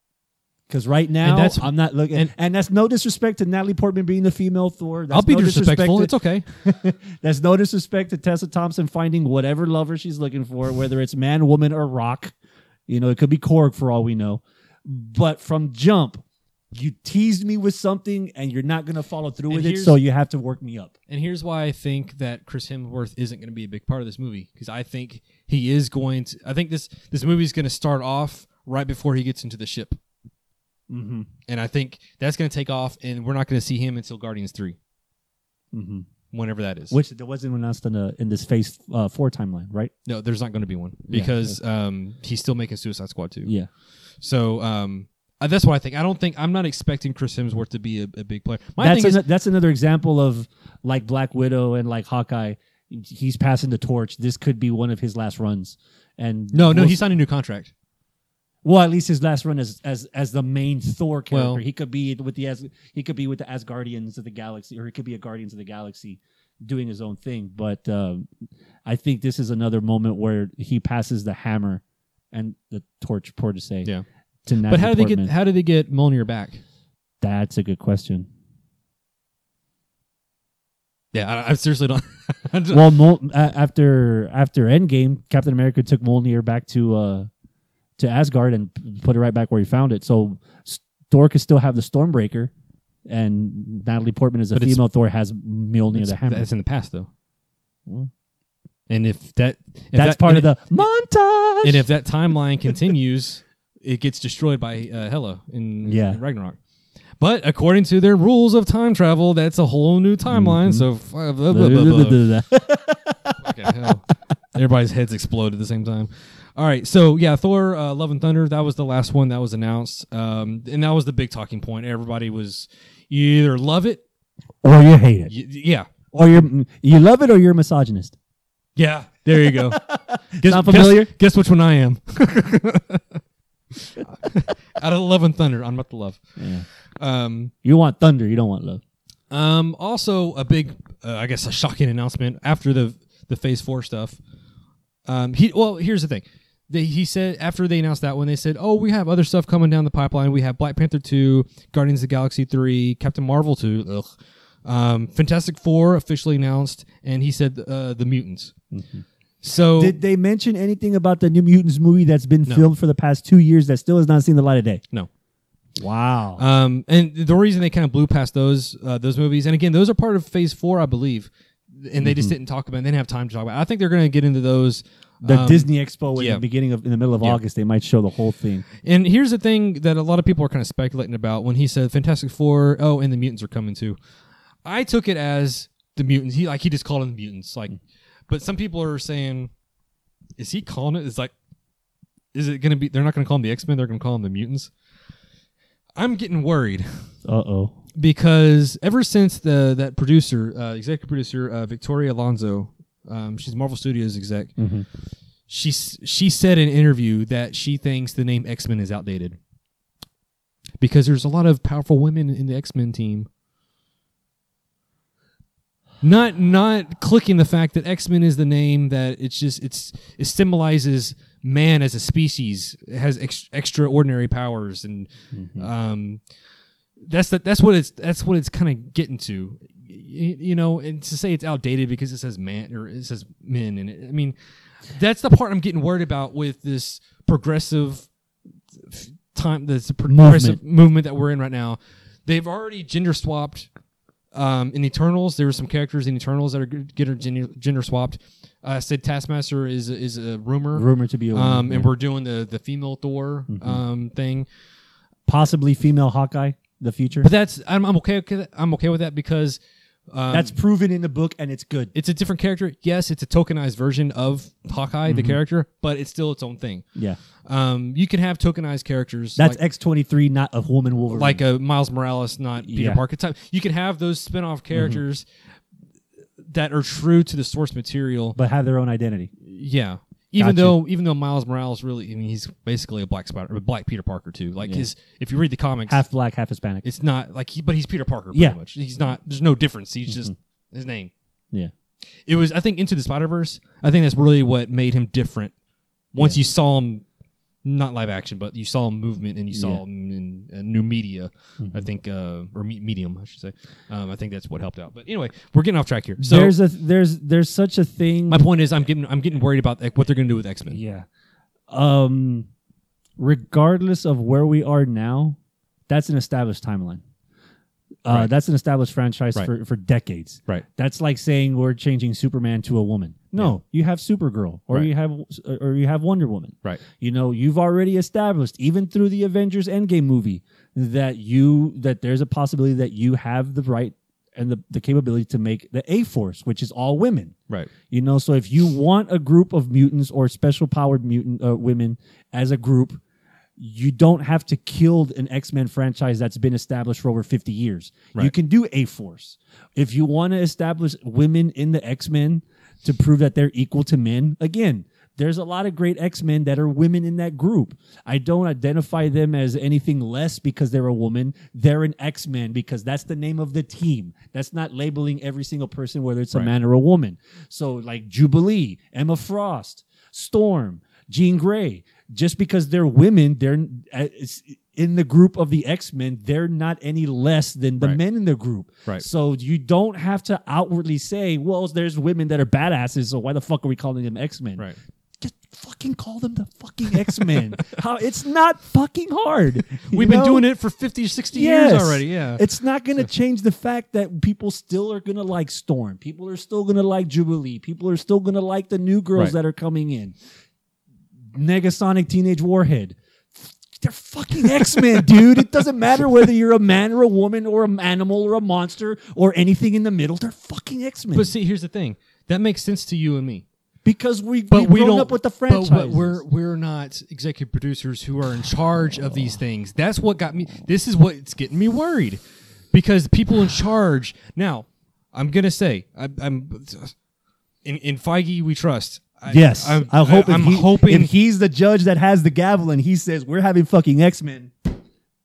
Speaker 2: Cause right now
Speaker 1: that's-
Speaker 2: I'm not looking, and,
Speaker 1: and-
Speaker 2: that's no disrespect to Natalie Portman being the female Thor. That's
Speaker 1: I'll be
Speaker 2: no disrespect
Speaker 1: disrespectful.
Speaker 2: to-
Speaker 1: It's okay.
Speaker 2: that's no disrespect to Tessa Thompson finding whatever lover she's looking for, whether it's man, woman, or rock. You know, it could be Korg for all we know. But from jump, you teased me with something and you're not going to follow through
Speaker 1: And
Speaker 2: with it.
Speaker 1: here's-
Speaker 2: So you have to work me up.
Speaker 1: And here's why I think that Chris Hemsworth isn't going to be a big part of this movie because I think he is going to. I think this this movie is going to start off right before he gets into the ship,
Speaker 2: Mm-hmm.
Speaker 1: and I think that's going to take off, and we're not going to see him until Guardians Three,
Speaker 2: Mm-hmm.
Speaker 1: whenever that is.
Speaker 2: Which there wasn't announced in, the in this phase uh, four timeline, right?
Speaker 1: no, there's not going to be one
Speaker 2: Yeah.
Speaker 1: because um, he's still making Suicide Squad too.
Speaker 2: Yeah.
Speaker 1: So um, uh, that's what I think. I don't think I'm not expecting Chris Hemsworth to be a, a big player. My
Speaker 2: that's
Speaker 1: thing
Speaker 2: ano- that's another example of like Black Widow and like Hawkeye. He's passing the torch. This could be one of his last runs. And
Speaker 1: is no, no,
Speaker 2: we'll
Speaker 1: he signed a new contract.
Speaker 2: Well, at least his last run as as as the main Thor character,
Speaker 1: Well-
Speaker 2: he could be with the as he could be with the Asgardians of the galaxy, or he could be a Guardians of the Galaxy, doing his own thing. But um, I think this is another moment where he passes the hammer and the torch, per to say.
Speaker 1: Yeah.
Speaker 2: To Natalie
Speaker 1: but how did they
Speaker 2: Portman.
Speaker 1: get how did they get Mjolnir back?
Speaker 2: That's a good question.
Speaker 1: Yeah, I, I seriously don't. I don't-
Speaker 2: Well, Mol- a- after after Endgame, Captain America took Mjolnir back to uh to Asgard and p- put it right back where he found it. So S- Thor could still have the Stormbreaker, and Natalie Portman as a
Speaker 1: But it's-
Speaker 2: female Thor has Mjolnir the
Speaker 1: That's-
Speaker 2: hammer.
Speaker 1: That's
Speaker 2: That's,
Speaker 1: in the past, though.
Speaker 2: Well.
Speaker 1: And if that if that-
Speaker 2: part of
Speaker 1: and
Speaker 2: the montage.
Speaker 1: if- and if that timeline continues, it gets destroyed by uh, Hela in,
Speaker 2: Yeah.
Speaker 1: in Ragnarok. But according to their rules of time travel, that's a whole new timeline. So f-
Speaker 2: Mm-hmm.
Speaker 1: blah, blah, blah, blah, blah. Fucking hell. everybody's heads explode at the same time. All right, so yeah, Thor: uh, Love and Thunder. That was the last one that was announced, um, and that was the big talking point. Everybody was you either love it,
Speaker 2: or you hate it,
Speaker 1: y- yeah,
Speaker 2: or you you love it, or you're a misogynist.
Speaker 1: Yeah, there you go. guess,
Speaker 2: Sound familiar?
Speaker 1: Guess, guess which one I am. Out of Love and Thunder, I'm about to love.
Speaker 2: Yeah.
Speaker 1: Um,
Speaker 2: You want thunder, you don't want love.
Speaker 1: um, also, a big, uh, I guess, a shocking announcement after the the Phase Four stuff. Um, he well, here's the thing: they, he said after they announced that one, they said, "Oh, we have other stuff coming down the pipeline. We have Black Panther two, Guardians of the Galaxy three, Captain Marvel two, ugh, um, Fantastic Four officially announced." And he said, uh, "The mutants." So
Speaker 2: Mm-hmm. Did they mention anything about the New Mutants movie that's been
Speaker 1: No.
Speaker 2: filmed for the past two years that still has not seen the light of day?
Speaker 1: no,
Speaker 2: Wow.
Speaker 1: Um, and the reason they kind of blew past those uh, those movies, and again, those are part of Phase Four, I believe, and they just didn't talk about. It. They didn't have time to talk about. It. I think they're going to get into those.
Speaker 2: the
Speaker 1: um,
Speaker 2: Disney Expo in
Speaker 1: yeah.
Speaker 2: the beginning of in the middle of
Speaker 1: Yeah.
Speaker 2: August, they might show the whole thing.
Speaker 1: And here's the thing that a lot of people are kind of speculating about when he said Fantastic Four, oh, and the mutants are coming too. I took it as the mutants. He like he just called them the mutants. Like, but some people are saying, is he calling it? Is like, is it going to be? They're not going to call them the X Men. They're going to call them the mutants. I'm getting worried.
Speaker 2: Uh oh.
Speaker 1: because ever since the that producer, uh, executive producer uh, Victoria Alonso, um, she's Marvel Studios exec.
Speaker 2: Mhm.
Speaker 1: She s- she said in an interview that she thinks the name X Men is outdated because there's a lot of powerful women in the X Men team. Not not clicking the fact that X Men is the name that it's just it's it symbolizes man as a species it has ex- extraordinary powers and um that's the, that's what it's that's what it's kind of getting to Y- you know and to say it's outdated because it says man or it says men and it, i mean that's the part i'm getting worried about with this progressive f- time this progressive movement, that we're in right now they've already gender swapped um, in Eternals, there were some characters in Eternals that are g- getting gender, gender swapped. Uh, said Taskmaster is is a rumor,
Speaker 2: Rumored to be a woman,
Speaker 1: um, and
Speaker 2: yeah. Mm-hmm.
Speaker 1: we're doing the the female Thor um, thing.
Speaker 2: possibly female Hawkeye, the future.
Speaker 1: But that's I'm, I'm okay. with that- I'm okay with that because um,
Speaker 2: that's proven in the book, and it's good.
Speaker 1: it's a different character. Yes, it's a tokenized version of Hawkeye,
Speaker 2: Mm-hmm.
Speaker 1: the character, but it's still its own thing.
Speaker 2: yeah,
Speaker 1: Um, you can have tokenized characters.
Speaker 2: that's
Speaker 1: like,
Speaker 2: X twenty three, not a woman Wolverine.
Speaker 1: like a Miles Morales, not Peter
Speaker 2: Yeah. Mm-hmm.
Speaker 1: Parker type. You can have those spin-off characters that are true to the source material.
Speaker 2: but have their own identity.
Speaker 1: Yeah. Even
Speaker 2: Gotcha.
Speaker 1: though, even though Miles Morales really, I mean, he's basically a black spider, a black Peter Parker too. Like his, if you read the comics,
Speaker 2: Half black, half Hispanic.
Speaker 1: it's not like he, but he's Peter Parker. Pretty
Speaker 2: Yeah. Mm-hmm.
Speaker 1: much. He's not. There's no difference. He's just his name.
Speaker 2: yeah,
Speaker 1: it was I think Into the Spider Verse. I think that's really what made him different. Once you saw him, not live action, but you saw him movement and you saw
Speaker 2: Yeah. Mm-hmm.
Speaker 1: him in, uh new media. I think, uh, or me- medium, I should say. Um, I think that's what helped out. But anyway, we're getting off track here. So
Speaker 2: there's a there's there's such a thing.
Speaker 1: my point is, I'm getting I'm getting worried about like, what they're going to do with X Men.
Speaker 2: yeah, um, regardless of where we are now, that's an established timeline. Uh,
Speaker 1: Right.
Speaker 2: That's an established franchise
Speaker 1: Right.
Speaker 2: for, for decades.
Speaker 1: Right.
Speaker 2: That's like saying we're changing Superman to a woman. No, you have Supergirl, or
Speaker 1: Right.
Speaker 2: you have or you have Wonder Woman.
Speaker 1: Right.
Speaker 2: You know, you've already established, even through the Avengers Endgame movie, that you that there's a possibility that you have the right and the, the capability to make the A Force, which is all women.
Speaker 1: Right.
Speaker 2: You know, so if you want a group of mutants or special powered mutant uh, women as a group, you don't have to kill an X Men franchise that's been established for over 50 years. You
Speaker 1: Right.
Speaker 2: can do A Force. If you want to establish women in the X Men to prove that they're equal to men, again, there's a lot of great X Men that are women in that group. I don't identify them as anything less because they're a woman. They're an X Men because that's the name of the team. That's not labeling every single person, whether it's a
Speaker 1: Right.
Speaker 2: man or a woman. So, like Jubilee, Emma Frost, Storm, Jean Grey, just because they're women, they're uh, it's- in the group of the X Men, they're not any less than the
Speaker 1: Right.
Speaker 2: men in the group.
Speaker 1: Right.
Speaker 2: So you don't have to outwardly say, well, there's women that are badasses, so why the fuck are we calling them X Men?
Speaker 1: Right.
Speaker 2: Just fucking call them the fucking X Men. How it's not fucking hard.
Speaker 1: We've been doing it for 50, 60 years already. Yeah.
Speaker 2: It's not going to change the fact that people still are going to like Storm. People are still going to like Jubilee. People are still going to like the new girls
Speaker 1: Right.
Speaker 2: that are coming in. Negasonic Teenage Warhead. They're fucking X Men, dude. It doesn't matter whether you're a man or a woman or an animal or a monster or anything in the middle. They're fucking X Men.
Speaker 1: but see, here's the thing. That makes sense to you and me.
Speaker 2: Because we,
Speaker 1: but
Speaker 2: we've
Speaker 1: we
Speaker 2: grown
Speaker 1: don't
Speaker 2: up with the
Speaker 1: but-
Speaker 2: franchise.
Speaker 1: But we're we're not executive producers who are in charge of these things. That's what got me. This is what's getting me worried because people in charge now. I'm gonna say I, I'm in in Feige we trust. I,
Speaker 2: Yes,
Speaker 1: I'm,
Speaker 2: I hope.
Speaker 1: I'm
Speaker 2: if he-
Speaker 1: hoping.
Speaker 2: if he's the judge that has the gavel and he says we're having fucking X Men,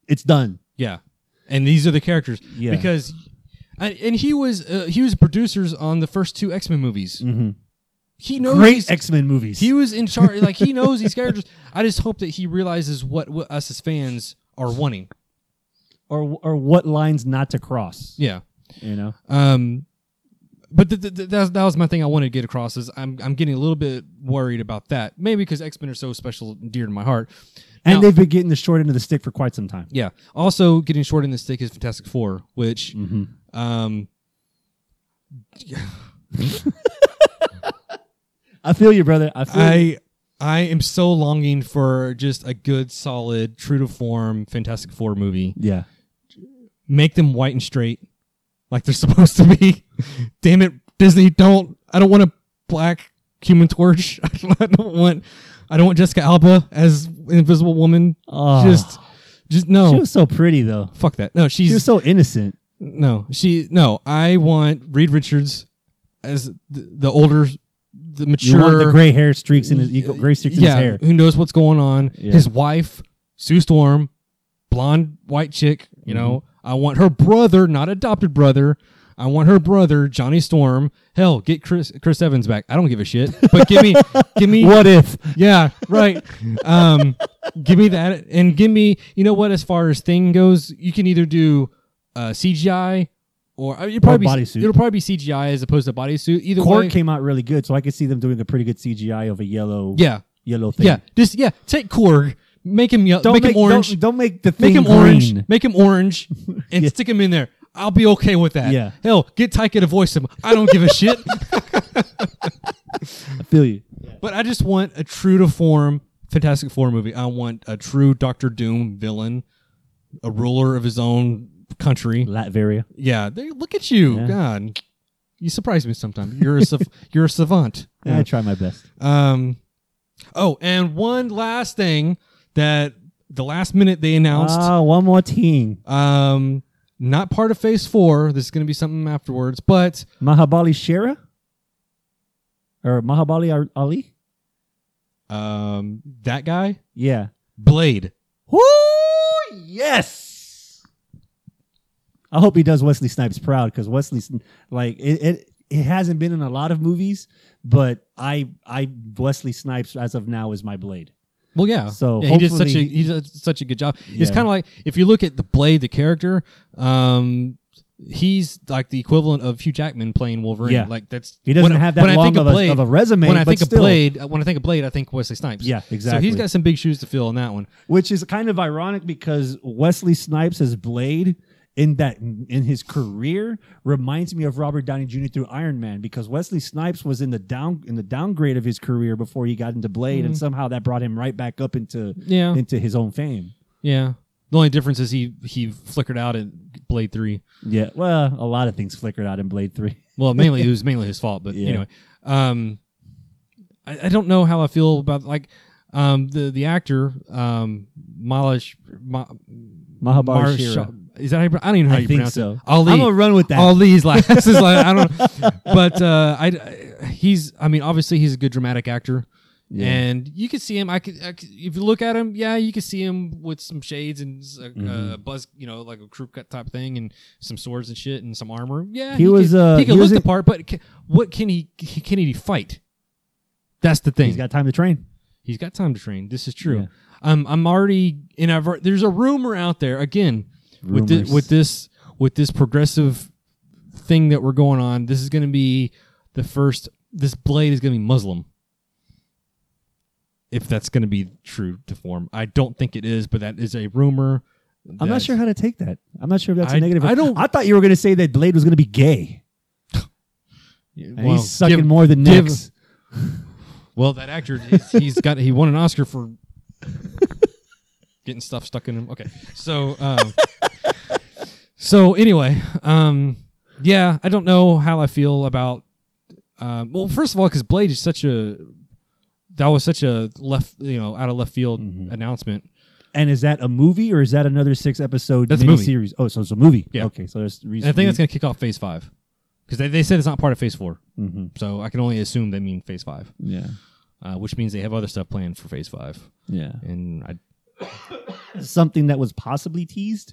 Speaker 2: it's done.
Speaker 1: yeah, and these are the characters.
Speaker 2: Yeah.
Speaker 1: because. And and he was uh, he was producers on the first two X Men movies. he knows
Speaker 2: Mm-hmm. Great
Speaker 1: he's-
Speaker 2: X Men movies.
Speaker 1: he was in charge. like he knows these characters. I just hope that he realizes what, what us as fans are wanting.
Speaker 2: or or what lines not to cross.
Speaker 1: Yeah.
Speaker 2: You know,
Speaker 1: Um, but th- th- th- that, was, that was my thing I wanted to get across is I'm I'm getting a little bit worried about that. Maybe because X Men are so special, and dear to my heart.
Speaker 2: and
Speaker 1: Now-
Speaker 2: they've been getting the short end of the stick for quite some time.
Speaker 1: Yeah. Also, getting short in the stick is Fantastic Four, which
Speaker 2: Mm-hmm.
Speaker 1: um,
Speaker 2: I feel you, brother. I feel you.
Speaker 1: I I am so longing for just a good, solid, true to form Fantastic Four movie.
Speaker 2: yeah.
Speaker 1: Make them white and straight, like they're supposed to be. Damn it, Disney! Don't I don't want a black Human Torch. I don't, I don't want I don't want Jessica Alba as Invisible Woman.
Speaker 2: Oh,
Speaker 1: Just just no.
Speaker 2: she was so pretty though.
Speaker 1: Fuck that. No, she's
Speaker 2: She was so innocent.
Speaker 1: no, she no. I want Reed Richards as the, the older, the
Speaker 2: You want the
Speaker 1: mature,
Speaker 2: gray hair streaks in his you got gray streaks
Speaker 1: yeah,
Speaker 2: in his hair.
Speaker 1: who knows what's going on.
Speaker 2: Yeah.
Speaker 1: His wife, Sue Storm, blonde white chick. You know,
Speaker 2: Mm-hmm.
Speaker 1: I want her brother, not adopted brother. I want her brother, Johnny Storm. Hell, get Chris Chris Evans back. I don't give a shit, but give me give me
Speaker 2: What if?
Speaker 1: yeah, right. Um, give me that, and give me. You know what? As far as thing goes, you can either do uh, CGI or uh, it'll probably be,
Speaker 2: bodysuit.
Speaker 1: It'll probably be CGI as opposed to bodysuit. Either way,
Speaker 2: Korg came out really good, so I could see them doing a pretty good CGI of a yellow,
Speaker 1: yeah,
Speaker 2: yellow thing.
Speaker 1: yeah. Just yeah, take Korg, make him yellow,
Speaker 2: Don't
Speaker 1: make,
Speaker 2: make,
Speaker 1: him orange,
Speaker 2: Don't, don't make the
Speaker 1: make
Speaker 2: thing
Speaker 1: him
Speaker 2: green.
Speaker 1: orange, make him orange, and stick him in there. I'll be okay with that.
Speaker 2: Yeah.
Speaker 1: Hell, get Taika to voice him. I don't give a shit.
Speaker 2: I feel you.
Speaker 1: But I just want a true to form Fantastic Four movie. I want a true Doctor Doom villain, a ruler of his own country.
Speaker 2: Latveria.
Speaker 1: Yeah, they, look at you,
Speaker 2: Yeah.
Speaker 1: God. You surprise me sometimes. You're a sav- you're a savant.
Speaker 2: I try my best.
Speaker 1: Um, oh, and one last thing that the last minute they announced.
Speaker 2: Ah, one more team.
Speaker 1: um, not part of Phase Four. This is going to be something afterwards. But
Speaker 2: Mahabali Shera? Or Mahabali Ar- Ali?
Speaker 1: um, that guy,
Speaker 2: Yeah.
Speaker 1: Blade.
Speaker 2: Woo! Yes! I hope he does Wesley Snipes proud because Wesley, Sn- like, it, it, it hasn't been in a lot of movies, but I, I, Wesley Snipes as of now is my blade.
Speaker 1: Well, yeah.
Speaker 2: So
Speaker 1: yeah, he did such a
Speaker 2: hopefully-
Speaker 1: he did such a good job. It's
Speaker 2: Yeah.
Speaker 1: kind of like if you look at the Blade, the character, um, he's like the equivalent of Hugh Jackman playing Wolverine.
Speaker 2: Yeah.
Speaker 1: Like that's
Speaker 2: He doesn't
Speaker 1: when I-
Speaker 2: have that
Speaker 1: when I
Speaker 2: long
Speaker 1: think
Speaker 2: of,
Speaker 1: Blade-
Speaker 2: a, of a resume.
Speaker 1: when I
Speaker 2: but
Speaker 1: think
Speaker 2: still,
Speaker 1: of Blade, uh, when I think of Blade, I think Wesley Snipes.
Speaker 2: Yeah,
Speaker 1: So
Speaker 2: exactly.
Speaker 1: he's got some big shoes to fill in that one.
Speaker 2: which is kind of ironic because Wesley Snipes as Blade in that in his career reminds me of Robert Downey Jr. through Iron Man because Wesley Snipes was in the down in the downgrade of his career before he got into Blade and somehow that brought him right back up into
Speaker 1: Mm-hmm. Yeah,
Speaker 2: into his own fame.
Speaker 1: yeah. The only difference is he he flickered out in Blade Three.
Speaker 2: Yeah, well, a lot of things flickered out in Blade Three.
Speaker 1: Well, mainly it was mainly his fault, but
Speaker 2: Yeah.
Speaker 1: anyway, um, I, I don't know how I feel about like um the the actor um Malish Ma,
Speaker 2: Mahabali
Speaker 1: Marsh-
Speaker 2: Shira.
Speaker 1: Is that how you, pro- I don't even know how
Speaker 2: I
Speaker 1: you
Speaker 2: think
Speaker 1: pronounce
Speaker 2: so.
Speaker 1: it. Ali.
Speaker 2: I'm gonna run with that.
Speaker 1: Ali's last is like I don't. But uh, I he's I mean obviously he's a good dramatic actor.
Speaker 2: Yeah.
Speaker 1: And you can see him. I could, I could- if you look at him, yeah, you can see him with some shades and s- a uh,
Speaker 2: Mm-hmm.
Speaker 1: buzz, you know, like a crew cut type thing, and some swords and shit, and some armor. Yeah,
Speaker 2: He was,
Speaker 1: Could,
Speaker 2: uh,
Speaker 1: he could
Speaker 2: he
Speaker 1: look
Speaker 2: was
Speaker 1: the
Speaker 2: a-
Speaker 1: part, but can, what can he? he- Can he fight? That's the thing.
Speaker 2: He's got time to train.
Speaker 1: He's got time to train. This is true.
Speaker 2: Yeah.
Speaker 1: Um, I'm already, and I've al- there's a rumor out there again with
Speaker 2: Rumors.
Speaker 1: this, with this with this progressive thing that we're going on. This is going to be the first. This blade is going to be Muslim. If that's going to be true to form, I don't think it is, but that is a rumor.
Speaker 2: I'm not
Speaker 1: that's-
Speaker 2: sure how to take that. I'm not sure if that's a
Speaker 1: I-
Speaker 2: negative.
Speaker 1: I don't-
Speaker 2: I thought you were gonna say that Blade was gonna be gay. And
Speaker 1: Well,
Speaker 2: he's sucking
Speaker 1: give-
Speaker 2: more than
Speaker 1: give-
Speaker 2: necks.
Speaker 1: Well, that actor, he's, he's got he won an Oscar for getting stuff stuck in him. Okay, so um, so anyway, um, yeah, I don't know how I feel about. Um, well, first of all, because Blade is such a that was such a left you know out of left field announcement.
Speaker 2: And is that a movie or is that another six episode
Speaker 1: That's a
Speaker 2: mini
Speaker 1: movie.
Speaker 2: series? Oh, so it's a movie.
Speaker 1: Yeah.
Speaker 2: Okay, so there's
Speaker 1: And
Speaker 2: reason.
Speaker 1: I think that's going to kick off Phase Five because they, they said it's not part of Phase Four,
Speaker 2: hmm
Speaker 1: so I can only assume they mean Phase Five,
Speaker 2: Yeah,
Speaker 1: uh, which means they have other stuff planned for Phase Five.
Speaker 2: yeah.
Speaker 1: And I,
Speaker 2: Something that was possibly teased.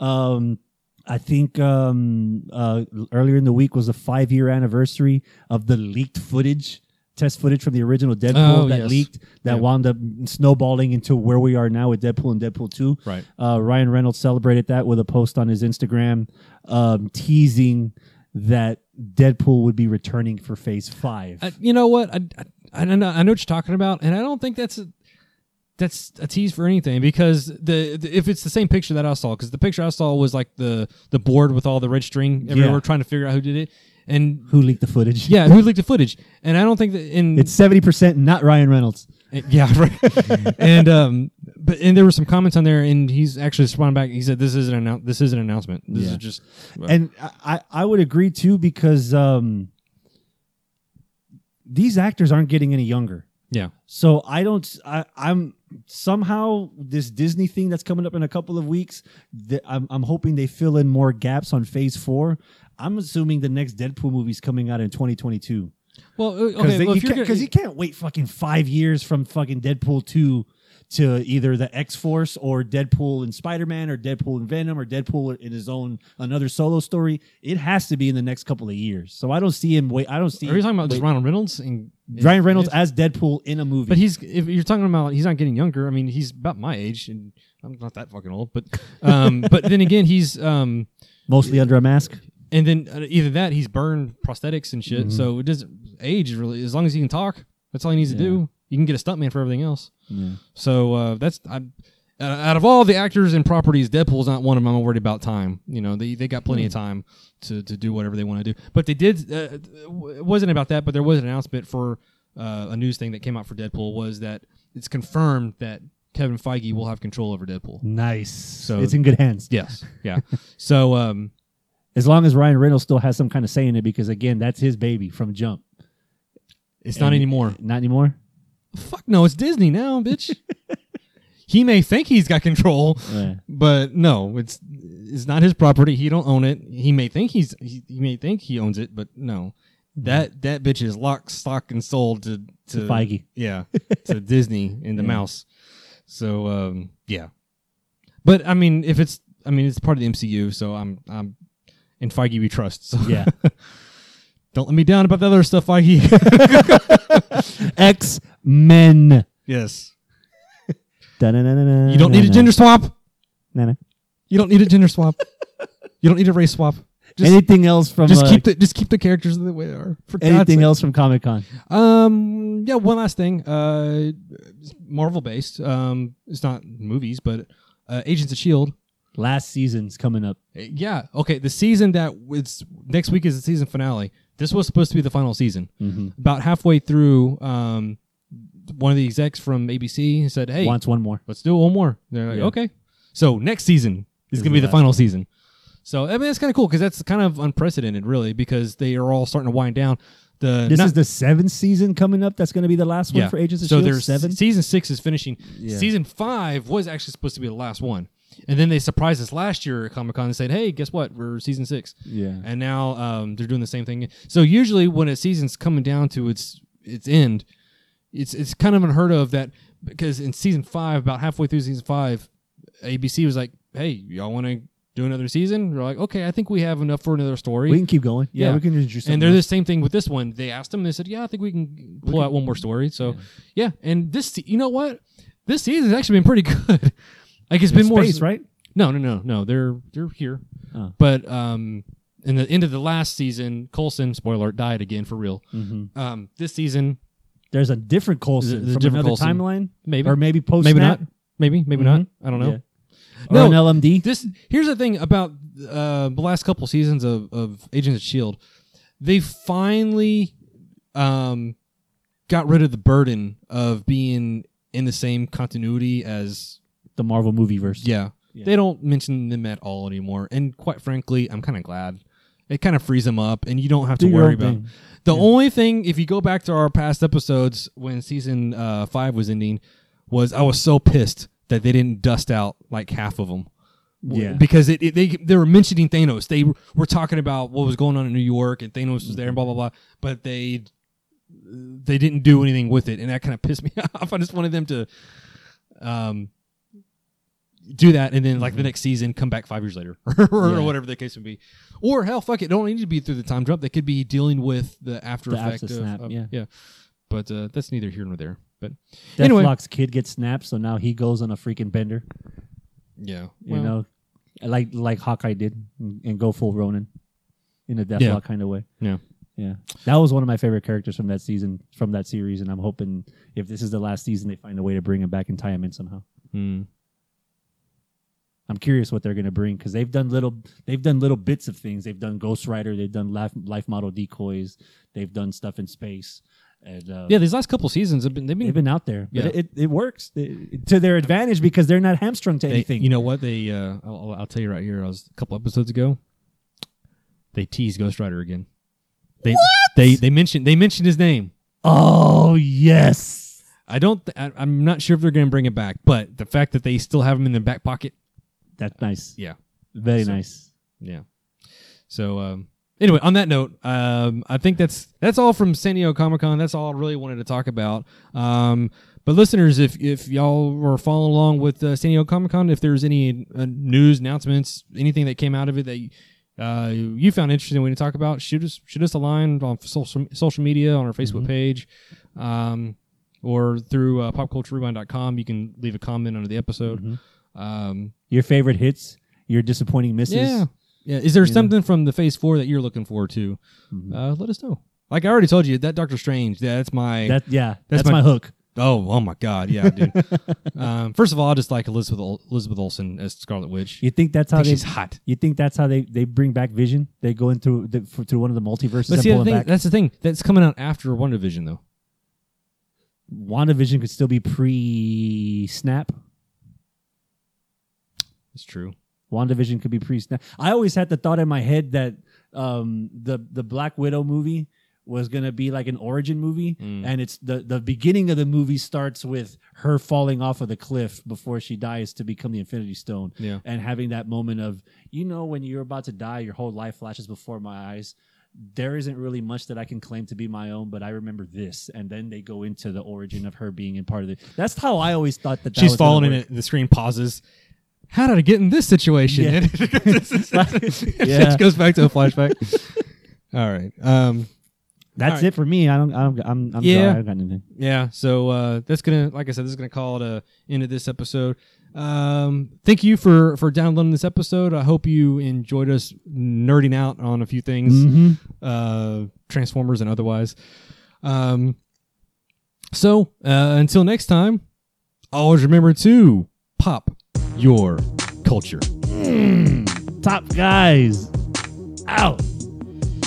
Speaker 2: Um, I think um, uh, earlier in the week was the five year anniversary of the leaked footage test footage from the original Deadpool
Speaker 1: Oh,
Speaker 2: that
Speaker 1: yes.
Speaker 2: leaked that
Speaker 1: Yeah.
Speaker 2: wound up snowballing into where we are now with Deadpool and Deadpool 2.
Speaker 1: Right.
Speaker 2: Uh, Ryan Reynolds celebrated that with a post on his Instagram um, teasing that Deadpool would be returning for Phase 5.
Speaker 1: I, you know what? I, I, I know I know what you're talking about, and I don't think that's a, that's a tease for anything because the, the- if it's the same picture that I saw, because the picture I saw was like the the board with all the red string everywhere
Speaker 2: Yeah.
Speaker 1: trying to figure out who did it, and
Speaker 2: Who leaked the footage?
Speaker 1: yeah, who leaked the footage? And I don't think that in
Speaker 2: It's 70% not Ryan Reynolds.
Speaker 1: and- Yeah, right. and um, but and there were some comments on there, and he's actually responding back. He said, "This isn't an annou- this is an announcement. This
Speaker 2: Yeah.
Speaker 1: is just
Speaker 2: and I, I I would agree too because um, these actors aren't getting any younger.
Speaker 1: yeah,
Speaker 2: So I don't. I, I'm somehow this Disney thing that's coming up in a couple of weeks. That I'm, I'm hoping they fill in more gaps on Phase Four. I'm assuming the next Deadpool movie's coming out in 2022
Speaker 1: well, uh,
Speaker 2: because
Speaker 1: okay, well, if
Speaker 2: you,
Speaker 1: you're
Speaker 2: can't-
Speaker 1: gonna-
Speaker 2: 'cause you can't wait fucking five years from fucking Deadpool two to either the X Force or Deadpool and Spider Man or Deadpool and Venom or Deadpool in his own another solo story. It has to be in the next couple of years. So I don't see him wait. I don't see
Speaker 1: are you talking about just
Speaker 2: wait.
Speaker 1: Ronald Reynolds and
Speaker 2: Ryan Reynolds
Speaker 1: and-
Speaker 2: as Deadpool in a movie.
Speaker 1: But he's if you're talking about he's not getting younger. I mean, he's about my age, and I'm not that fucking old. But um, but then again, he's um,
Speaker 2: mostly under a mask.
Speaker 1: and then uh, either that he's burned prosthetics and shit. So it doesn't age is really as long as he can talk. That's all he needs to do. You can get a stuntman for everything else. So uh, that's I. Uh, out of all the actors and properties, Deadpool's not one of them. I'm worried about time. You know, they, they got plenty of time to, to do whatever they want to do. But they did. Uh, it wasn't about that, but there was an announcement for uh, a news thing that came out for Deadpool was that it's confirmed that Kevin Feige will have control over
Speaker 2: Mm.
Speaker 1: Deadpool.
Speaker 2: Nice.
Speaker 1: So-
Speaker 2: So it's in good hands.
Speaker 1: Yes. Yeah. so um,
Speaker 2: As long as Ryan Reynolds still has some kind of say in it, because again, that's his baby from Jump.
Speaker 1: it's
Speaker 2: And-
Speaker 1: not anymore.
Speaker 2: Not anymore.
Speaker 1: Fuck no, it's Disney now, bitch. he may think he's got control,
Speaker 2: Yeah.
Speaker 1: but no, it's it's not his property. He don't own it. He may think he's he, he may think he owns it, but no, that that bitch is locked, stock, and sold to to,
Speaker 2: Feige.
Speaker 1: Yeah, to Disney and the
Speaker 2: Yeah.
Speaker 1: mouse. So um, yeah, but I mean, if it's I mean, it's part of the MCU, so I'm I'm and Feige we trust. So
Speaker 2: Yeah.
Speaker 1: don't let me down about the other stuff, Feige.
Speaker 2: X Men.
Speaker 1: yes,
Speaker 2: You
Speaker 1: you don't need a gender swap.
Speaker 2: Nah, nah.
Speaker 1: You don't need a gender swap. you don't need a race swap. Just,
Speaker 2: anything else from
Speaker 1: just
Speaker 2: uh,
Speaker 1: keep the just keep the characters the way they are. For God's
Speaker 2: anything
Speaker 1: sake.
Speaker 2: else from Comic Con?
Speaker 1: Um. Yeah. One last thing. Uh, Marvel based. Um, it's not movies, but uh, Agents of Shield.
Speaker 2: Last season's coming up.
Speaker 1: Uh, Yeah. Okay. The season that it's next week is the season finale. This was supposed to be the final season.
Speaker 2: Mm-hmm.
Speaker 1: About halfway through, um, one of the execs from ABC said, "Hey,
Speaker 2: Wants one more.
Speaker 1: let's do one more." They're like,
Speaker 2: Yeah.
Speaker 1: "Okay." So next season is
Speaker 2: Is
Speaker 1: going to be the
Speaker 2: the last
Speaker 1: final season. So I mean, that's kind of cool because that's kind of unprecedented, really, because they are all starting to wind down. The
Speaker 2: This
Speaker 1: not-
Speaker 2: is the seventh season coming up. That's going to be the last one for Agents of
Speaker 1: so
Speaker 2: Shield.
Speaker 1: there's
Speaker 2: E seven.
Speaker 1: Season six is finishing.
Speaker 2: Yeah.
Speaker 1: Season five was actually supposed to be the last one, and then they surprised us last year at Comic Con and said, "Hey, guess what? We're season six.
Speaker 2: Yeah.
Speaker 1: And now um, they're doing the same thing. So usually when a season's coming down to its its end, it's it's kind of unheard of that because in season five, about halfway through season five, ABC was like, "Hey, y'all want to do another season?" We're like, "Okay, I think we have enough for another story."
Speaker 2: We can keep going. Yeah,
Speaker 1: Yeah.
Speaker 2: we can introduce.
Speaker 1: and
Speaker 2: something
Speaker 1: they're
Speaker 2: else.
Speaker 1: the same thing with this one. They asked them, they said, "Yeah, I think we can pull out one more story." So, yeah, and this, se- you know what, this season's actually been pretty good. like it's been more
Speaker 2: space, right?
Speaker 1: No, no, no, no. They're they're here,
Speaker 2: Oh.
Speaker 1: but um, in the end of the last season, Colson spoiler alert, died again for real. Um, this season,
Speaker 2: There's a different
Speaker 1: There's
Speaker 2: Colson
Speaker 1: a
Speaker 2: from
Speaker 1: different
Speaker 2: another
Speaker 1: Coulson.
Speaker 2: timeline,
Speaker 1: Maybe.
Speaker 2: or maybe post,
Speaker 1: maybe not, maybe maybe not.
Speaker 2: Mhm.
Speaker 1: I don't know.
Speaker 2: or
Speaker 1: No.
Speaker 2: an LMD.
Speaker 1: This here's the thing about uh, the last couple seasons of, of Agents of Shield, E they finally um, got rid of the burden of being in the same continuity as
Speaker 2: the Marvel movie verse.
Speaker 1: yeah.
Speaker 2: Yeah.
Speaker 1: They don't mention them at all anymore, and quite frankly, I'm kind of glad. It kind of frees them up, and you don't have to
Speaker 2: Do your
Speaker 1: worry
Speaker 2: own
Speaker 1: about.
Speaker 2: thing.
Speaker 1: The
Speaker 2: Yeah.
Speaker 1: only thing, if you go back to our past episodes when season uh, five was ending, was I was so pissed that they didn't dust out like half of them.
Speaker 2: Yeah.
Speaker 1: because it, it- they they were mentioning Thanos. They were talking about what was going on in New York and Thanos was there and blah blah blah. But they they didn't do anything with it, and that kind of pissed me off. I just wanted them to um do that and then like the next season come back five years later or
Speaker 2: Yeah.
Speaker 1: whatever the case would be or hell fuck it don't need to be through the time jump they could be dealing with the after
Speaker 2: The
Speaker 1: effect
Speaker 2: after
Speaker 1: of,
Speaker 2: snap,
Speaker 1: of-
Speaker 2: yeah.
Speaker 1: But uh, that's neither here nor there. But anyway,
Speaker 2: Deathlock's kid gets snapped, so now he goes on a freaking bender.
Speaker 1: yeah,
Speaker 2: You
Speaker 1: well,
Speaker 2: know, like like Hawkeye did, and, and go full Ronin in a Deathlock
Speaker 1: Yeah.
Speaker 2: kind of way.
Speaker 1: yeah.
Speaker 2: Yeah, that was one of my favorite characters from that season, from that series, and I'm hoping if this is the last season, they find a way to bring him back and tie him in somehow.
Speaker 1: Hmm.
Speaker 2: I'm curious what they're going to bring because they've done little they've done little bits of things. They've done Ghost Rider, they've done life, life model decoys, they've done stuff in space, and uh,
Speaker 1: Yeah, these last couple seasons have been they've been,
Speaker 2: they've been out there. But
Speaker 1: Yeah.
Speaker 2: it, it, it works It- to their advantage because they're not hamstrung to
Speaker 1: they-
Speaker 2: anything.
Speaker 1: You know what? They uh, I'll, I'll- I'll tell you right here. I was a couple episodes ago. They teased Ghost Rider again. They they they mentioned they mentioned his name.
Speaker 2: oh yes,
Speaker 1: I don't. Th- I, I'm not sure if they're going to bring it back, but the fact that they still have him in their back pocket.
Speaker 2: that's nice.
Speaker 1: Yeah,
Speaker 2: Very
Speaker 1: So-
Speaker 2: nice.
Speaker 1: yeah. So um, anyway, on that note, um, I think that's that's all from San Diego Comic Con. That's all I really wanted to talk about. Um, but listeners, if if y'all were following along with uh, San Diego Comic Con, if there's any uh, news announcements, anything that came out of it that. You, uh, you found interesting we didn't talk about shoot us shoot us a line on social social media on our Facebook page, um, or through uh, popculturerewind.com. You can leave a comment under the episode. Um,
Speaker 2: Mm-hmm. Your favorite hits, your disappointing misses.
Speaker 1: yeah. Yeah. Is there
Speaker 2: know?
Speaker 1: something from the Phase Four that you're looking forward to?
Speaker 2: Mm-hmm.
Speaker 1: Uh, let us know. Like I already told you, that Doctor Strange. That's my.
Speaker 2: That yeah,
Speaker 1: That's
Speaker 2: that's,
Speaker 1: my-
Speaker 2: my, hook.
Speaker 1: oh, oh my God. Yeah, dude. um, first of all, I just like Elizabeth Ol- Elizabeth Olsen as Scarlet Witch.
Speaker 2: You think that's
Speaker 1: I
Speaker 2: how
Speaker 1: think
Speaker 2: they?
Speaker 1: she's hot.
Speaker 2: You think that's how they, they bring back Vision? They go in through the, f- through one of the multiverses
Speaker 1: But
Speaker 2: and
Speaker 1: see,
Speaker 2: pull
Speaker 1: the thing,
Speaker 2: him back.
Speaker 1: that's the thing. That's coming out after Wonder Vision, though.
Speaker 2: WandaVision could still be pre Snap.
Speaker 1: It's true.
Speaker 2: WandaVision could be pre Snap. I always had the thought in my head that um, the the Black Widow movie was gonna be like an origin movie,
Speaker 1: Mm.
Speaker 2: and it's the the beginning of the movie starts with her falling off of the cliff before she dies to become the Infinity Stone.
Speaker 1: Yeah.
Speaker 2: and having that moment of you know when you're about to die your whole life flashes before my eyes there isn't really much that i can claim to be my own but i remember this and then they go into the origin of her being in part of it that's how i always thought that, that
Speaker 1: she's
Speaker 2: was gonna
Speaker 1: falling in
Speaker 2: work.
Speaker 1: it. The screen pauses. How did I get in this situation?
Speaker 2: Yeah.
Speaker 1: And
Speaker 2: Yeah.
Speaker 1: it goes back to a flashback. all right. Um,
Speaker 2: that's
Speaker 1: Alright.
Speaker 2: it for me i don't i don't i'm, I'm
Speaker 1: Yeah.
Speaker 2: sorry i don't got anything
Speaker 1: yeah so uh that's gonna like i said this is gonna call it a end of this episode um thank you for for downloading this episode i hope you enjoyed us nerding out on a few things uh transformers and otherwise um so uh until next time always remember to pop your culture
Speaker 2: top guys out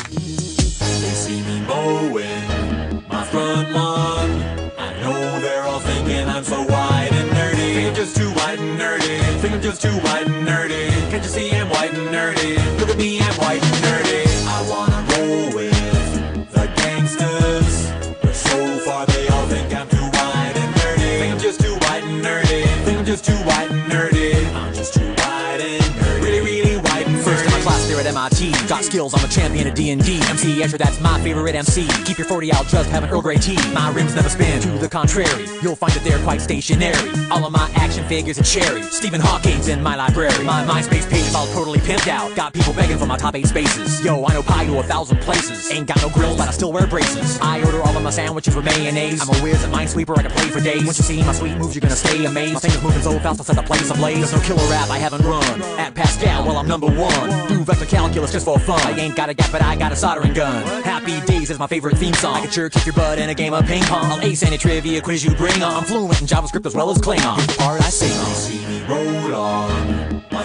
Speaker 3: They see me mowing my front lawn. I know they're all thinking I'm so wide and nerdy. Think I'm just too wide and nerdy. Think I'm just too wide and nerdy. Can't you see I'm white and nerdy? Look at me, I'm white and nerdy. I wanna roll with the gangsters. But so far they all think I'm too wide and nerdy. Think I'm just too wide and nerdy. Think I'm just too wide and nerdy. I'm just too wide and nerdy. Really, really wide and
Speaker 4: First in my
Speaker 3: nerdy.
Speaker 4: class there at MIT. Got skills, I'm a champion of D&D. MC Escher, that's my favorite MC. Keep your 40 out, just have an Earl Grey tea. My rims never spin, to the contrary. You'll find that they're quite stationary. All of my action figures are cherry. Stephen Hawking's in my library. My MySpace page is all totally pimped out. Got people begging for my top eight spaces. Yo, I know pie to a thousand places. Ain't got no grills, but I still wear braces. I order all of my sandwiches with mayonnaise. I'm a whiz, a minesweeper, I can play for days. Once you see my sweet moves, you're gonna stay amazed. My fingers moving so fast, I'll set the place ablaze. There's no killer app I haven't run. At Pascal, well, I'm number one. Do vector calculus just for fun. I ain't got a gap, but I got a soldering gun. Happy Days is my favorite theme song. I can sure kick your butt in a game of ping pong. I'll ace any trivia quiz you bring on. I'm fluent in JavaScript as well as Klingon. Each Part I sing on.
Speaker 3: see me roll on my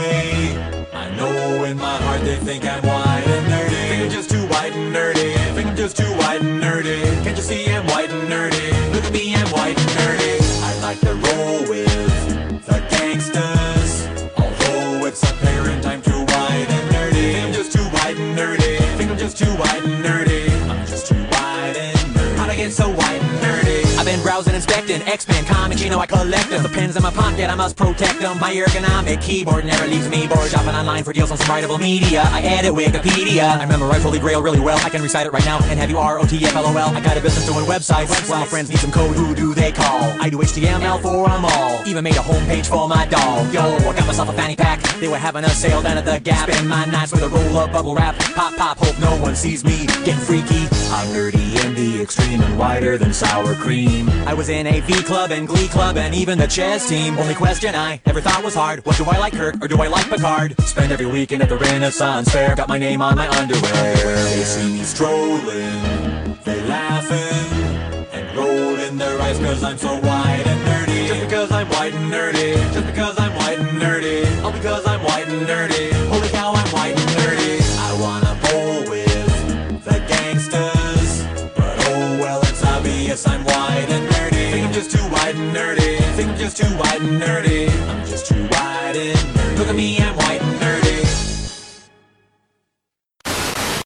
Speaker 3: Segway. I know in my heart they think I'm wide and nerdy. Think I'm just too wide and nerdy. Think I'm just too wide and nerdy. Can't you see I'm wide and nerdy? Look at me, I'm wide and nerdy. I like to roll with the gangsters. Although it's apparent I'm too wide and nerdy. Think I'm just too wide and nerdy. Think I'm just too wide and nerdy. I'm just too wide and nerdy. How'd I get so wide and nerdy?
Speaker 4: I've been browsing, inspecting X-Men comics, you know I collect them. The pens in my pocket, I must protect them. My ergonomic keyboard never leaves me bored. Shopping online for deals on some writable media. I edit Wikipedia. I remember Holy Grail really well. I can recite it right now and have you R-O-T-F-L-O-L. I got a business doing websites. Well, friends need some code, who do they call? I do HTML for them all. Even made a homepage for my doll. Yo, I got myself a fanny pack. They were having a sale down at the Gap. Spend my nights with a roll-up bubble wrap. Pop, pop, hope no one sees me. Getting freaky.
Speaker 3: I'm nerdy and the
Speaker 4: the extreme and whiter than sour cream.
Speaker 5: I was in AV club and glee club and even the chess team. Only question I ever thought was hard. What do I like Kirk or do I like Picard?
Speaker 4: Spend every weekend at the Renaissance Fair. Got my name on my underwear. They see me strolling, they laughing, and rolling their eyes cause I'm so wide and nerdy. Just because I'm white and nerdy. Just because I'm white and nerdy. All because I'm white and nerdy. Holy cow, I'm white and nerdy. I wanna bowl with the gangsters. But oh well, it's obvious I'm white and nerdy. Think I'm just too white and nerdy. Think I'm just too white and nerdy. I'm just too white and nerdy. Look at me, I'm white and nerdy.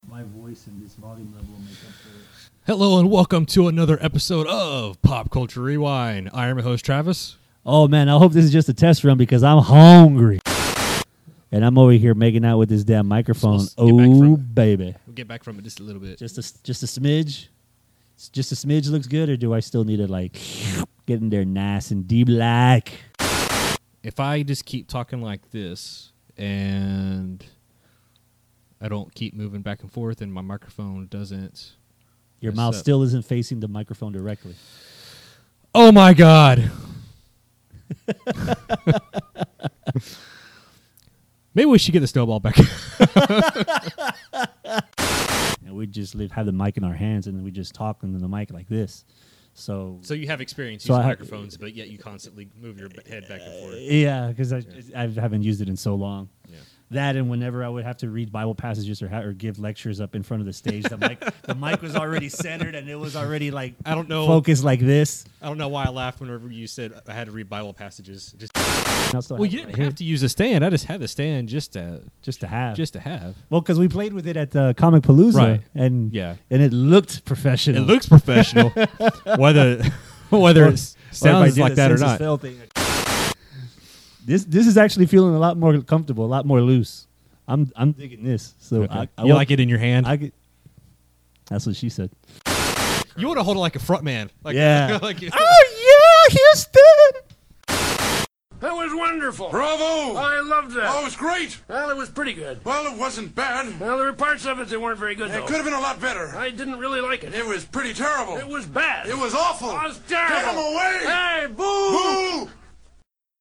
Speaker 2: My voice and this volume level will make up for it.
Speaker 1: Hello and welcome to another episode of Pop Culture Rewind. I am your host Travis.
Speaker 2: Oh man, I hope this is just a test run because I'm hungry. And I'm over here making out with this damn microphone.
Speaker 1: Let's get back from
Speaker 2: Oh
Speaker 1: it.
Speaker 2: baby.
Speaker 1: We'll get back from it just a little bit.
Speaker 2: Just a just a smidge. S- Just a smidge looks good or do I still need to like get in there nice and deep like
Speaker 1: if I just keep talking like this and I don't keep moving back and forth and my microphone doesn't
Speaker 2: your
Speaker 1: Yes,
Speaker 2: mouth
Speaker 1: sir.
Speaker 2: still isn't facing the microphone directly.
Speaker 1: Oh my god. Maybe we should get the snowball back.
Speaker 2: And we just live, have the mic in our hands and we just talk into the mic like this. So,
Speaker 1: so you have experience
Speaker 2: So
Speaker 1: using
Speaker 2: I have-
Speaker 1: microphones, but yet you constantly move your b- head back and forth.
Speaker 2: yeah, because I, I haven't used it in so long.
Speaker 1: Yeah.
Speaker 2: That and whenever I would have to read Bible passages or, ha- or give lectures up in front of the stage, the mic the mic was already centered and it was already like
Speaker 1: I don't know.
Speaker 2: focused like this.
Speaker 1: I don't know why I laughed whenever you said I had to read Bible passages. Just,
Speaker 2: And I still
Speaker 1: well,
Speaker 2: have
Speaker 1: you didn't
Speaker 2: it right here
Speaker 1: have to use a stand. I just had the stand just to
Speaker 2: just to have
Speaker 1: just to have.
Speaker 2: well because we played with it at uh, Comic Palooza
Speaker 1: Right.
Speaker 2: and
Speaker 1: Yeah.
Speaker 2: and it looked professional.
Speaker 1: It looks professional, whether whether it
Speaker 2: Or if I
Speaker 1: sounds
Speaker 2: do
Speaker 1: like
Speaker 2: the
Speaker 1: that or not.
Speaker 2: census fail thing. This this is actually feeling a lot more comfortable, a lot more loose. I'm I'm digging this. So I, I
Speaker 1: you like it in your hand.
Speaker 2: I get, that's what she said.
Speaker 1: you want to hold it like a front man. Like,
Speaker 2: Yeah.
Speaker 1: like you-
Speaker 2: Oh yeah, Houston.
Speaker 6: That was wonderful.
Speaker 3: Bravo!
Speaker 6: I loved that.
Speaker 3: Oh, it was great.
Speaker 6: Well, it was pretty good.
Speaker 3: Well, it wasn't bad. It
Speaker 6: Well, there were parts of it that weren't very good, though.
Speaker 3: could have been a lot better.
Speaker 6: I didn't really like it.
Speaker 3: It was pretty terrible.
Speaker 6: It was bad.
Speaker 3: It was awful.
Speaker 6: It was terrible.
Speaker 3: Get him away!
Speaker 6: Hey, boo!
Speaker 3: Boo!